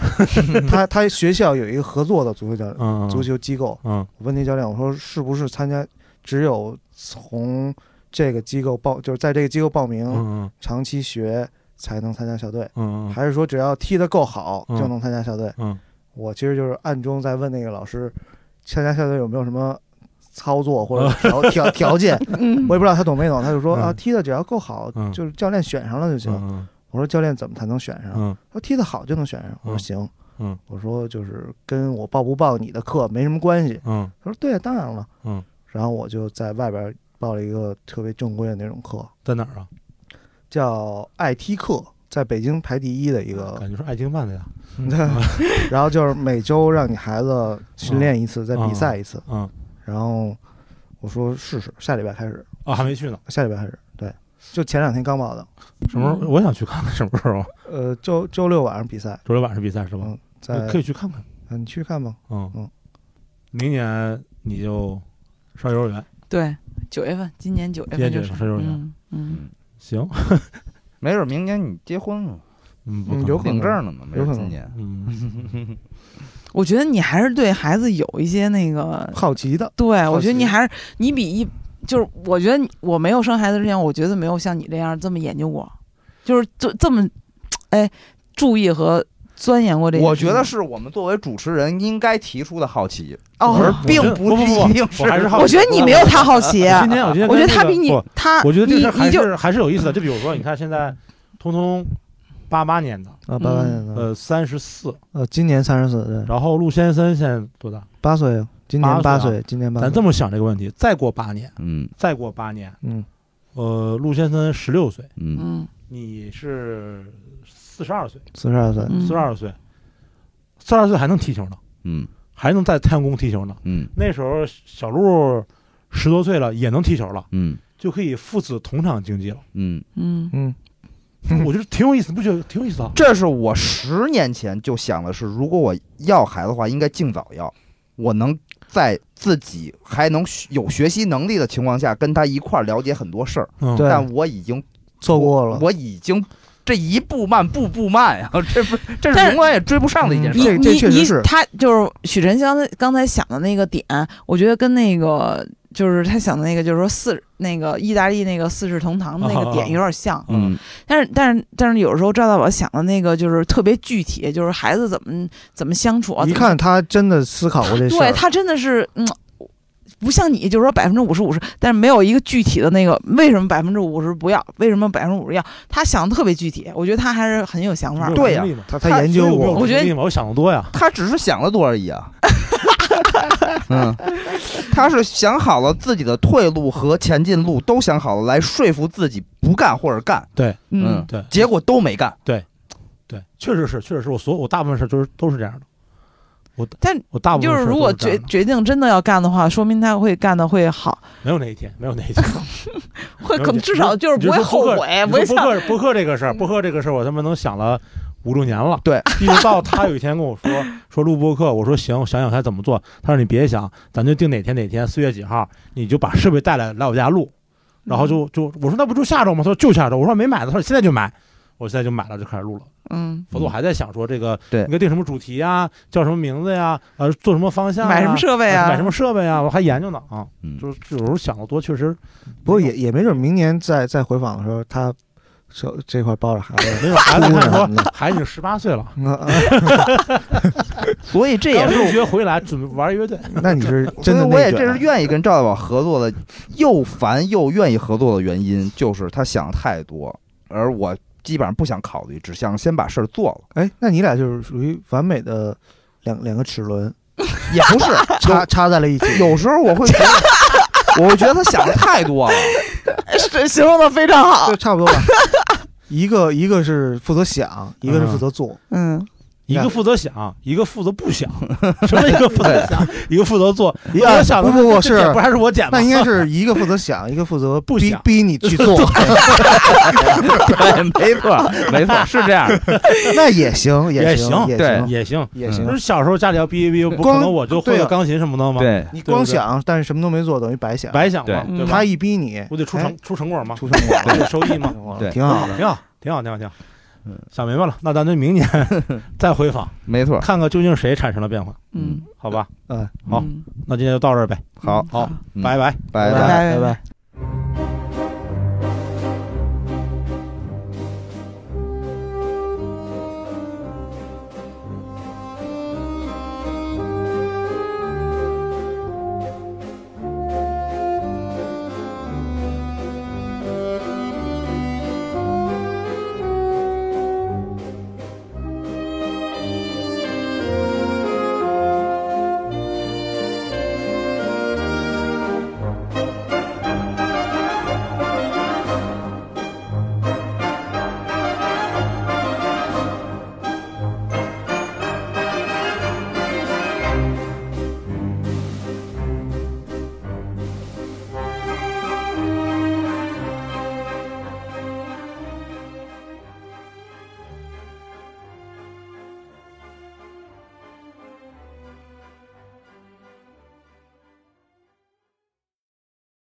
Speaker 4: 他他学校有一个合作的足球教练、
Speaker 3: 嗯，嗯
Speaker 4: 足，球机构，
Speaker 3: 嗯
Speaker 4: 我问那教练，我说是不是参加只有从这个机构报，就是在这个机构报名，
Speaker 3: 嗯嗯
Speaker 4: 长期学才能参加校队，
Speaker 3: 嗯嗯
Speaker 4: 还是说只要踢得够好
Speaker 3: 嗯
Speaker 4: 就能参加校队？
Speaker 3: 嗯
Speaker 4: 我其实就是暗中在问那个老师，参加校队有没有什么操作
Speaker 3: <laughs>
Speaker 4: 或者条条条件？
Speaker 5: 嗯
Speaker 4: 我也不知道他懂没懂，他就说
Speaker 3: 嗯
Speaker 4: 啊，踢得只要够好
Speaker 3: 嗯，
Speaker 4: 就是教练选上了就行。
Speaker 3: 嗯
Speaker 4: 我说教练怎么才能选上？
Speaker 3: 嗯
Speaker 4: 他说踢得好就能选上。我说行。
Speaker 3: 嗯
Speaker 4: 我说就是跟我报不报你的课没什么关系。
Speaker 3: 嗯
Speaker 4: 他说对啊，当然了。
Speaker 3: 嗯，
Speaker 4: 然后我就在外边报了一个特别正规的那种课，
Speaker 3: 在哪儿啊？
Speaker 4: 叫爱踢课，在北京排第一的一个
Speaker 3: 啊感觉是爱京办的呀。
Speaker 4: 然后就是每周让你孩子训练一次，再比赛一次。
Speaker 3: 嗯，
Speaker 4: 然后我说试试，下礼拜开始，
Speaker 3: 啊，还没去呢，
Speaker 4: 下礼拜开始，对，就前两天刚报的。
Speaker 3: 什么时
Speaker 4: 嗯
Speaker 3: 候？我想去看看什么时候啊？
Speaker 4: 呃，周周六晚上比赛，
Speaker 3: 周六晚上比赛是吧？
Speaker 4: 嗯，在
Speaker 3: 可以去看看。
Speaker 4: 嗯，你去看吧。
Speaker 3: 嗯
Speaker 4: 嗯，
Speaker 3: 明年你就上幼儿园，
Speaker 5: 对，九月份，今年九月
Speaker 3: 今年
Speaker 5: 份
Speaker 3: 九
Speaker 5: 就
Speaker 3: 月
Speaker 5: 是
Speaker 3: 份是有点
Speaker 5: 嗯嗯
Speaker 3: 行？
Speaker 6: 没准明年你结婚了，
Speaker 3: 嗯，不
Speaker 4: 嗯，
Speaker 3: 可
Speaker 4: 有
Speaker 3: 能
Speaker 4: 可
Speaker 6: 领
Speaker 4: 能。
Speaker 6: 证了呢，没
Speaker 4: 有
Speaker 6: 准
Speaker 4: 可
Speaker 6: 今
Speaker 4: 能
Speaker 6: 年。
Speaker 3: 嗯，
Speaker 5: 我觉得你还是对孩子有一些那个，
Speaker 4: 好奇的，
Speaker 5: 对我
Speaker 4: 好
Speaker 5: 觉得你
Speaker 4: 奇
Speaker 5: 还是你比一，就是我觉得你我没有生孩子之前，我觉得没有像你这样这么研究过，就是这这么，哎，注意和钻研过这件
Speaker 6: 我
Speaker 5: 事情。
Speaker 6: 觉得是我们作为主持人应该提出的好奇，而
Speaker 5: 哦，
Speaker 6: 并
Speaker 3: 不
Speaker 6: 不是
Speaker 3: 不不
Speaker 6: 一定是。
Speaker 3: 我还是好
Speaker 5: 我觉得你没有他好奇，
Speaker 3: 今天我今天
Speaker 5: 哎我觉得他
Speaker 3: 跟那个
Speaker 5: 比你
Speaker 3: 不
Speaker 5: 他，
Speaker 3: 我觉得这
Speaker 5: 你
Speaker 3: 事儿还
Speaker 5: 你就是
Speaker 3: 还是有意思的。就比如说，你看现在通通八八年的，
Speaker 4: 啊，八八年的，
Speaker 3: 呃，三十四，
Speaker 4: 呃，今年三十岁，对，
Speaker 3: 然后陆先生现在多大？
Speaker 4: 八岁，今
Speaker 3: 八
Speaker 4: 年
Speaker 3: 岁啊
Speaker 4: 八岁，今年八岁。
Speaker 3: 咱这么想这个问题，再过八年，
Speaker 6: 嗯
Speaker 3: 再过八年，
Speaker 4: 嗯，
Speaker 3: 呃，陆先生十六岁，
Speaker 6: 嗯，
Speaker 5: 嗯，
Speaker 3: 你是四十二岁，
Speaker 4: 四十二岁，
Speaker 5: 嗯
Speaker 3: 四十二岁，四十二岁还能踢球呢，
Speaker 6: 嗯
Speaker 3: 还能在太阳宫踢球呢。
Speaker 6: 嗯
Speaker 3: 那时候小陆十多岁了，也能踢球了，
Speaker 6: 嗯
Speaker 3: 就可以父子同场竞技了。
Speaker 6: 嗯，
Speaker 5: 嗯
Speaker 4: 嗯，
Speaker 3: 我觉得挺有意思，不觉得挺有意思啊？
Speaker 6: 这是我十年前就想的是，如果我要孩子的话，应该尽早要，我能在自己还能学有学习能力的情况下，跟他一块儿了解很多事儿。
Speaker 3: 嗯
Speaker 4: 对
Speaker 6: 但我已经
Speaker 4: 错过了。
Speaker 6: 我已经这一步慢，步步慢哎呀、这不这
Speaker 5: 但
Speaker 6: 是
Speaker 5: 是
Speaker 6: 永远也追不上的一件事。
Speaker 4: 这
Speaker 5: 你
Speaker 4: 这
Speaker 5: 你
Speaker 4: 确实
Speaker 5: 你
Speaker 4: 是
Speaker 5: 他就是许晨刚才刚才想的那个点，我觉得跟那个就是他想的那个，就是说四那个意大利那个四世同堂的那
Speaker 3: 啊
Speaker 5: 个点有点像。
Speaker 6: 嗯，
Speaker 5: 但是但是但是有时候赵大宝想的那个就是特别具体，就是孩子怎么怎么相处啊，
Speaker 4: 一
Speaker 5: 怎么
Speaker 4: 看他真的思考过这事
Speaker 5: 对
Speaker 4: 儿，
Speaker 5: 他真的是嗯。不像你，就是说百分之五十五十，但是没有一个具体的那个为什么百分之五十不要，为什么百分之五十要，他想的特别具体，我觉得他还是很有想法的。
Speaker 6: 对呀
Speaker 4: 啊他他研究过，
Speaker 5: 我觉得
Speaker 3: 我想的多呀，
Speaker 6: 他只是想得多而已啊。 <laughs> 嗯，他是想好了自己的退路和前进路都想好了，来说服自己不干或者干，嗯
Speaker 3: 对
Speaker 6: 结果都没干。
Speaker 3: 对，确实是，确实是我所有我大部分事儿就是都是这样的。我
Speaker 5: 但
Speaker 3: 我大部分
Speaker 5: 就是
Speaker 3: 事儿
Speaker 5: 如果
Speaker 3: 都这
Speaker 5: 决
Speaker 3: 样的
Speaker 5: 决定真的要干的话，说明他会干的会好，
Speaker 3: 没有那一天，没有那一天，
Speaker 5: 会
Speaker 3: 了
Speaker 5: <laughs> 可能
Speaker 3: 解
Speaker 5: 至少就是不会后悔，不
Speaker 3: 不播
Speaker 5: 会像
Speaker 3: 客播客这个事儿，播客这个事儿，我他妈能想了五六年了。
Speaker 6: 对，
Speaker 3: 一直到他有一天跟我说说录播客，我说行，我想想该怎么做。他说你别想，咱就定哪天哪天，四月几号，你就把设备带来来我家录。然后
Speaker 5: 嗯
Speaker 3: 就就我说那不就下周吗？他说就下周。我说没买的，他说现在就买。我现在就买了，就开始录了。
Speaker 5: 嗯，
Speaker 3: 否则我还在想说这个，
Speaker 6: 对
Speaker 3: 应该定什么主题啊，叫什么名字呀，呃，做什么方向啊，
Speaker 5: 买什么设备啊，
Speaker 3: 买什么设备啊，我还研究呢啊。
Speaker 6: 嗯
Speaker 3: 就是有时候想的多，确实
Speaker 4: 不过也也没准明年再再回访的时候，他手这块抱着孩子，
Speaker 3: 没有孩子
Speaker 4: 哭
Speaker 3: 看说
Speaker 4: 呢。
Speaker 3: 孩子已经十八岁了。
Speaker 4: 那啊
Speaker 6: 所以这也
Speaker 3: 刚 <laughs>
Speaker 6: 是
Speaker 3: 留学回来准备玩乐队，
Speaker 4: 那你是
Speaker 6: 所
Speaker 4: 真
Speaker 6: 以
Speaker 4: 的啊
Speaker 6: 我也
Speaker 4: 内
Speaker 6: 这是
Speaker 4: 卷，
Speaker 6: 愿意跟赵大宝合作的，又烦又愿意合作的原因，就是他想太多，而我基本上不想考虑，只想先把事儿做
Speaker 4: <laughs>
Speaker 6: 了。
Speaker 4: 哎，那你俩就是属于完美的两两个齿轮
Speaker 6: 也不是，
Speaker 4: 插插在了一起。
Speaker 6: 有有时候我会觉得，我会觉得他想的太多了。
Speaker 5: 是形容的非常好
Speaker 4: 就，差不多吧。一个一个是负责想，一个是负责做。
Speaker 5: 嗯，
Speaker 3: 一
Speaker 4: 那
Speaker 3: 个负责想，一个负责不想，什
Speaker 4: <laughs>
Speaker 3: 么一个负责想，一个负责做。
Speaker 4: 一
Speaker 3: 我想的
Speaker 4: 不不不
Speaker 3: 这剪
Speaker 4: 是
Speaker 3: 不，还是我剪吗
Speaker 4: 那？应该是一个负责想，一个负责
Speaker 3: 不
Speaker 4: 逼
Speaker 3: 想
Speaker 4: 逼你去做，
Speaker 6: 对，没错，
Speaker 2: 没错，是
Speaker 6: <laughs>
Speaker 2: 这样的。
Speaker 4: <laughs> 那也行，
Speaker 3: 也
Speaker 4: 行，
Speaker 3: 行
Speaker 4: 也
Speaker 2: 对
Speaker 4: 行，
Speaker 3: 也行，
Speaker 4: 也
Speaker 3: 就
Speaker 4: 行
Speaker 3: 是。小时候家里要逼一逼，不可
Speaker 4: 嗯光
Speaker 3: 能我就会
Speaker 4: 对
Speaker 3: 个
Speaker 4: 啊
Speaker 3: 钢琴什么的吗？，
Speaker 2: 对，
Speaker 4: 你
Speaker 3: 对
Speaker 4: 光
Speaker 3: 对
Speaker 4: 想，但是什么都没做，等于白想。
Speaker 3: 白想嘛，
Speaker 5: 对
Speaker 3: 对吧
Speaker 4: 他？一逼你，
Speaker 3: 我得出成出成果嘛
Speaker 4: 哎，出成果
Speaker 3: 我 <laughs> 得
Speaker 4: 了，
Speaker 3: 收益嘛，
Speaker 2: 对
Speaker 4: <laughs> 挺好的。
Speaker 3: 挺好，挺好，挺好，挺好。
Speaker 4: 嗯
Speaker 3: 想明白了，那咱就明
Speaker 4: <laughs>
Speaker 3: 年再回访，
Speaker 6: 没错。
Speaker 3: 看看究竟谁产生了变化，
Speaker 5: 嗯，
Speaker 3: 好吧？
Speaker 4: 嗯，
Speaker 3: 好
Speaker 5: 嗯，
Speaker 3: 那今天就到这儿呗，
Speaker 6: 好
Speaker 3: 好，
Speaker 6: 嗯
Speaker 3: 拜拜。
Speaker 6: 拜
Speaker 4: 拜
Speaker 5: 拜
Speaker 4: 拜拜。